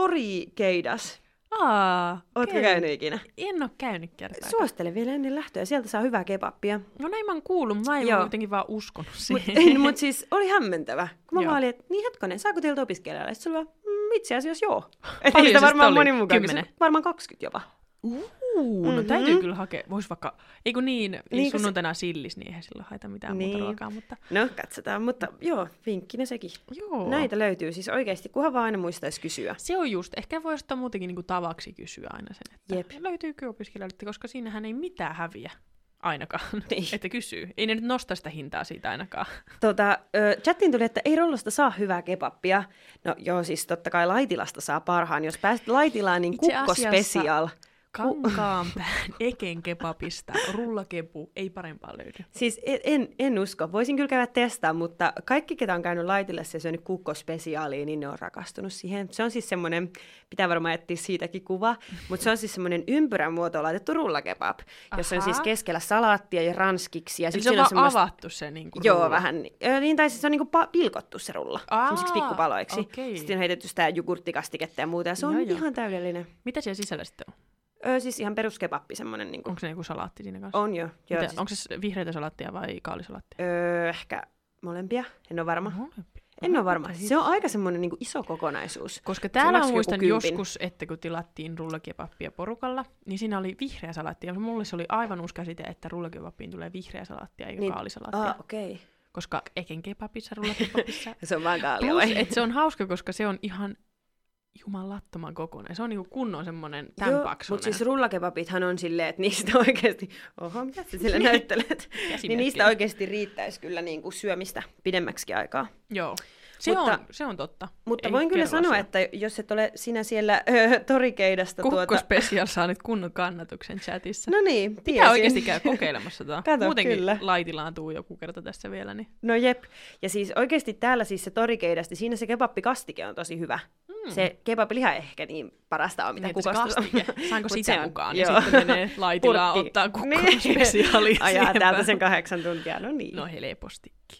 [SPEAKER 3] torikeidas.
[SPEAKER 2] Aa,
[SPEAKER 3] Ootko
[SPEAKER 2] okei.
[SPEAKER 3] käynyt ikinä?
[SPEAKER 2] En ole käynyt kertaakaan.
[SPEAKER 3] Suosittelen vielä ennen lähtöä. Sieltä saa hyvää kebappia.
[SPEAKER 2] No näin mä oon kuullut, mutta mä en
[SPEAKER 3] Joo.
[SPEAKER 2] Joo. kuitenkin vaan uskonut
[SPEAKER 3] Mut,
[SPEAKER 2] siihen.
[SPEAKER 3] en, mut siis oli hämmentävä. Kun mä
[SPEAKER 2] Joo.
[SPEAKER 3] vaan olin, että niin hetkonen, saako teiltä opiskelijalle? Sitten se oli vaan, "Mm, itse asiassa joo. Et
[SPEAKER 2] Paljon
[SPEAKER 3] ei sitä
[SPEAKER 2] se
[SPEAKER 3] varmaan
[SPEAKER 2] sitä oli?
[SPEAKER 3] moni mukaan kysynyt.
[SPEAKER 2] Kymmenen?
[SPEAKER 3] Varmaan 20 jopa.
[SPEAKER 2] Uu, no täytyy kyllä hakea. Vois vaikka, ei kun niin,
[SPEAKER 3] Mm-hmm. Niin,
[SPEAKER 2] niin
[SPEAKER 3] kun se-
[SPEAKER 2] sunnuntaina sillis, niin eihän silloin haeta mitään
[SPEAKER 3] Niin.
[SPEAKER 2] muuta ruokaa. Mutta...
[SPEAKER 3] No, katsotaan. Mutta joo, vinkkinä sekin.
[SPEAKER 2] Joo.
[SPEAKER 3] Näitä löytyy siis oikeasti, kunhan vaan aina muistaisi kysyä.
[SPEAKER 2] Se on just, ehkä voisi ottaa muutenkin niin kuin tavaksi kysyä aina sen, että
[SPEAKER 3] Jep.
[SPEAKER 2] Jep. löytyykö opiskelijoilta, koska siinähän ei mitään häviä ainakaan,
[SPEAKER 3] Niin.
[SPEAKER 2] että kysyy. Ei ne nyt nosta sitä hintaa siitä ainakaan.
[SPEAKER 3] Tota, ö, chattiin tuli, että ei rollosta saa hyvää kebappia. No joo, siis totta kai laitilasta saa parhaan. Jos pääset laitilaan, niin
[SPEAKER 2] Itse
[SPEAKER 3] kukko
[SPEAKER 2] asiassa-
[SPEAKER 3] special.
[SPEAKER 2] Kankaanpään eken kebabista, rullakepu, ei parempaa löydy.
[SPEAKER 3] Siis en, en, en usko. Voisin kyllä käydä testaa, mutta kaikki, ketä on käynyt laitilassa ja syönyt kukkospesiaaliin, niin ne on rakastunut siihen. Se on siis semmoinen, pitää varmaan etsiä siitäkin kuva, mutta se on siis semmoinen ympyrän muotoon laitettu rullakebab, jossa on
[SPEAKER 2] Aha.
[SPEAKER 3] siis keskellä salaattia ja ranskiksi. Ja
[SPEAKER 2] Eli
[SPEAKER 3] sitten
[SPEAKER 2] se on
[SPEAKER 3] siinä
[SPEAKER 2] vaan
[SPEAKER 3] on semmoista...
[SPEAKER 2] avattu se niin kuin
[SPEAKER 3] Joo, vähän. ni- ö, Niin, tai siis se on niinku pa- pilkottu se rulla,
[SPEAKER 2] Aa,
[SPEAKER 3] semmoisiksi pikkupaloiksi.
[SPEAKER 2] okei.
[SPEAKER 3] Sitten on heitetty sitä jogurttikastiketta ja muuta, ja se on
[SPEAKER 2] Joo, joo.
[SPEAKER 3] ihan täydellinen.
[SPEAKER 2] Mitä siellä sisällä sitten on?
[SPEAKER 3] Öö, siis ihan peruskebappi semmoinen. Niinku.
[SPEAKER 2] Onko se joku salaatti siinä kanssa?
[SPEAKER 3] On jo. Joo,
[SPEAKER 2] Mm. Mitä,
[SPEAKER 3] siis,
[SPEAKER 2] Onko se vihreitä salaattia vai kaalisalaattia?
[SPEAKER 3] öö, ehkä molempia, en ole varma.
[SPEAKER 2] Molempia.
[SPEAKER 3] En ole varma.
[SPEAKER 2] siis.
[SPEAKER 3] Se on aika semmoinen niinku iso kokonaisuus.
[SPEAKER 2] Koska täällä mä
[SPEAKER 3] maksoi joku
[SPEAKER 2] muistan
[SPEAKER 3] kympin.
[SPEAKER 2] joskus, että kun tilattiin rullakebappia porukalla, niin siinä oli vihreä salaatti. Ja mulle se oli aivan uusi käsite, että rullakebappiin tulee vihreä salaatti eikä
[SPEAKER 3] Niin.
[SPEAKER 2] niin. kaalisalaatti.
[SPEAKER 3] Ah,
[SPEAKER 2] Ah.
[SPEAKER 3] okei.
[SPEAKER 2] Koska eken kebabissa rullakebabissa.
[SPEAKER 3] Se on vaan kaalia
[SPEAKER 2] Plus,
[SPEAKER 3] vai?
[SPEAKER 2] että se on hauska, koska se on ihan jumalattoman kokoinen. Se on niinku kunnon semmoinen tämän
[SPEAKER 3] Joo,
[SPEAKER 2] Joo, paksuinen.
[SPEAKER 3] Mutta siis rullakebabithan on silleen, että niistä oikeasti, oho, mitä sä sillä näyttelet? niin niistä oikeasti riittäisi kyllä niin kuin syömistä pidemmäksi aikaa.
[SPEAKER 2] Joo. Se,
[SPEAKER 3] Mutta-
[SPEAKER 2] mutta, on, se on totta.
[SPEAKER 3] Mutta
[SPEAKER 2] Ei
[SPEAKER 3] voin kyllä
[SPEAKER 2] kerralla
[SPEAKER 3] sanoa,
[SPEAKER 2] syö.
[SPEAKER 3] että jos et ole sinä siellä öö, torikeidasta
[SPEAKER 2] Kukko
[SPEAKER 3] tuota...
[SPEAKER 2] Special saa nyt kunnon kannatuksen chatissa.
[SPEAKER 3] No niin,
[SPEAKER 2] Pitää
[SPEAKER 3] tiesin.
[SPEAKER 2] oikeasti käy kokeilemassa tota.
[SPEAKER 3] Kato,
[SPEAKER 2] Muutenkin
[SPEAKER 3] kyllä.
[SPEAKER 2] laitilaan tuu joku kerta tässä vielä, niin
[SPEAKER 3] No jep. Ja siis oikeasti täällä siis se torikeidasti, siinä se kebappikastike on tosi hyvä. Mm. Se kebappiliha ei ehkä niin parasta on, mitä
[SPEAKER 2] Hmm. Niin, että se
[SPEAKER 3] kukasta
[SPEAKER 2] kastike. Saanko
[SPEAKER 3] Mut
[SPEAKER 2] sitä
[SPEAKER 3] se on-
[SPEAKER 2] mukaan? Niin
[SPEAKER 3] joo.
[SPEAKER 2] sitten menee laitilaan
[SPEAKER 3] Purkki.
[SPEAKER 2] ottaa kukko spesiaalia
[SPEAKER 3] Ajaa
[SPEAKER 2] siihen
[SPEAKER 3] täältä
[SPEAKER 2] päälle.
[SPEAKER 3] sen kahdeksan tuntia, no niin.
[SPEAKER 2] no helpostikin.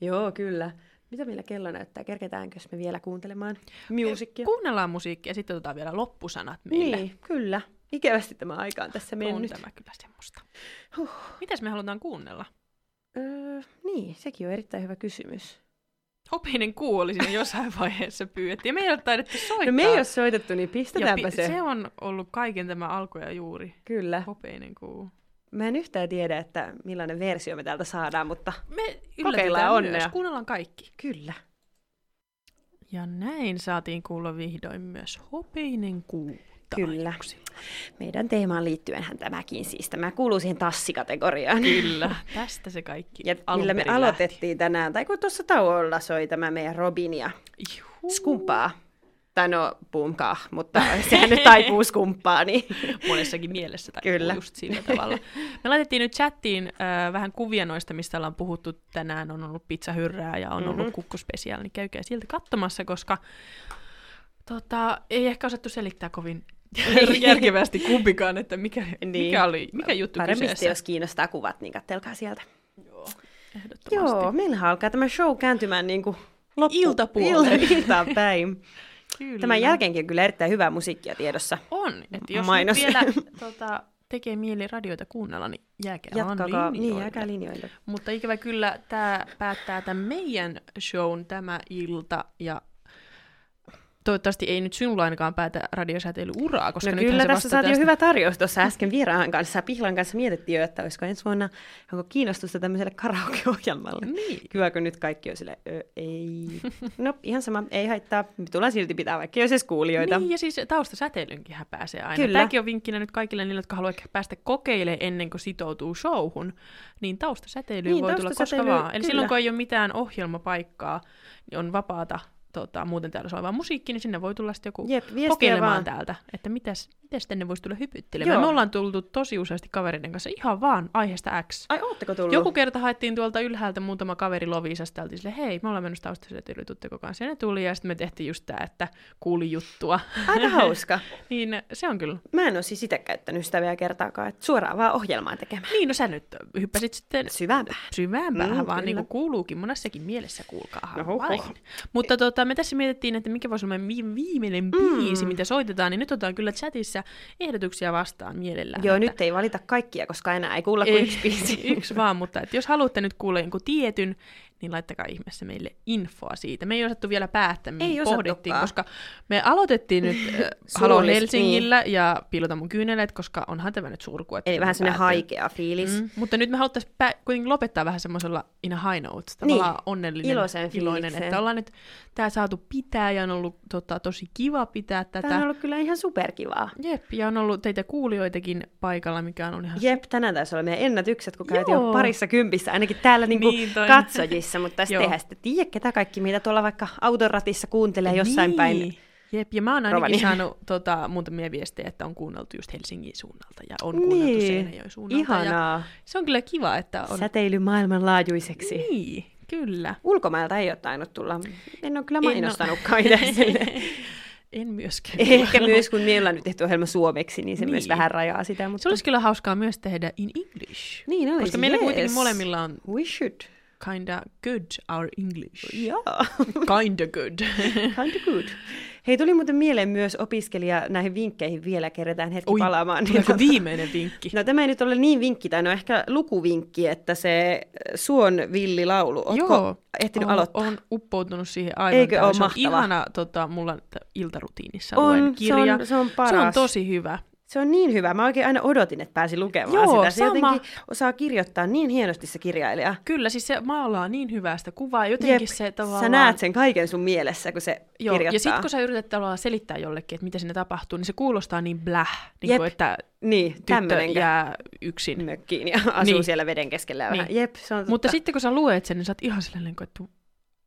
[SPEAKER 3] Joo, kyllä. Mitä meillä kello näyttää? Kerketäänkö me vielä kuuntelemaan musiikkia?
[SPEAKER 2] Kuunnellaan musiikkia ja sitten otetaan vielä loppusanat meille.
[SPEAKER 3] niin, kyllä. Ikävästi tämä aika on tässä
[SPEAKER 2] on
[SPEAKER 3] mennyt.
[SPEAKER 2] tämä kyllä semmoista.
[SPEAKER 3] Huh.
[SPEAKER 2] Mitäs me halutaan kuunnella?
[SPEAKER 3] Öö, niin, sekin on erittäin hyvä kysymys.
[SPEAKER 2] Hopinen kuoli siinä jossain vaiheessa pyydettiin. Me ei ole taidettu soittaa.
[SPEAKER 3] No me ei ole soitettu, niin
[SPEAKER 2] ja
[SPEAKER 3] pistetäänpä
[SPEAKER 2] pi-
[SPEAKER 3] se. Äh.
[SPEAKER 2] se on ollut kaiken tämä alku ja juuri.
[SPEAKER 3] Kyllä.
[SPEAKER 2] Hopeinen kuu.
[SPEAKER 3] Mä en yhtään tiedä, että millainen versio me täältä saadaan, mutta
[SPEAKER 2] Me
[SPEAKER 3] Kokeillaan
[SPEAKER 2] yllätetään
[SPEAKER 3] onnea.
[SPEAKER 2] myös. Kuunnellaan kaikki.
[SPEAKER 3] kyllä.
[SPEAKER 2] Ja näin saatiin kuulla vihdoin myös hopeinen kuu.
[SPEAKER 3] Kyllä.
[SPEAKER 2] taajuuksilla.
[SPEAKER 3] Meidän teemaan liittyenhän tämäkin siis. Tämä kuuluu siihen tassikategoriaan.
[SPEAKER 2] Kyllä. Tästä se kaikki
[SPEAKER 3] Ja
[SPEAKER 2] alun
[SPEAKER 3] millä me
[SPEAKER 2] perin
[SPEAKER 3] aloitettiin tänään, tai kun tuossa tauolla soi tämä meidän Robinia.
[SPEAKER 2] lähti. Juhuu.
[SPEAKER 3] Skumpaa. Tai no, puumkaa, mutta sehän nyt taipuu skumpaa, niin
[SPEAKER 2] monessakin mielessä tai
[SPEAKER 3] Kyllä.
[SPEAKER 2] Kyllä. just sillä tavalla. Me laitettiin nyt chattiin äh, vähän kuvia noista, mistä ollaan puhuttu tänään. On ollut pizzahyrrää ja on mm-hmm.
[SPEAKER 3] Mhm.
[SPEAKER 2] ollut kukkospesiaali, niin käykää sieltä katsomassa, koska tota, ei ehkä osattu selittää kovin järkevästi kumpikaan, että mikä, niin. mikä, oli, mikä juttu
[SPEAKER 3] paremmista,
[SPEAKER 2] kyseessä.
[SPEAKER 3] jos kiinnostaa kuvat, niin kattelkaa sieltä.
[SPEAKER 2] Ehdottomasti.
[SPEAKER 3] Joo, meillähän alkaa tämä show kääntymään niin kuin loppu.
[SPEAKER 2] Iltapuolelle.
[SPEAKER 3] Ilta, iltaan päin.
[SPEAKER 2] Kyllä.
[SPEAKER 3] Tämän jälkeenkin on kyllä erittäin hyvää musiikkia tiedossa.
[SPEAKER 2] On, että jos
[SPEAKER 3] Mainos.
[SPEAKER 2] Mainos. vielä tota, tekee mieli radioita kuunnella, niin jääkää
[SPEAKER 3] Jatkakaa,
[SPEAKER 2] vaan
[SPEAKER 3] niin
[SPEAKER 2] linjoille.
[SPEAKER 3] jääkää linjoille.
[SPEAKER 2] Mutta ikävä kyllä tämä päättää tämän meidän shown tämä ilta ja toivottavasti ei nyt sinulla ainakaan päätä radiosääteilyuraa, koska
[SPEAKER 3] no
[SPEAKER 2] nythän
[SPEAKER 3] kyllä
[SPEAKER 2] se
[SPEAKER 3] tässä
[SPEAKER 2] vasta
[SPEAKER 3] saatiin jo
[SPEAKER 2] tästä-
[SPEAKER 3] hyvä tarjous tuossa äsken vieraan kanssa. Pihlan kanssa mietittiin jo, että olisiko ensi vuonna onko kiinnostusta tämmöiselle karaoke-ohjelmalle.
[SPEAKER 2] Niin.
[SPEAKER 3] Hyvä, kun nyt kaikki on sille, ö, ei. No ihan sama, ei haittaa. Me tullaan silti pitää, vaikka ei olisi edes kuulijoita.
[SPEAKER 2] Niin, ja siis taustasäteilynkin pääsee aina.
[SPEAKER 3] Kyllä.
[SPEAKER 2] Kyllä. Tämäkin on vinkkinä nyt kaikille niille, jotka haluavat päästä kokeilemaan ennen kuin sitoutuu showhun, niin taustasäteilyyn
[SPEAKER 3] Niin,
[SPEAKER 2] voi tulla koska
[SPEAKER 3] taustasäteily-
[SPEAKER 2] vaan. Eli
[SPEAKER 3] kyllä.
[SPEAKER 2] silloin, kun ei ole mitään ohjelmapaikkaa, niin on vapaata tota, muuten täällä soivaa musiikki, niin sinne voi tulla sitten joku
[SPEAKER 3] Jep, viestiä
[SPEAKER 2] kokeilemaan
[SPEAKER 3] vaan.
[SPEAKER 2] täältä, että mitäs, mitäs tänne voisi tulla hypyttelemään.
[SPEAKER 3] Joo.
[SPEAKER 2] Me ollaan tultu tosi useasti kavereiden kanssa ihan vaan aiheesta X.
[SPEAKER 3] Ai, ootteko tullut?
[SPEAKER 2] Joku kerta haettiin tuolta ylhäältä muutama kaveri Lovisasta, oltiin sille, hei, me ollaan menossa taustasäteilyyn, tutteko kanssa? Ja ne tuli, ja sitten me tehtiin just tää, että kuuli juttua.
[SPEAKER 3] Aika hauska.
[SPEAKER 2] Niin se on kyllä.
[SPEAKER 3] Mä en ole siis itse käyttänyt sitä vielä kertaakaan, että suoraan vaan ohjelmaa tekemään.
[SPEAKER 2] Niin, no sä nyt hyppäsit sitten
[SPEAKER 3] Syvämpää.
[SPEAKER 2] syvään päähän,
[SPEAKER 3] Mm,
[SPEAKER 2] mm, vaan niin
[SPEAKER 3] kyllä.
[SPEAKER 2] kuin kuuluukin monessakin mielessä, kuulkaa
[SPEAKER 3] No, huh,
[SPEAKER 2] vain.
[SPEAKER 3] huh.
[SPEAKER 2] Mutta tota, me tässä mietittiin, että mikä voisi olla meidän vi-
[SPEAKER 3] Mm.
[SPEAKER 2] viimeinen biisi, mitä soitetaan, niin nyt otetaan kyllä chatissa ehdotuksia vastaan mielellään.
[SPEAKER 3] Joo,
[SPEAKER 2] että-
[SPEAKER 3] nyt ei valita kaikkia, koska enää ei kuulla kuin yksi biisi.
[SPEAKER 2] yksi vaan, mutta että jos haluatte nyt kuulla jonkun tietyn, niin laittakaa ihmeessä meille infoa siitä. Me ei osattu vielä päättää, me
[SPEAKER 3] Ei osattukaan.
[SPEAKER 2] pohdittiin,
[SPEAKER 3] niin.
[SPEAKER 2] koska me aloitettiin nyt äh, Halo
[SPEAKER 3] Surullista,
[SPEAKER 2] Helsingillä ja Pilota mun kyynelet, koska onhan tämä nyt surku. että
[SPEAKER 3] Eli vähän
[SPEAKER 2] me
[SPEAKER 3] semmoinen
[SPEAKER 2] päätin-
[SPEAKER 3] haikea fiilis.
[SPEAKER 2] Mm, mutta nyt me haluttaisiin pä- kuitenkin lopettaa vähän semmoisella in a high note,
[SPEAKER 3] Niin.
[SPEAKER 2] tavallaan onnellinen,
[SPEAKER 3] Iloisen
[SPEAKER 2] iloinen
[SPEAKER 3] fiilikseen.
[SPEAKER 2] että ollaan nyt tämä saatu pitää ja on ollut tota, tosi kiva pitää tätä.
[SPEAKER 3] Tämä on ollut kyllä ihan superkivaa.
[SPEAKER 2] Jep, ja on ollut teitä kuulijoitakin paikalla, mikä on ollut ihan
[SPEAKER 3] Jep, tänään taisi olla meidän ennätykset, kun käytiin jo
[SPEAKER 2] Joo.
[SPEAKER 3] parissa kympissä, ainakin täällä niinku
[SPEAKER 2] Niin, toi-
[SPEAKER 3] katsojissa, mutta tässä
[SPEAKER 2] Joo.
[SPEAKER 3] tehdään sitten tiedä, ketä kaikki meitä tuolla vaikka autoratissa kuuntelee jossain
[SPEAKER 2] niin.
[SPEAKER 3] päin.
[SPEAKER 2] Jep, ja mä oon ainakin
[SPEAKER 3] Rovaniemellä.
[SPEAKER 2] saanut tota, muutamia viestejä, että on kuunneltu just Helsingin suunnalta ja on kuunneltu
[SPEAKER 3] Niin.
[SPEAKER 2] Seinäjoen suunnalta. Ja
[SPEAKER 3] Ihanaa.
[SPEAKER 2] se on kyllä kiva, että on.
[SPEAKER 3] Säteily maailmanlaajuiseksi.
[SPEAKER 2] Niin, kyllä.
[SPEAKER 3] Ulkomailta ei ole tainnut tulla. En ole kyllä
[SPEAKER 2] En oo-
[SPEAKER 3] mainostanutkaan itse sille.
[SPEAKER 2] en myöskään.
[SPEAKER 3] Ehkä myös, kun meillä on nyt tehty ohjelma suomeksi, niin se niin. myös
[SPEAKER 2] Niin.
[SPEAKER 3] vähän rajaa sitä. Mutta...
[SPEAKER 2] Se olisi kyllä hauskaa myös tehdä in English.
[SPEAKER 3] Niin olisi,
[SPEAKER 2] Koska meillä
[SPEAKER 3] yes.
[SPEAKER 2] kuitenkin molemmilla on
[SPEAKER 3] We should.
[SPEAKER 2] kinda good our English.
[SPEAKER 3] Joo.
[SPEAKER 2] Kinda good.
[SPEAKER 3] Kind of good. Hei, tuli muuten mieleen myös opiskelija näihin vinkkeihin vielä, kerätään hetki
[SPEAKER 2] Oi,
[SPEAKER 3] palaamaan.
[SPEAKER 2] tuleeko
[SPEAKER 3] tota-
[SPEAKER 2] viimeinen vinkki?
[SPEAKER 3] No tämä ei nyt ole niin vinkki, tai no ehkä lukuvinkki, että se Suon villilaulu, ootko Joo. ehtinyt
[SPEAKER 2] on,
[SPEAKER 3] aloittaa?
[SPEAKER 2] on uppoutunut siihen aivan
[SPEAKER 3] Eikö
[SPEAKER 2] täysin.
[SPEAKER 3] oo
[SPEAKER 2] Se on
[SPEAKER 3] mahtava?
[SPEAKER 2] ihana tota, mulla t- iltarutiinissa
[SPEAKER 3] On,
[SPEAKER 2] luen
[SPEAKER 3] se on-
[SPEAKER 2] kirja.
[SPEAKER 3] se on
[SPEAKER 2] Se on
[SPEAKER 3] paras.
[SPEAKER 2] tosi hyvä.
[SPEAKER 3] Se on niin hyvä. Mä oikein aina odotin, että pääsi lukemaan
[SPEAKER 2] Joo,
[SPEAKER 3] sitä. Se
[SPEAKER 2] sama.
[SPEAKER 3] jotenkin osaa kirjoittaa niin hienosti se kirjailija.
[SPEAKER 2] Kyllä, siis se maalaa niin hyvää sitä kuvaa. Jotenkin
[SPEAKER 3] Jep,
[SPEAKER 2] se tavallaan...
[SPEAKER 3] Sä näet sen kaiken sun mielessä, kun se
[SPEAKER 2] Joo,
[SPEAKER 3] kirjoittaa.
[SPEAKER 2] ja sitten kun sä yrität tavallaan selittää jollekin, että mitä sinne tapahtuu, niin se kuulostaa niin bläh, niin
[SPEAKER 3] Jep.
[SPEAKER 2] kuin, että
[SPEAKER 3] niin,
[SPEAKER 2] tyttö
[SPEAKER 3] tämmöinen jää...
[SPEAKER 2] jää yksin.
[SPEAKER 3] mökkiin ja asuu
[SPEAKER 2] Niin.
[SPEAKER 3] niin. siellä veden keskellä ja
[SPEAKER 2] Niin.
[SPEAKER 3] vähän. Jep, se on totta.
[SPEAKER 2] Mutta sitten kun sä luet sen, niin sä oot ihan sellainen, kuin, että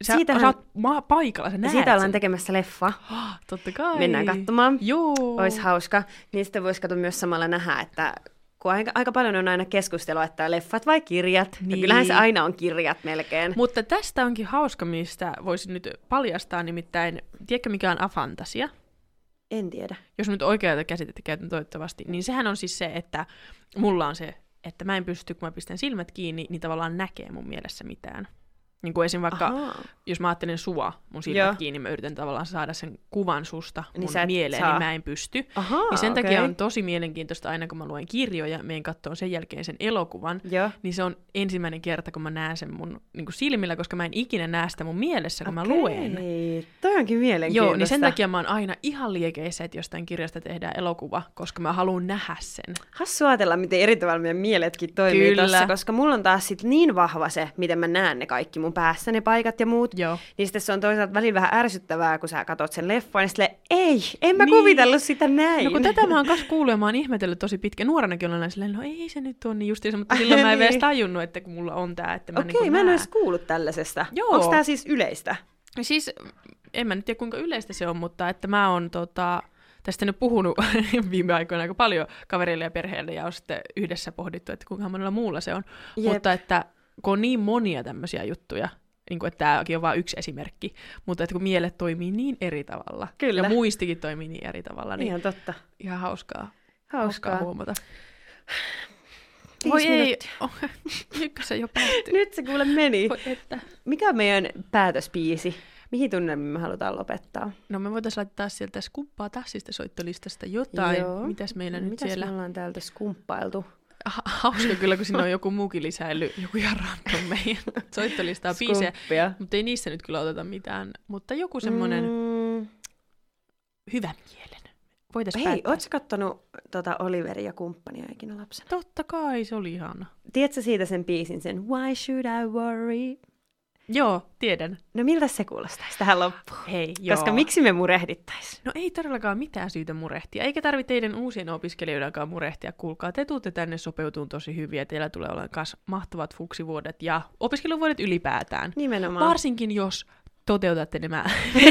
[SPEAKER 2] sä,
[SPEAKER 3] Siitähän-
[SPEAKER 2] sä oot maa, paikalla, sä
[SPEAKER 3] Ja
[SPEAKER 2] näet
[SPEAKER 3] siitä ollaan
[SPEAKER 2] sen.
[SPEAKER 3] tekemässä leffa.
[SPEAKER 2] Ah, Totta kai.
[SPEAKER 3] Mennään katsomaan.
[SPEAKER 2] Joo.
[SPEAKER 3] Olisi hauska. Niin Niistä voisi katsoa myös samalla nähdä, että kun aika, aika paljon on aina keskustelua, että leffat vai kirjat. Niin. Ja
[SPEAKER 2] Niin.
[SPEAKER 3] kyllähän se aina on kirjat melkein.
[SPEAKER 2] Mutta tästä onkin hauska, mistä voisin nyt paljastaa nimittäin, tiedätkö mikä on afantasia?
[SPEAKER 3] en tiedä.
[SPEAKER 2] Jos nyt oikeata käsitettä käytän toivottavasti, niin sehän on siis se, että mulla on se, että mä en pysty, kun mä pistän silmät kiinni, niin tavallaan näkee mun mielessä mitään. Niin kuin esim. vaikka, Aha.
[SPEAKER 3] Ahaa.
[SPEAKER 2] jos mä ajattelen sua mun silmät
[SPEAKER 3] Joo.
[SPEAKER 2] kiinni, mä yritän tavallaan saada sen kuvan susta
[SPEAKER 3] Niin
[SPEAKER 2] mun
[SPEAKER 3] sä et
[SPEAKER 2] mieleen,
[SPEAKER 3] saa.
[SPEAKER 2] niin mä en pysty.
[SPEAKER 3] Ahaa,
[SPEAKER 2] Niin sen
[SPEAKER 3] okei.
[SPEAKER 2] takia on tosi mielenkiintoista aina, kun mä luen kirjoja, meidän katsoa sen jälkeen sen elokuvan,
[SPEAKER 3] Joo.
[SPEAKER 2] niin se on ensimmäinen kerta, kun mä näen sen mun niin kuin silmillä, koska mä en ikinä näe sitä mun mielessä, kun mä luen.
[SPEAKER 3] Okei, niin Toi onkin mielenkiintoista.
[SPEAKER 2] Joo, niin sen takia mä oon aina ihan liekeissä, että jostain kirjasta tehdään elokuva, koska mä haluan nähdä sen.
[SPEAKER 3] Hassu ajatella, miten eri tavalla meidän mieletkin toimii
[SPEAKER 2] Kyllä.
[SPEAKER 3] tossa, koska mulla on taas sit niin vahva se, miten mä näen ne kaikki mun päässä, ne paikat ja muut.
[SPEAKER 2] Joo.
[SPEAKER 3] Niin sitten se on toisaalta välillä vähän ärsyttävää, kun sä katot sen leffan, niin silleen, ei, en mä
[SPEAKER 2] Niin.
[SPEAKER 3] niin. kuvitellut sitä näin.
[SPEAKER 2] No kun tätä mä oon kanssa kuullut ja mä oon ihmetellyt tosi pitkä. Nuorenakin olen aina silleen, no ei se nyt ole niin justiinsa, mutta silloin mä en
[SPEAKER 3] Niin.
[SPEAKER 2] edes tajunnut, että kun mulla on tää, että mä
[SPEAKER 3] Okei,
[SPEAKER 2] niin
[SPEAKER 3] mä en ole
[SPEAKER 2] näen.
[SPEAKER 3] edes kuullut tällaisesta.
[SPEAKER 2] Joo.
[SPEAKER 3] Onko tää siis yleistä?
[SPEAKER 2] No Siis en mä nyt tiedä kuinka yleistä se on, mutta että mä oon tota, tästä nyt puhunut viime aikoina aika paljon kavereille ja perheelle ja on sitten yhdessä pohdittu, että kuinka monella muulla se on.
[SPEAKER 3] Jep.
[SPEAKER 2] Mutta että kun on niin monia tämmöisiä juttuja, niin kuin, että tämäkin on vain yksi esimerkki, mutta että kun mielet toimii niin eri tavalla
[SPEAKER 3] Kyllä.
[SPEAKER 2] ja muistikin toimii niin eri tavalla, niin ihan,
[SPEAKER 3] Ihan totta.
[SPEAKER 2] ihan hauskaa, hauskaa.
[SPEAKER 3] Hauskaa.
[SPEAKER 2] huomata.
[SPEAKER 3] Viisi
[SPEAKER 2] Voi ei,
[SPEAKER 3] minuuttia. Niin.
[SPEAKER 2] oh, ykkösen jo päättyy.
[SPEAKER 3] Nyt se kuule meni.
[SPEAKER 2] Voi että.
[SPEAKER 3] Mikä on meidän päätöspiisi? Mihin tunnelmiin me halutaan lopettaa?
[SPEAKER 2] No me voitaisiin laittaa sieltä skuppaa tassista soittolistasta jotain. Joo.
[SPEAKER 3] Joo.
[SPEAKER 2] Mitäs meillä nyt
[SPEAKER 3] Mitäs
[SPEAKER 2] siellä?
[SPEAKER 3] me ollaan täältä skumppailtu?
[SPEAKER 2] Ha- hauska kyllä, kun sinne on joku muukin lisäily, joku ihan random meidän soittolistaa biisejä.
[SPEAKER 3] Skumppia.
[SPEAKER 2] Mutta ei niissä nyt kyllä oteta mitään, mutta joku semmoinen mm.
[SPEAKER 3] Mm,
[SPEAKER 2] hyvän kielen. Voitaisiin
[SPEAKER 3] hei,
[SPEAKER 2] päättää.
[SPEAKER 3] ootko kattonut tota Oliveria ja kumppania ikinä lapsena?
[SPEAKER 2] Totta kai, se oli ihana.
[SPEAKER 3] Tiedätkö siitä sen biisin, sen Why Should I Worry?
[SPEAKER 2] Joo, tiedän.
[SPEAKER 3] No miltä se kuulostaisi tähän loppuun?
[SPEAKER 2] Hei, joo.
[SPEAKER 3] Joo. Koska miksi me murehdittaisiin?
[SPEAKER 2] No ei todellakaan mitään syytä murehtia, eikä tarvitse teidän uusien opiskelijoidenkaan murehtia. Kuulkaa, te tuutte tänne sopeutuun tosi hyviä, teillä tulee olemaan kas mahtavat fuksivuodet ja opiskeluvuodet ylipäätään.
[SPEAKER 3] Nimenomaan.
[SPEAKER 2] Varsinkin jos toteutatte nämä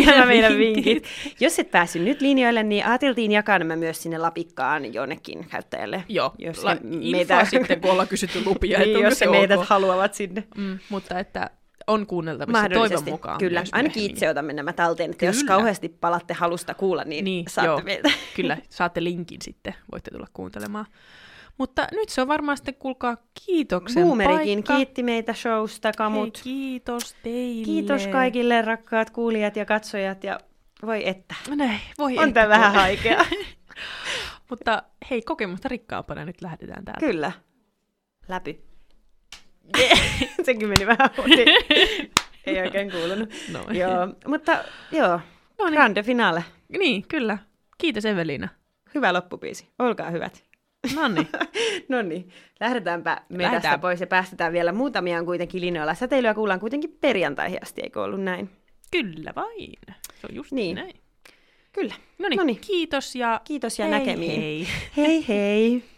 [SPEAKER 3] Nämä meidän vinkit. Jos et päässyt nyt linjoille, niin ajateltiin jakaa nämä myös sinne lapikkaan jonnekin käyttäjälle.
[SPEAKER 2] Joo,
[SPEAKER 3] Jos
[SPEAKER 2] la-
[SPEAKER 3] he
[SPEAKER 2] meitä... sitten, kun ollaan kysytty lupia, että
[SPEAKER 3] niin,
[SPEAKER 2] onko
[SPEAKER 3] jos
[SPEAKER 2] se
[SPEAKER 3] he meidät
[SPEAKER 2] ok.
[SPEAKER 3] haluavat sinne.
[SPEAKER 2] Mm, mutta että on kuunneltavissa toivon
[SPEAKER 3] Mahdollisesti,
[SPEAKER 2] mukaan.
[SPEAKER 3] kyllä.
[SPEAKER 2] myös
[SPEAKER 3] Ainakin
[SPEAKER 2] myöhemmin.
[SPEAKER 3] itse otamme nämä talteen, että jos
[SPEAKER 2] Kyllä.
[SPEAKER 3] kauheasti palatte halusta kuulla, niin,
[SPEAKER 2] Niin,
[SPEAKER 3] saatte
[SPEAKER 2] joo.
[SPEAKER 3] meiltä.
[SPEAKER 2] Kyllä, saatte linkin sitten, voitte tulla kuuntelemaan. Mutta nyt se on varmaan sitten, kuulkaa, kiitoksen
[SPEAKER 3] Boomerikin
[SPEAKER 2] paikka.
[SPEAKER 3] kiitti meitä showsta, kamut.
[SPEAKER 2] Hei, kiitos teille.
[SPEAKER 3] Kiitos kaikille rakkaat kuulijat ja katsojat ja voi että.
[SPEAKER 2] Näin, No niin, voi
[SPEAKER 3] On
[SPEAKER 2] että
[SPEAKER 3] tämä vähän
[SPEAKER 2] voi.
[SPEAKER 3] haikea.
[SPEAKER 2] Mutta hei, kokemusta rikkaampana nyt lähdetään täältä.
[SPEAKER 3] Kyllä. Läpy. Sekin meni vähän ohi. Ei oikein kuulunut.
[SPEAKER 2] Noin.
[SPEAKER 3] Joo, mutta joo.
[SPEAKER 2] No niin.
[SPEAKER 3] Grande finale.
[SPEAKER 2] Niin, kyllä. Kiitos Evelina.
[SPEAKER 3] Hyvä loppupiisi. Olkaa hyvät.
[SPEAKER 2] Nonni.
[SPEAKER 3] No niin, lähdetäänpä me
[SPEAKER 2] Lähdetään.
[SPEAKER 3] tästä pois ja päästetään vielä muutamia on kuitenkin linjoilla. Säteilyä kuullaan kuitenkin perjantaihin asti, eikö ollut näin?
[SPEAKER 2] kyllä vain. Se on just niin.
[SPEAKER 3] Niin.
[SPEAKER 2] näin.
[SPEAKER 3] Kyllä.
[SPEAKER 2] No niin,
[SPEAKER 3] Noniin.
[SPEAKER 2] kiitos ja
[SPEAKER 3] Kiitos ja
[SPEAKER 2] hei,
[SPEAKER 3] näkemiin.
[SPEAKER 2] Hei.
[SPEAKER 3] Hei hei.